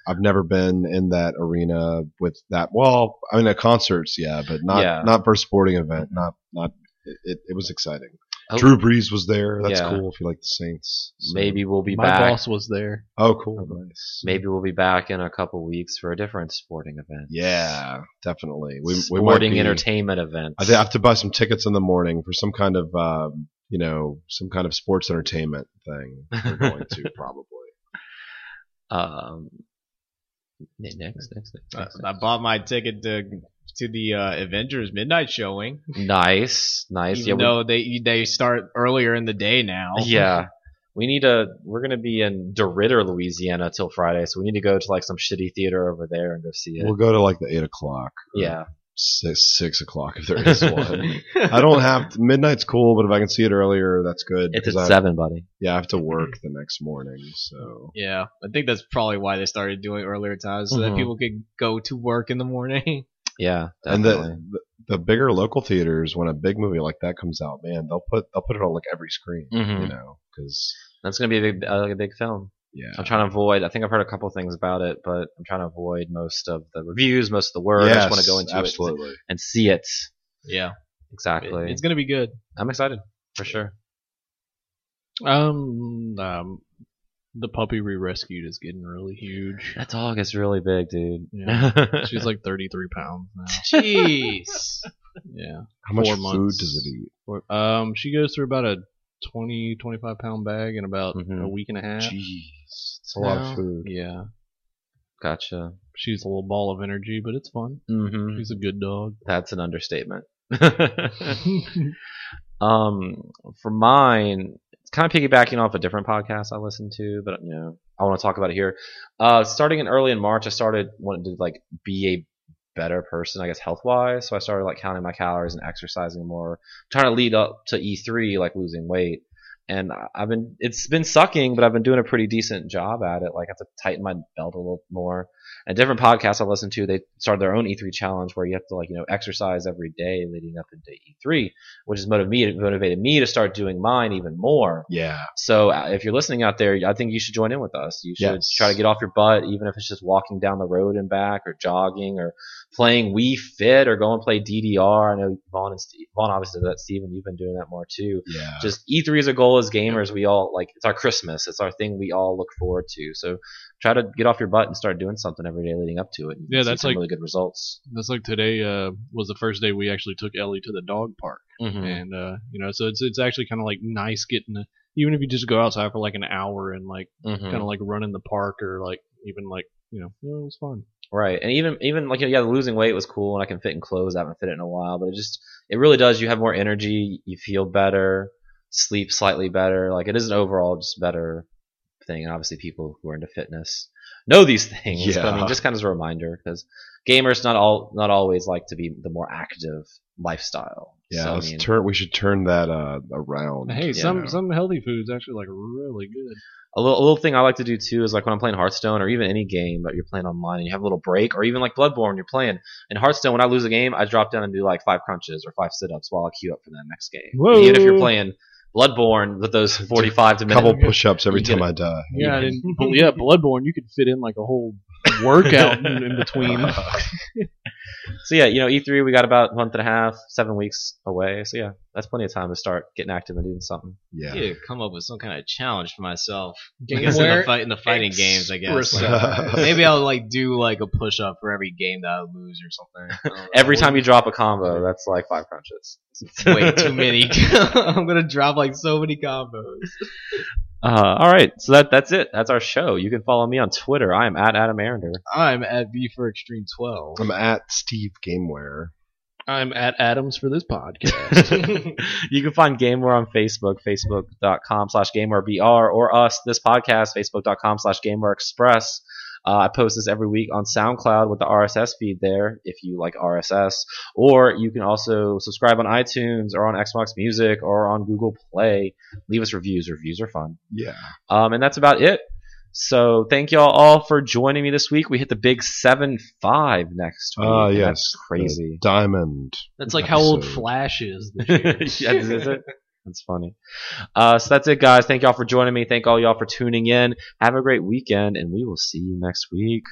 S4: I've never been in that arena with that. Well, I mean at concerts, yeah, but not
S2: Yeah.
S4: not for a sporting event, not not. It, it was exciting.
S2: Oh.
S4: Drew Brees was there. That's
S2: Yeah.
S4: cool if you like the Saints. So-
S2: Maybe we'll be
S3: My
S2: back.
S3: boss was there.
S4: Oh, cool. Nice.
S2: Maybe we'll be back in a couple weeks for a different sporting event.
S4: Yeah, definitely. We, we might
S2: sporting
S4: be,
S2: entertainment event.
S4: I think I have to buy some tickets in the morning for some kind of, um, you know, some kind of sports entertainment thing. We're going to probably.
S2: um, next, next, next,
S3: Uh,
S1: I,
S2: next.
S1: Uh, I
S2: next.
S1: bought my ticket to to the uh, Avengers midnight showing,
S2: nice, nice.
S1: even
S2: yeah, we-
S1: though they they start earlier in the day now.
S2: Yeah. We need to. We're gonna be in DeRidder, Louisiana, till Friday, so we need to go to like some shitty theater over there and go see it.
S4: We'll go to like the eight o'clock. or
S2: yeah,
S4: Six, six o'clock if there is one. I don't have midnight's cool, but if I can see it earlier, that's good.
S2: it's
S4: because
S2: at
S4: I-
S2: seven, Mm-hmm. buddy.
S4: Yeah, I have to work the next morning, so
S1: yeah. I think that's probably why they started doing it earlier times so
S2: Mhm.
S1: that people could go to work in the morning.
S2: Yeah,
S4: and
S2: definitely.
S4: the, the the bigger local theaters when a big movie like that comes out, man, they'll put they'll put it on like every screen,
S2: Mhm.
S4: you know, because
S2: That's gonna be a big, uh, a big film.
S4: yeah,
S2: I'm trying to avoid. I think I've heard a couple things about it, but I'm trying to avoid most of the reviews, most of the word. I just want to go
S4: Yes,
S2: into it
S4: absolutely.
S2: and see it.
S1: Yeah, it-
S2: Exactly.
S1: it's gonna be good.
S2: I'm excited for sure.
S3: Um, um, the puppy we rescued is getting really huge.
S2: That dog is really big, dude.
S3: Yeah. She's like 33 pounds now.
S1: Jeez.
S3: Yeah.
S4: How much
S3: four
S4: food
S3: months.
S4: does it eat?
S3: Or- Um, she goes through about a 20, 25 pound bag in about
S2: Mhm.
S3: a week and a half.
S4: Jeez, it's a lot
S3: No.
S4: of food.
S3: Yeah.
S2: gotcha.
S3: She's a little ball of energy, but it's fun.
S4: Mm-hmm.
S2: hmm
S3: She's a good dog.
S2: That's an understatement. Uh.
S3: mm-hmm.
S2: Um, for mine, it's kind of piggybacking off a different podcast I listened to, but you know, I want to talk about it here. Uh, starting in early in March, I started wanting to like be a better person, I guess, health wise. So I started like counting my calories and exercising more, trying to lead up to E3, like losing weight. And I- I've been, it's been sucking, but I've been doing a pretty decent job at it. Like I have to tighten my belt a little more. And different podcasts I listen to, they started their own E3 challenge where you have to like, you know, exercise every day leading up into E E3 which has motivated me, motivated me to start doing mine even more.
S4: Yeah,
S2: So uh, if you're listening out there, I think you should join in with us. You should
S4: Yes.
S2: try to get off your butt, even if it's just walking down the road and back, or jogging, or playing Wii Fit, or go and play DDR. I know Vaughn and Steve, Vaughn obviously does that. Steven, you've been doing that more too.
S4: yeah.
S3: Uh-huh.
S2: Just E3 is a goal as gamers. We all like it's our Christmas. It's our thing we all look forward to. So try to get off your butt and start doing something every day leading up to it. You
S3: Yeah,
S2: can see
S3: that's
S2: some
S3: like-
S2: really good results.
S3: That's like today uh, was the first day we actually took Ellie to the dog park.
S2: Mhm.
S3: and uh, you know, so it's it's actually kind of like nice getting to, even if you just go outside for like an hour and like
S2: Mhm.
S3: kind of like run in the park or like even like you know, yeah, it was fun.
S2: Right, and even even like yeah, the losing weight was cool, and I can fit in clothes. I haven't fit it in a while, but it just it really does. You have more energy, you feel better, sleep slightly better. Like it is an overall just better thing. And obviously, people who are into fitness know these things. But I mean,
S4: Yeah.
S2: just kind of as a reminder because gamers not all not always like to be the more active lifestyle.
S4: Yeah,
S2: So, I
S4: let's
S2: mean,
S4: turn. We should turn that uh, around.
S3: Hey,
S4: you
S3: some
S4: know.
S3: some healthy foods actually like really good.
S2: a little, a little thing I like to do too is like when I'm playing Hearthstone or even any game that you're playing online and you have a little break or even like Bloodborne you're playing in Hearthstone when I lose a game I drop down and do like five crunches or five sit ups while I queue up for that next game.
S3: Whoa.
S2: Even if you're playing Bloodborne with those 45 to
S4: couple
S2: minute
S4: push-ups every
S2: You get
S4: time I die.
S3: Yeah, and but yeah, Bloodborne, you could fit in like a whole workout in, in between.
S2: So yeah, you know E3 we got about a month and a half, seven weeks away. So yeah, that's plenty of time to start getting active and doing something.
S4: Yeah.
S1: Need to come up with some kind of challenge for myself. I
S3: Game
S1: guess in the,
S3: Ware
S1: fight, in the fighting games, I guess.
S3: Express.
S1: Like, maybe I'll like do like a push up for every game that I lose or something. I don't know.
S2: Every time you drop a combo, that's like five crunches.
S1: way too many. I'm gonna drop like so many combos.
S2: Uh, all right, so that that's it. That's our show. You can follow me on Twitter. I am at Adam Arender.
S1: I'm at V for Extreme 12.
S4: I'm at Steve Gameware.
S3: I'm at Adams for this podcast.
S2: you can find GameWare on Facebook, facebook.com slash GameWareBR, or us, this podcast, facebook.com slash GameWare Express. Uh, I post this every week on SoundCloud with the RSS feed there, if you like RSS. Or you can also subscribe on iTunes or on Xbox Music or on Google Play. Leave us reviews. Reviews are fun.
S4: Yeah.
S2: Um, and that's about it. So thank y'all all for joining me this week. We hit the big seven five next week.
S4: Ah,
S2: and
S4: yes.
S2: that's crazy.
S4: The diamond.
S3: That's like how old
S4: Episode.
S3: Flash is. This
S2: Yeah,
S3: year.
S2: is it? That's funny. Uh, so that's it, guys. Thank y'all for joining me. Thank all y'all for tuning in. Have a great weekend, and we will see you next week.